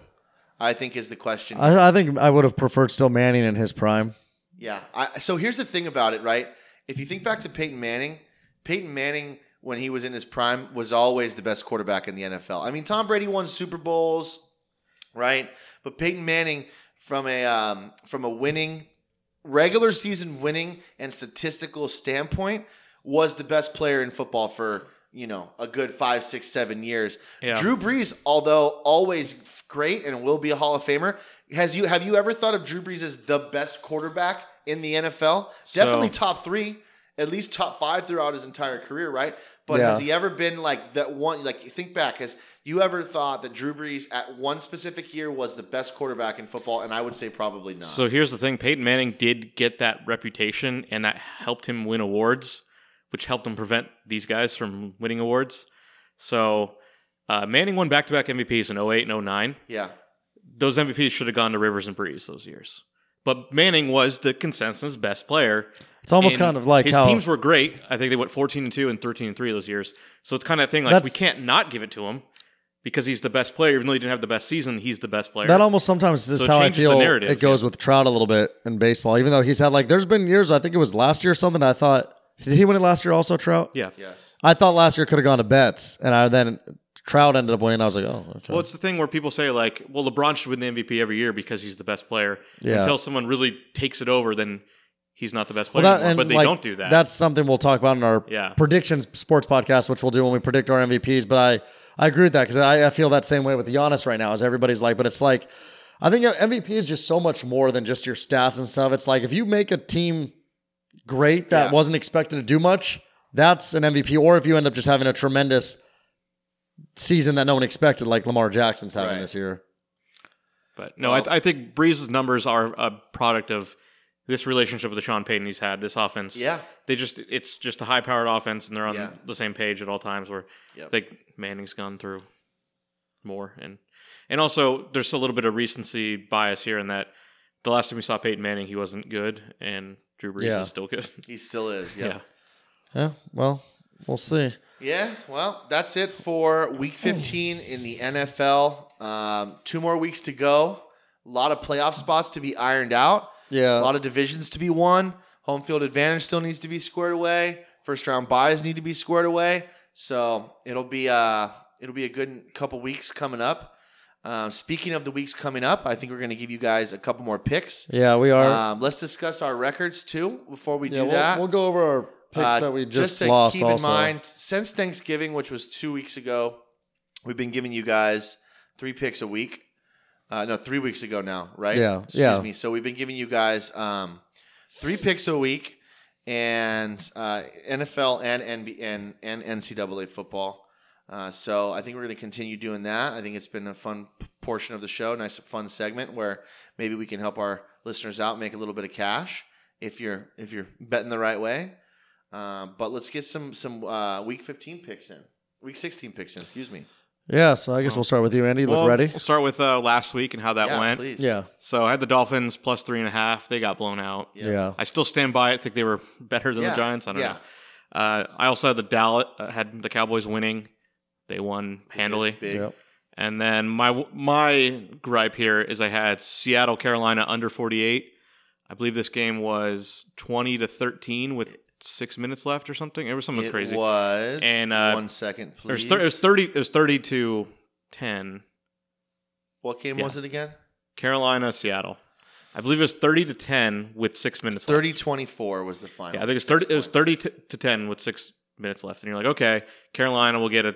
Speaker 4: I think is the question.
Speaker 2: I, I think I would have preferred still Manning in his prime.
Speaker 4: yeah. I, so here's the thing about it, right? If you think back to Peyton Manning, Peyton Manning, when he was in his prime, was always the best quarterback in the NFL. I mean, Tom Brady won Super Bowls, right? But Peyton Manning, from a um, from a winning regular season winning and statistical standpoint, was the best player in football for you know a good five, six, seven years.
Speaker 3: Yeah.
Speaker 4: Drew Brees, although always f- great and will be a Hall of Famer, has you have you ever thought of Drew Brees as the best quarterback in the NFL?
Speaker 3: So-
Speaker 4: Definitely top three. At least top five throughout his entire career, right? But
Speaker 2: Yeah.
Speaker 4: has he ever been like that one? Like, think back. Has you ever thought that Drew Brees at one specific year was the best quarterback in football? And I would say probably not.
Speaker 3: So here's the thing: Peyton Manning did get that reputation, and that helped him win awards, which helped him prevent these guys from winning awards. So uh, Manning won back-to-back MVPs in 08 and 09.
Speaker 4: yeah,
Speaker 3: Those MVPs should have gone to Rivers and Breeze those years. But Manning was the consensus best player.
Speaker 2: It's almost
Speaker 3: and
Speaker 2: kind of like
Speaker 3: his
Speaker 2: how
Speaker 3: teams were great. I think they went 14 and 2 and 13 and 3 those years. So it's kind of a thing like we
Speaker 2: That's-
Speaker 3: can't not give it to him because he's the best player. Even though he didn't have the best season, he's the best player.
Speaker 2: that almost sometimes is
Speaker 3: So it
Speaker 2: how I
Speaker 3: changes the
Speaker 2: feel
Speaker 3: narrative,
Speaker 2: it goes
Speaker 3: yeah.
Speaker 2: with Trout a little bit in baseball. Even though he's had like, there's been years. I think it was last year or something. I thought did he win it last year also Trout?
Speaker 3: yeah.
Speaker 4: yes,
Speaker 2: I thought last year could have gone to Betts, and I then Trout ended up winning. I was like, oh, okay.
Speaker 3: Well, it's the thing where people say like, "Well, LeBron should win the MVP every year because he's the best player."
Speaker 2: Yeah.
Speaker 3: Until someone really takes it over, then he's not the best player
Speaker 2: Well, that-
Speaker 3: anymore.
Speaker 2: and,
Speaker 3: But they
Speaker 2: like,
Speaker 3: don't do that.
Speaker 2: That's something we'll talk about in our
Speaker 3: Yeah.
Speaker 2: predictions sports podcast, which we'll do when we predict our MVPs. But I, I agree with that because I, I feel that same way with Giannis right now. As everybody's like, but it's like I think MVP is just so much more than just your stats and stuff. It's like if you make a team great that
Speaker 4: Yeah.
Speaker 2: wasn't expected to do much, that's an MVP. Or if you end up just having a tremendous season that no one expected, like Lamar Jackson's having
Speaker 4: Right.
Speaker 2: this year.
Speaker 3: but no, I,
Speaker 4: Well-
Speaker 3: I think Breeze's numbers are a product of this relationship with Sean Payton he's had. This offense,
Speaker 4: yeah,
Speaker 3: they just it's just a high powered offense, and they're on
Speaker 4: Yeah.
Speaker 3: the same page at all times. Where
Speaker 4: Yep.
Speaker 3: I think Manning's gone through more, and and also there's a little bit of recency bias here in that the last time we saw Peyton Manning, he wasn't good, and Drew Brees
Speaker 2: Yeah.
Speaker 3: is still good.
Speaker 4: he still is.
Speaker 3: yeah.
Speaker 4: Yeah.
Speaker 2: Yeah. Well, we'll see.
Speaker 4: yeah, Well, that's it for Week 15 in the NFL. Um, two more weeks to go. A lot of playoff spots to be ironed out.
Speaker 2: Yeah.
Speaker 4: A lot of divisions to be won. Home field advantage still needs to be squared away. First round buys need to be squared away. So it'll be uh it'll be a good couple weeks coming up. Um, speaking of the weeks coming up, I think we're going to give you guys a couple more picks.
Speaker 2: yeah, we are.
Speaker 4: Um, let's discuss our records too before we do
Speaker 2: we'll,
Speaker 4: that.
Speaker 2: we'll go over our picks
Speaker 4: Uh,
Speaker 2: that we just,
Speaker 4: to
Speaker 2: lost.
Speaker 4: keep
Speaker 2: also,
Speaker 4: in mind, since Thanksgiving, which was two weeks ago, we've been giving you guys three picks a week. Uh, no, three weeks ago now, right?
Speaker 2: Yeah,
Speaker 4: Excuse
Speaker 2: yeah.
Speaker 4: me. So we've been giving you guys um, three picks a week, and uh, NFL and NB and, and NCAA football. Uh, so I think we're going to continue doing that. I think it's been a fun p- portion of the show, nice fun segment where maybe we can help our listeners out, make a little bit of cash if you're if you're betting the right way. Um, but let's get some some uh, week 15 picks in. Week 16 picks in, excuse me.
Speaker 2: yeah. So I
Speaker 4: Oh.
Speaker 2: guess we'll start with you, Andy. You
Speaker 3: Well,
Speaker 2: Look ready?
Speaker 3: We'll start with uh, last week and how that
Speaker 4: yeah,
Speaker 3: went.
Speaker 4: please.
Speaker 2: Yeah,
Speaker 3: So I had the Dolphins plus three and a half. They got blown out.
Speaker 4: Yeah.
Speaker 2: yeah, yeah.
Speaker 3: I still stand by it. Think they were better than
Speaker 4: Yeah,
Speaker 3: the Giants. I don't
Speaker 4: yeah.
Speaker 3: know. Uh, I also had the Dallas uh, had the Cowboys winning. They won handily.
Speaker 4: Big.
Speaker 3: And then my my gripe here is I had Seattle Carolina under 48. I believe this game was 20 to 13 with 6 minutes left or something. It was something
Speaker 4: It
Speaker 3: crazy.
Speaker 4: was
Speaker 3: And, uh,
Speaker 4: one second,
Speaker 3: it, was
Speaker 4: please.
Speaker 3: thir- it was 30 it was 30 to 10.
Speaker 4: what game
Speaker 3: yeah.
Speaker 4: was it again?
Speaker 3: Carolina, Seattle. I believe it was thirty to ten with six minutes.
Speaker 4: 30
Speaker 3: Left.
Speaker 4: 24 was the final.
Speaker 3: Yeah, I think it's
Speaker 4: Six
Speaker 3: thirty. It was
Speaker 4: points.
Speaker 3: thirty to, to ten with six minutes left, and you're like, okay, Carolina will get a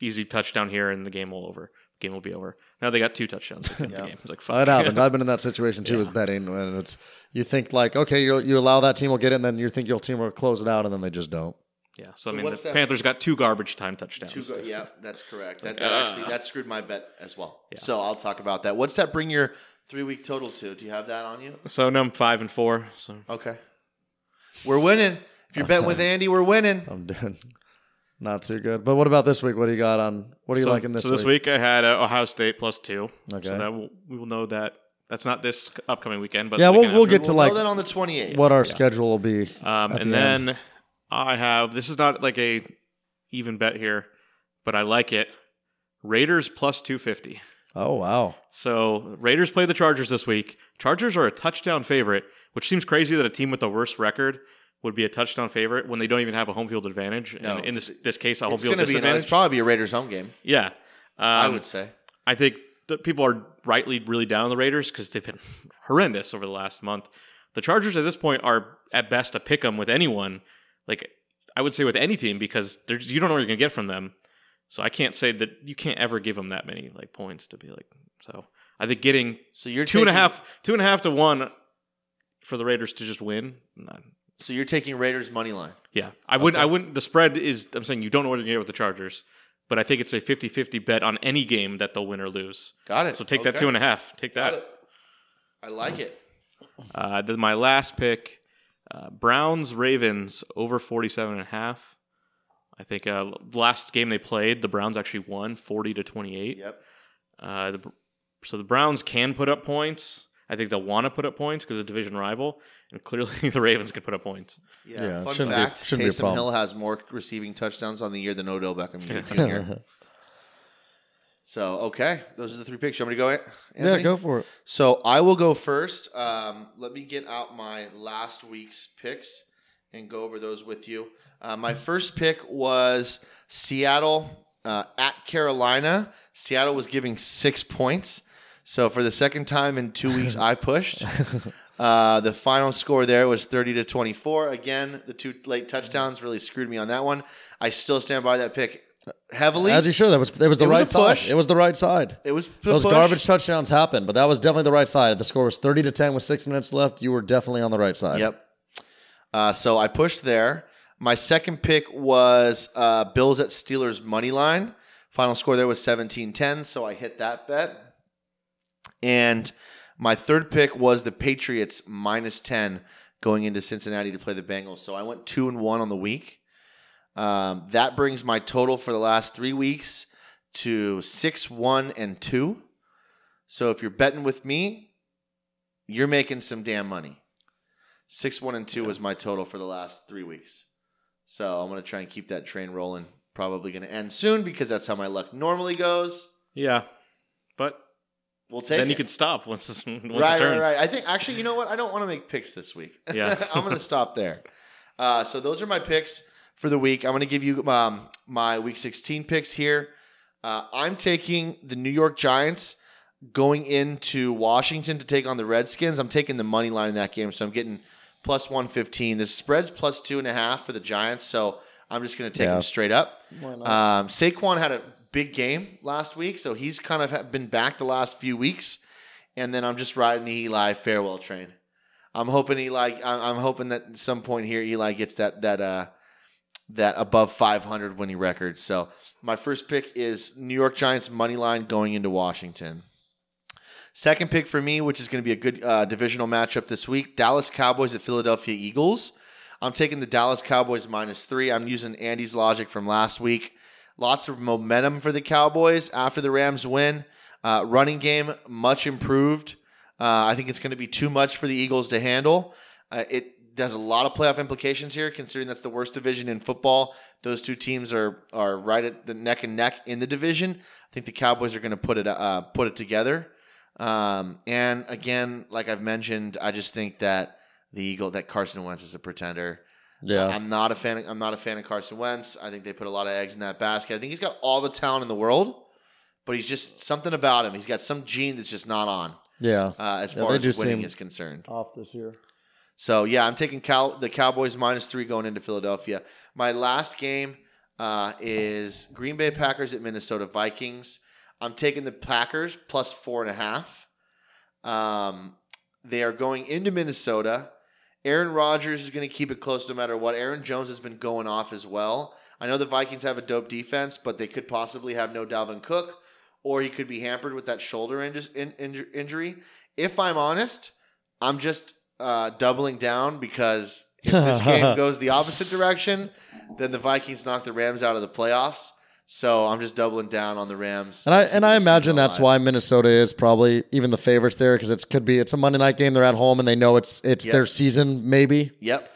Speaker 3: easy touchdown here, and the game will over. game will be over. Now they got two touchdowns. I think, in
Speaker 4: Yeah.
Speaker 3: the game. It's like
Speaker 2: Well,
Speaker 3: fuck.
Speaker 2: It happens. I've been in that situation too
Speaker 3: Yeah.
Speaker 2: with betting, and it's you think like, okay, you you allow that team will get it, and then you think your team will close it out, and then they just don't.
Speaker 3: Yeah. So,
Speaker 4: So
Speaker 3: I mean,
Speaker 4: what's
Speaker 3: the
Speaker 4: that-
Speaker 3: Panthers got two garbage time touchdowns.
Speaker 4: Two go- yeah, that's correct. That's
Speaker 3: Ah.
Speaker 4: actually that screwed my bet as well. So I'll talk about that. What's that bring your three week total to? Do you have that on you?
Speaker 3: So now I'm five and four. So
Speaker 4: Okay, we're winning. If you're betting with Andy, we're winning.
Speaker 2: I'm done. Not too good. But what about this week? What do you got on? What are you
Speaker 3: so,
Speaker 2: liking this?
Speaker 3: so this week I had uh, Ohio State plus two.
Speaker 2: Okay.
Speaker 3: So that will, we will know that that's not this upcoming weekend, but
Speaker 2: Yeah,
Speaker 3: the
Speaker 2: we'll-
Speaker 3: weekend
Speaker 2: we'll
Speaker 3: after.
Speaker 2: get to
Speaker 4: We'll
Speaker 2: like
Speaker 4: know that on the 28th.
Speaker 2: what our schedule will be.
Speaker 3: Um,
Speaker 2: at
Speaker 3: and
Speaker 2: the end.
Speaker 3: then I have this is not like a even bet here, but I like it. Raiders plus two fifty.
Speaker 2: oh wow,
Speaker 3: So Raiders play the Chargers this week. Chargers are a touchdown favorite, which seems crazy that a team with the worst record would be a touchdown favorite when they don't even have a home field advantage.
Speaker 4: No.
Speaker 3: And in this this case, a home
Speaker 4: It's
Speaker 3: field
Speaker 4: going to be an,
Speaker 3: disadvantage.
Speaker 4: it's probably a Raiders home game.
Speaker 3: yeah, um,
Speaker 4: I would say.
Speaker 3: I think that people are rightly really down on the Raiders because they've been horrendous over the last month. The Chargers at this point are at best a pick 'em with anyone. Like I would say with any team because there's you don't know what you're gonna get from them. So I can't say that you can't ever give them that many like points to be like. So I think getting
Speaker 4: So you're
Speaker 3: two and a
Speaker 4: taking-
Speaker 3: half, two and a half to one for the Raiders to just win. Not,
Speaker 4: So you're taking Raiders money line.
Speaker 3: yeah, I wouldn't. I wouldn't. The spread is. I'm saying you don't know what you're gonna get with the Chargers, but I think it's a 50-50 bet on any game that they'll win or lose.
Speaker 4: Got it.
Speaker 3: So take that
Speaker 4: Okay.
Speaker 3: two and a half. Take
Speaker 4: Got
Speaker 3: that.
Speaker 4: it. I like it.
Speaker 3: Uh, then my last pick, uh, Browns Ravens over 47 and a half. I think uh, the last game they played, the Browns actually won 40 to 28.
Speaker 4: Yep.
Speaker 3: Uh, the, so the Browns can put up points. I think they'll want to put up points because a division rival, and clearly the Ravens can put up points.
Speaker 4: Yeah.
Speaker 2: Yeah, it
Speaker 4: Fun
Speaker 2: shouldn't be-
Speaker 4: fact:
Speaker 2: shouldn't be a
Speaker 4: Taysom
Speaker 2: problem.
Speaker 4: Hill has more receiving touchdowns on the year than Odell Beckham Jr. so okay, those are the three picks. I'm gonna go. An-
Speaker 2: yeah,
Speaker 4: Anthony?
Speaker 2: go for it.
Speaker 4: So I will go first. Um, let me get out my last week's picks and go over those with you. Uh, my first pick was Seattle uh, at Carolina. Seattle was giving six points. So for the second time in two weeks, I pushed. Uh, the final score there was 30 to 24. Again, the two late touchdowns really screwed me on that one. I still stand by that pick heavily.
Speaker 2: As you should. That was that was the
Speaker 4: It was
Speaker 2: right
Speaker 4: a push.
Speaker 2: side. It was the right side.
Speaker 4: it was the
Speaker 2: Those
Speaker 4: push.
Speaker 2: garbage touchdowns happened, but that was definitely the right side. The score was thirty to ten with six minutes left. You were definitely on the right side.
Speaker 4: Yep. Uh, so I pushed there. My second pick was uh, Bills at Steelers money line. Final score there was 17-10, so I hit that bet. And my third pick was the Patriots minus 10 going into Cincinnati to play the Bengals. So I went 2 and 1 on the week. Um, that brings my total for the last 3 weeks to 6 1 and 2. So if you're betting with me, you're making some damn money. Six, one, and two was my total for the last three weeks. So I'm gonna try and keep that train rolling. Probably gonna end soon because that's how my luck normally goes.
Speaker 3: Yeah, but
Speaker 4: We'll take
Speaker 3: then
Speaker 4: it.
Speaker 3: you can stop once this, once it
Speaker 4: right, right,
Speaker 3: turns.
Speaker 4: right. I think actually, you know what? I don't want to make picks this week.
Speaker 3: Yeah.
Speaker 4: I'm gonna stop there. Uh, so those are my picks for the week. I'm gonna give you um, my week 16 picks here. Uh, I'm taking the New York Giants going into Washington to take on the Redskins. I'm taking the money line in that game, so I'm getting plus 115. The spread's plus two and a half for the Giants, so I'm just gonna take
Speaker 2: Yeah.
Speaker 4: them straight up. Um, Saquon had a big game last week, so he's kind of ha- been back the last few weeks. And then I'm just riding the Eli farewell train. I'm hoping Eli. I- I'm hoping that at some point here Eli gets that that uh that above 500 winning record. So my first pick is New York Giants money line going into Washington. Second pick for me, which is going to be a good uh, divisional matchup this week: Dallas Cowboys at Philadelphia Eagles. I'm taking the Dallas Cowboys minus three. I'm using Andy's logic from last week. Lots of momentum for the Cowboys after the Rams win. Uh, running game much improved. Uh, I think it's going to be too much for the Eagles to handle. Uh, it there's a lot of playoff implications here, considering that's the worst division in football. Those two teams are are right at the neck and neck in the division. I think the Cowboys are going to put it uh, put it together. Um, and again, like I've mentioned, I just think that the Eagle that Carson Wentz is a pretender.
Speaker 2: Yeah.
Speaker 4: I'm not a fan. I'm not a fan of Carson Wentz. I think they put a lot of eggs in that basket. I think he's got all the talent in the world, but he's just something about him. He's got some gene that's just not on
Speaker 2: yeah.
Speaker 4: uh, as
Speaker 2: Yeah,
Speaker 4: far
Speaker 2: they
Speaker 4: as
Speaker 2: just
Speaker 4: winning
Speaker 2: seem-
Speaker 4: is concerned.
Speaker 2: Off this year.
Speaker 4: So yeah, I'm taking Cal- the Cowboys minus three going into Philadelphia. My last game uh, is Green Bay Packers at Minnesota Vikings. I'm taking the Packers plus four and a half. Um, they are going into Minnesota, Aaron Rodgers is going to keep it close no matter what. Aaron Jones has been going off as well. I know the Vikings have a dope defense, but they could possibly have no Dalvin Cook, or he could be hampered with that shoulder inju- in- inju- injury. If I'm honest, I'm just uh, doubling down because if this game goes the opposite direction, then the Vikings knock the Rams out of the playoffs. So I'm just doubling down on the Rams.
Speaker 2: And I and I imagine that's
Speaker 4: Alive.
Speaker 2: why Minnesota is probably even the favorites there because it could be it's a Monday night game. They're at home and they know it's it's
Speaker 4: Yep.
Speaker 2: their season maybe.
Speaker 4: Yep.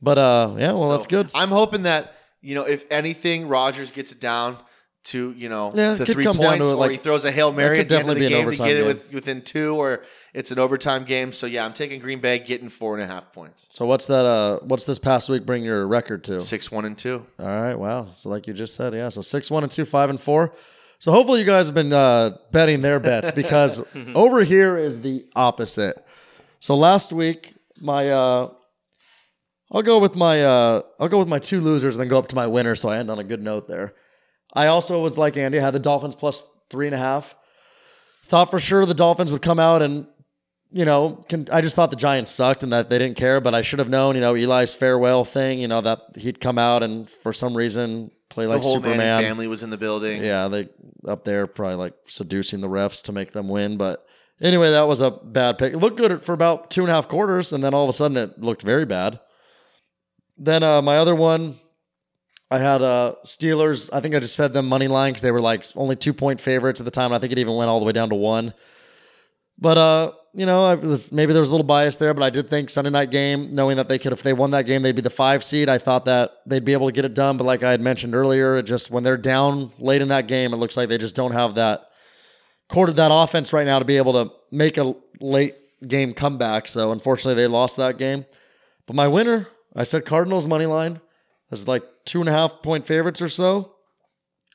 Speaker 2: But uh, yeah, well
Speaker 4: So,
Speaker 2: that's good.
Speaker 4: I'm hoping that you know, if anything, Rogers gets it down to you know
Speaker 2: Yeah, it
Speaker 4: the
Speaker 2: could
Speaker 4: three
Speaker 2: come
Speaker 4: points,
Speaker 2: down to it,
Speaker 4: or
Speaker 2: like,
Speaker 4: he throws a hail mary
Speaker 2: could
Speaker 4: at the end of the
Speaker 2: definitely be an
Speaker 4: game to get
Speaker 2: overtime
Speaker 4: it
Speaker 2: game.
Speaker 4: with, within two, or it's an overtime game. So yeah, I'm taking Green Bay getting four and a half points,
Speaker 2: so what's that? Uh, what's this past week bring your record to?
Speaker 4: six one and two.
Speaker 2: All right, wow. So like you just said, yeah. So six, one, and two, five, and four. So hopefully you guys have been uh, betting their bets because over here is the opposite. So last week, my uh, I'll go with my uh, I'll go with my two losers and then go up to my winner. So I end on a good note there. I also was like Andy, I had the Dolphins plus three and a half. Thought for sure the Dolphins would come out and you know, can, I just thought the Giants sucked and that they didn't care, but I should have known, you know, Eli's farewell thing, you know, that he'd come out and for some reason play
Speaker 4: The
Speaker 2: like
Speaker 4: whole
Speaker 2: Superman.
Speaker 4: Manning family was in the building.
Speaker 2: Yeah, they up there probably like seducing the refs to make them win. But anyway, that was a bad pick. It looked good for about two and a half quarters, and then all of a sudden it looked very bad. Then uh, my other one, I had uh, Steelers. I think I just said them money line because they were like only two point favorites at the time. I think it even went all the way down to one. But uh, you know, I was, maybe there was a little bias there, but I did think Sunday night game, knowing that they could, if they won that game, they'd be the five seed. I thought that they'd be able to get it done. But like I had mentioned earlier, it just when they're down late in that game, it looks like they just don't have that quartered that offense right now to be able to make a late game comeback. So unfortunately, they lost that game. But my winner, I said Cardinals money line. This is like two and a half point favorites or so.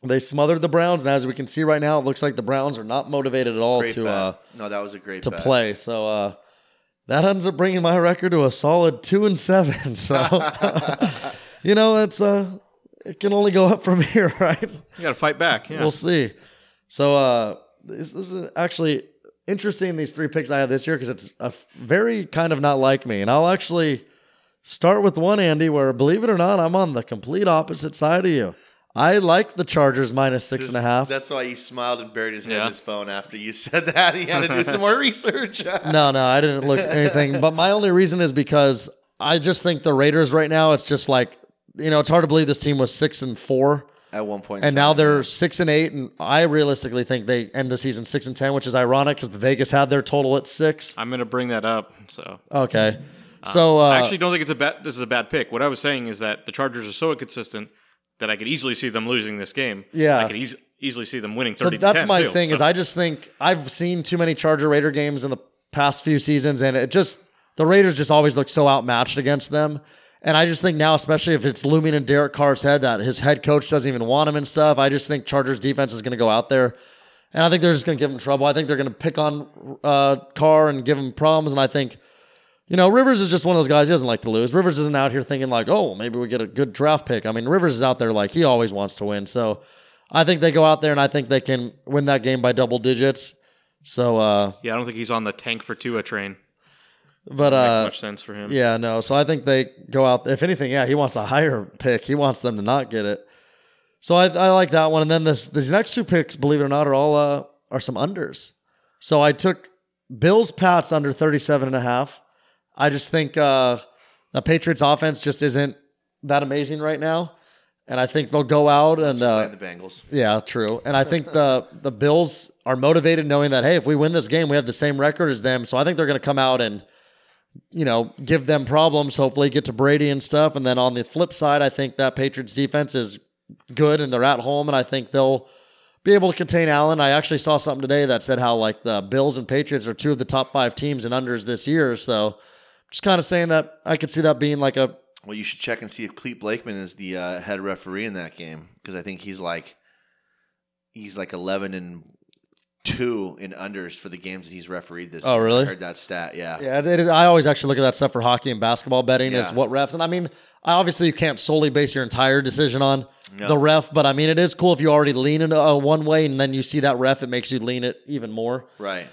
Speaker 2: They smothered the Browns, and as we can see right now, it looks like the Browns are not motivated at all
Speaker 4: Great
Speaker 2: to.
Speaker 4: bet.
Speaker 2: Uh,
Speaker 4: no, that was a great
Speaker 2: to
Speaker 4: bet.
Speaker 2: play. So uh, that ends up bringing my record to a solid two and seven. So you know, it's uh, it can only go up from here, right?
Speaker 3: You got to fight back. Yeah.
Speaker 2: We'll see. So uh, this, this is actually interesting. These three picks I have this year because it's a f- very kind of not like me, and I'll actually start with one Andy, where believe it or not, I'm on the complete opposite side of you. I like the Chargers minus six and a half.
Speaker 4: That's why he smiled and buried his head in
Speaker 3: Yeah.
Speaker 4: his phone after you said that. He had to do some more research.
Speaker 2: no, no, I didn't look anything. But my only reason is because I just think the Raiders right now. It's just like you know, it's hard to believe this team was six and four,
Speaker 4: At one point, in
Speaker 2: and now
Speaker 4: time,
Speaker 2: they're six and eight. And I realistically think they end the season six and ten, which is ironic because the Vegas had their total at six.
Speaker 3: I'm going to bring that up. So
Speaker 2: Okay, so uh,
Speaker 3: I actually don't think it's a bad. This is a bad pick. What I was saying is that the Chargers are so inconsistent that I could easily see them losing this game.
Speaker 2: Yeah.
Speaker 3: I could eas- easily see them winning
Speaker 2: so
Speaker 3: thirty. to
Speaker 2: that's
Speaker 3: 10
Speaker 2: my
Speaker 3: too,
Speaker 2: thing
Speaker 3: so.
Speaker 2: is I just think I've seen too many Charger Raider games in the past few seasons, and it just the Raiders just always look so outmatched against them. And I just think now, especially if it's looming in Derek Carr's head that his head coach doesn't even want him and stuff, I just think Chargers defense is going to go out there, and I think they're just going to give him trouble. I think they're going to pick on uh, Carr and give him problems, and I think. You know, Rivers is just one of those guys. He doesn't like to lose. Rivers isn't out here thinking like, oh, maybe we get a good draft pick. I mean, Rivers is out there like he always wants to win. So I think they go out there and I think they can win that game by double digits. So, uh,
Speaker 3: Yeah, I don't think he's on the tank for Tua train.
Speaker 2: but
Speaker 3: Make
Speaker 2: uh,
Speaker 3: much sense for him.
Speaker 2: yeah, no. So I think they go out. If anything, yeah, he wants a higher pick. He wants them to not get it. So I, I like that one. And then this these next two picks, believe it or not, are all uh, are some unders. So I took Bills Pats under 37 and a half. I just think uh, the Patriots offense just isn't that amazing right now. And I think they'll go out and uh,
Speaker 4: playing the Bengals.
Speaker 2: yeah, true. And I think the the Bills are motivated knowing that hey, if we win this game, we have the same record as them. So I think they're going to come out and you know, give them problems, hopefully get to Brady and stuff. And then on the flip side, I think that Patriots defense is good and they're at home and I think they'll be able to contain Allen. I actually saw something today that said how like the Bills and Patriots are two of the top 5 teams in unders this year, so just kind of saying that I could see that being like a
Speaker 4: Well, you should check and see if Cleet Blakeman is the uh, head referee in that game because I think he's like he's like eleven and two in unders for the games that he's refereed this.
Speaker 2: Oh,
Speaker 4: year.
Speaker 2: really?
Speaker 4: I heard that stat? Yeah.
Speaker 2: Yeah, it it is, I always actually look at that stuff for hockey and basketball betting is
Speaker 4: Yeah.
Speaker 2: what refs. And I mean, I obviously you can't solely base your entire decision on
Speaker 4: No.
Speaker 2: the ref, but I mean, it is cool if you already lean in uh, one way and then you see that ref, it makes you lean it even more.
Speaker 4: Right.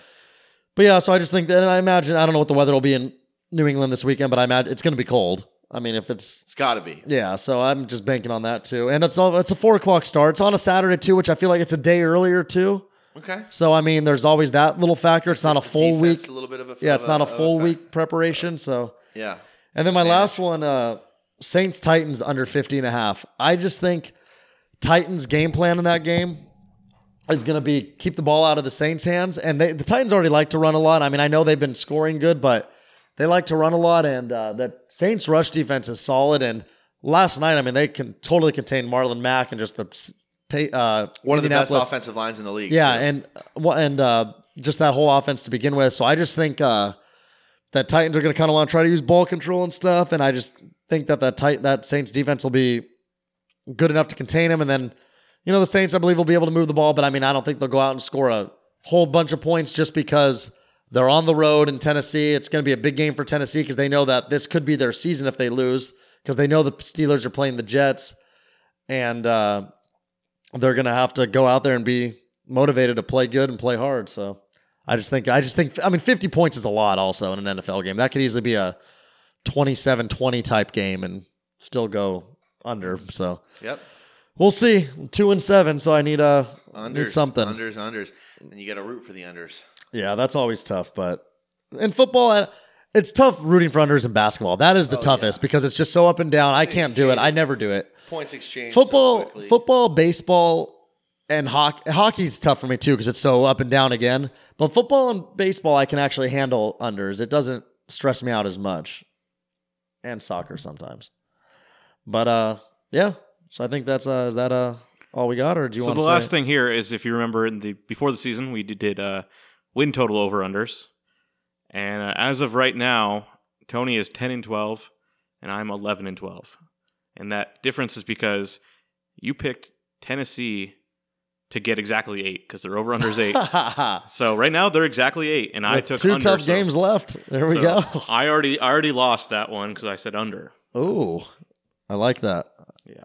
Speaker 2: But yeah, so I just think, and I imagine, I don't know what the weather will be in New England this weekend, but I imagine it's going to be cold. I mean, if it's
Speaker 4: It's got to be.
Speaker 2: yeah, so I'm just banking on that too. And it's all, it's a four o'clock start. It's on a Saturday too, which I feel like it's a day earlier too.
Speaker 4: Okay.
Speaker 2: So I mean, there's always that little factor. It's not a
Speaker 4: The
Speaker 2: full
Speaker 4: defense,
Speaker 2: week.
Speaker 4: A little bit of a
Speaker 2: Yeah, it's
Speaker 4: of
Speaker 2: not a
Speaker 4: of
Speaker 2: full
Speaker 4: fa-
Speaker 2: week preparation. So
Speaker 4: Yeah.
Speaker 2: and then my last one, uh, Saints Titans under 50 and a half. I just think Titans game plan in that game is going to be keep the ball out of the Saints hands. And they, the Titans already like to run a lot. I mean, I know they've been scoring good, but they like to run a lot. And uh, that Saints rush defense is solid. And last night, I mean, they can totally contain Marlon Mack and just the uh,
Speaker 4: One of the best
Speaker 2: Indianapolis-
Speaker 4: offensive lines in the league.
Speaker 2: yeah,
Speaker 4: too.
Speaker 2: and well, and uh, just that whole offense to begin with. So I just think uh, that Titans are going to kind of want to try to use ball control and stuff, and I just think that that tight that Saints defense will be good enough to contain him, and then you know the Saints I believe will be able to move the ball, but I mean I don't think they'll go out and score a whole bunch of points just because they're on the road in Tennessee. It's going to be a big game for Tennessee because they know that this could be their season if they lose because they know the Steelers are playing the Jets and. Uh, they're gonna have to go out there and be motivated to play good and play hard. So I just think I just think I mean 50 points is a lot also in an NFL game. That could easily be a 27-20 type game and still go under. So
Speaker 4: Yep.
Speaker 2: we'll see. I'm two and seven, so I need a
Speaker 4: Unders.
Speaker 2: need something.
Speaker 4: Unders, unders. And you got to root for the unders.
Speaker 2: Yeah, that's always tough, but in football I- it's tough rooting for unders in basketball. That is the toughest because it's just so up and down. I can't do it. I
Speaker 4: changed.
Speaker 2: never do it.
Speaker 4: Points exchange. So
Speaker 2: football,
Speaker 4: quickly.
Speaker 2: football, baseball, and hockey. Hockey's tough for me too because it's so up and down again. But football and baseball, I can actually handle unders. It doesn't stress me out as much, and soccer sometimes. But uh, yeah. So I think that's uh, is that uh all we got, or do you
Speaker 3: So
Speaker 2: want
Speaker 3: the
Speaker 2: to
Speaker 3: last thing here is if you remember in the before the season we did, did uh, win total over unders, and uh, as of right now, Tony is ten and twelve, and I'm eleven and twelve, and that difference is because you picked Tennessee to get exactly eight because their over unders eight. so right now they're exactly eight, and I took
Speaker 2: two
Speaker 3: under,
Speaker 2: tough
Speaker 3: so-
Speaker 2: games left. There we
Speaker 3: so
Speaker 2: go.
Speaker 3: I already I already lost that one because I said under.
Speaker 2: Ooh, I like that.
Speaker 3: Yeah.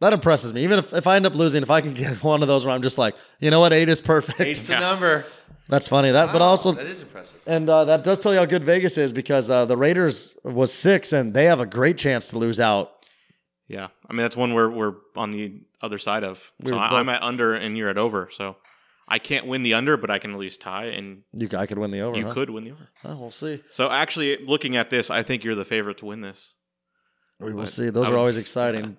Speaker 2: That impresses me. Even if, if I end up losing, if I can get one of those where I'm just like, you know what, eight is perfect.
Speaker 4: Eight's the
Speaker 3: Yeah.
Speaker 4: number.
Speaker 2: That's funny. That, but
Speaker 4: Wow,
Speaker 2: also
Speaker 4: that is impressive.
Speaker 2: And uh, that does tell you how good Vegas is because uh, the Raiders was six and they have a great chance to lose out.
Speaker 3: Yeah, I mean that's one we're we're on the other side of.
Speaker 2: We
Speaker 3: So
Speaker 2: were
Speaker 3: I,
Speaker 2: both-
Speaker 3: I'm at under and you're at over. So I can't win the under, but I can at least tie, and
Speaker 2: You, I could win the over.
Speaker 3: you
Speaker 2: huh?
Speaker 3: could win the over.
Speaker 2: Oh, we'll see.
Speaker 3: So actually, looking at this, I think you're the favorite to win this.
Speaker 2: We will
Speaker 3: But
Speaker 2: see. Those
Speaker 3: I
Speaker 2: are
Speaker 3: would-
Speaker 2: always exciting.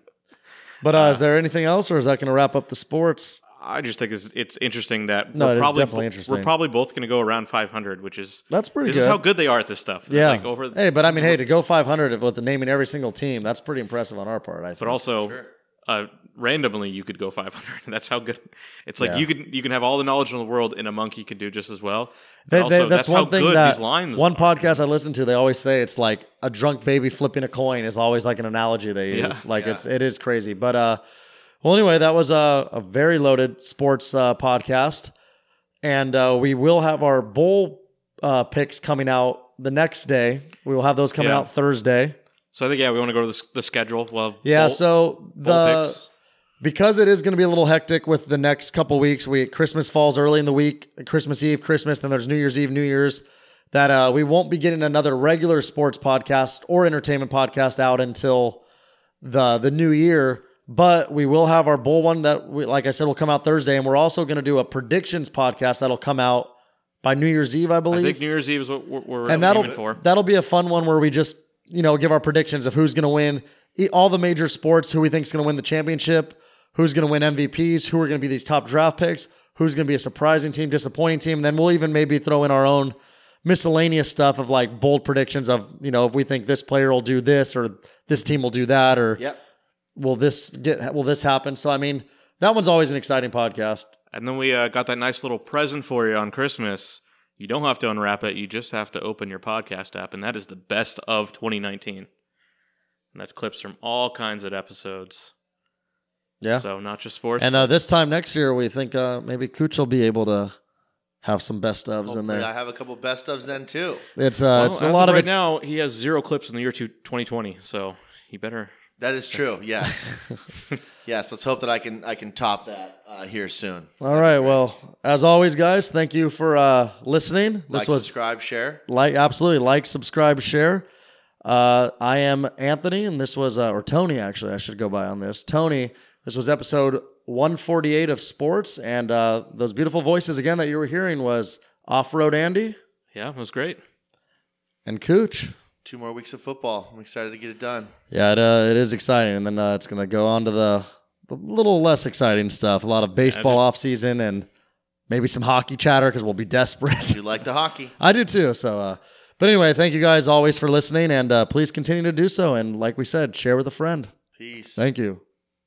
Speaker 2: But uh, is there anything else, or is that going to wrap up the sports?
Speaker 3: I just think it's, it's interesting that
Speaker 2: No, it
Speaker 3: we're
Speaker 2: is
Speaker 3: probably
Speaker 2: definitely
Speaker 3: bo-
Speaker 2: interesting.
Speaker 3: We're probably both going to go around 500, which is
Speaker 2: That's pretty
Speaker 3: this
Speaker 2: good.
Speaker 3: is how good they are at this stuff.
Speaker 2: yeah.
Speaker 3: like over.
Speaker 2: hey, but I mean, hey, to go 500 with the naming every single team, that's pretty impressive on our part. I think.
Speaker 3: but also.
Speaker 4: Sure.
Speaker 3: Uh, randomly, you could go 500. That's how good. It's like
Speaker 2: Yeah.
Speaker 3: you can you can have all the knowledge in the world, and a monkey could do just as well. But
Speaker 2: They- they-
Speaker 3: also,
Speaker 2: that's,
Speaker 3: how
Speaker 2: one thing
Speaker 3: good
Speaker 2: that
Speaker 3: these lines.
Speaker 2: one
Speaker 3: are.
Speaker 2: podcast I listen to, they always say it's like a drunk baby flipping a coin is always like an analogy they use.
Speaker 3: Yeah.
Speaker 2: Like
Speaker 4: Yeah.
Speaker 2: it's it is crazy. But uh, well, anyway, that was a, a very loaded sports uh, podcast, and uh, we will have our bowl uh, picks coming out the next day. We will have those coming
Speaker 3: Yeah.
Speaker 2: out Thursday.
Speaker 3: So I think yeah, we want to go to the, the schedule. Well,
Speaker 2: Yeah.
Speaker 3: bowl-
Speaker 2: so
Speaker 3: bowl
Speaker 2: the
Speaker 3: picks.
Speaker 2: because it is going to be a little hectic with the next couple weeks. We Christmas falls early in the week, Christmas Eve, Christmas, then there's New Year's Eve, New Year's. That uh, we won't be getting another regular sports podcast or entertainment podcast out until the the new year. But we will have our bowl one that, we, like I said, will come out Thursday, and we're also going to do a predictions podcast that'll come out by New Year's Eve, I believe
Speaker 3: I think New Year's Eve is what we're, we're
Speaker 2: and that'll
Speaker 3: aiming for.
Speaker 2: that'll be a fun one where we just you know give our predictions of who's going to win e- all the major sports, who we think's going to win the championship, who's going to win MVPs, who are going to be these top draft picks, who's going to be a surprising team, disappointing team. then we'll even maybe throw in our own miscellaneous stuff of like bold predictions of you know if we think this player will do this or this team will do that or
Speaker 4: Yep.
Speaker 2: will this get will this happen. So I mean that one's always an exciting podcast.
Speaker 3: and then we uh, got that nice little present for you on Christmas. You don't have to unwrap it. You just have to open your podcast app, and that is the best of 2019. And that's clips from all kinds of episodes.
Speaker 2: Yeah.
Speaker 3: So not just sports.
Speaker 2: and uh, this time next year, we think uh, maybe Cooch will be able to have some best ofs in
Speaker 4: Hopefully,
Speaker 2: there.
Speaker 4: I have a couple best ofs then too.
Speaker 2: It's uh,
Speaker 3: Well,
Speaker 2: it's a
Speaker 3: as
Speaker 2: lot of
Speaker 3: right
Speaker 2: it's,
Speaker 3: now. He has zero clips in the year two, 2020. So he better.
Speaker 4: That is true. Yes. yes. Let's hope that I can I can top that. Uh, uh, here soon.
Speaker 2: All right. Well, as always, guys, thank you for uh, listening. This
Speaker 4: Like,
Speaker 2: was
Speaker 4: subscribe, share.
Speaker 2: like absolutely like, subscribe, share. Uh, I am Anthony, and this was uh, or Tony actually. I should go by on this. Tony, this was episode 148 of Sports, and uh, those beautiful voices again that you were hearing was Off Road Andy
Speaker 3: Yeah, it was great.
Speaker 2: and Cooch.
Speaker 4: Two more weeks of football. I'm excited to get it done.
Speaker 2: Yeah, it, uh, it is exciting, and then uh, it's gonna go on to the, the little less exciting stuff. A lot of baseball off season and maybe some hockey chatter because we'll be desperate.
Speaker 4: You like the hockey?
Speaker 2: I do too. So, uh, but anyway, thank you guys always for listening, and uh, please continue to do so. And like we said, share with a friend.
Speaker 4: Peace.
Speaker 2: Thank you.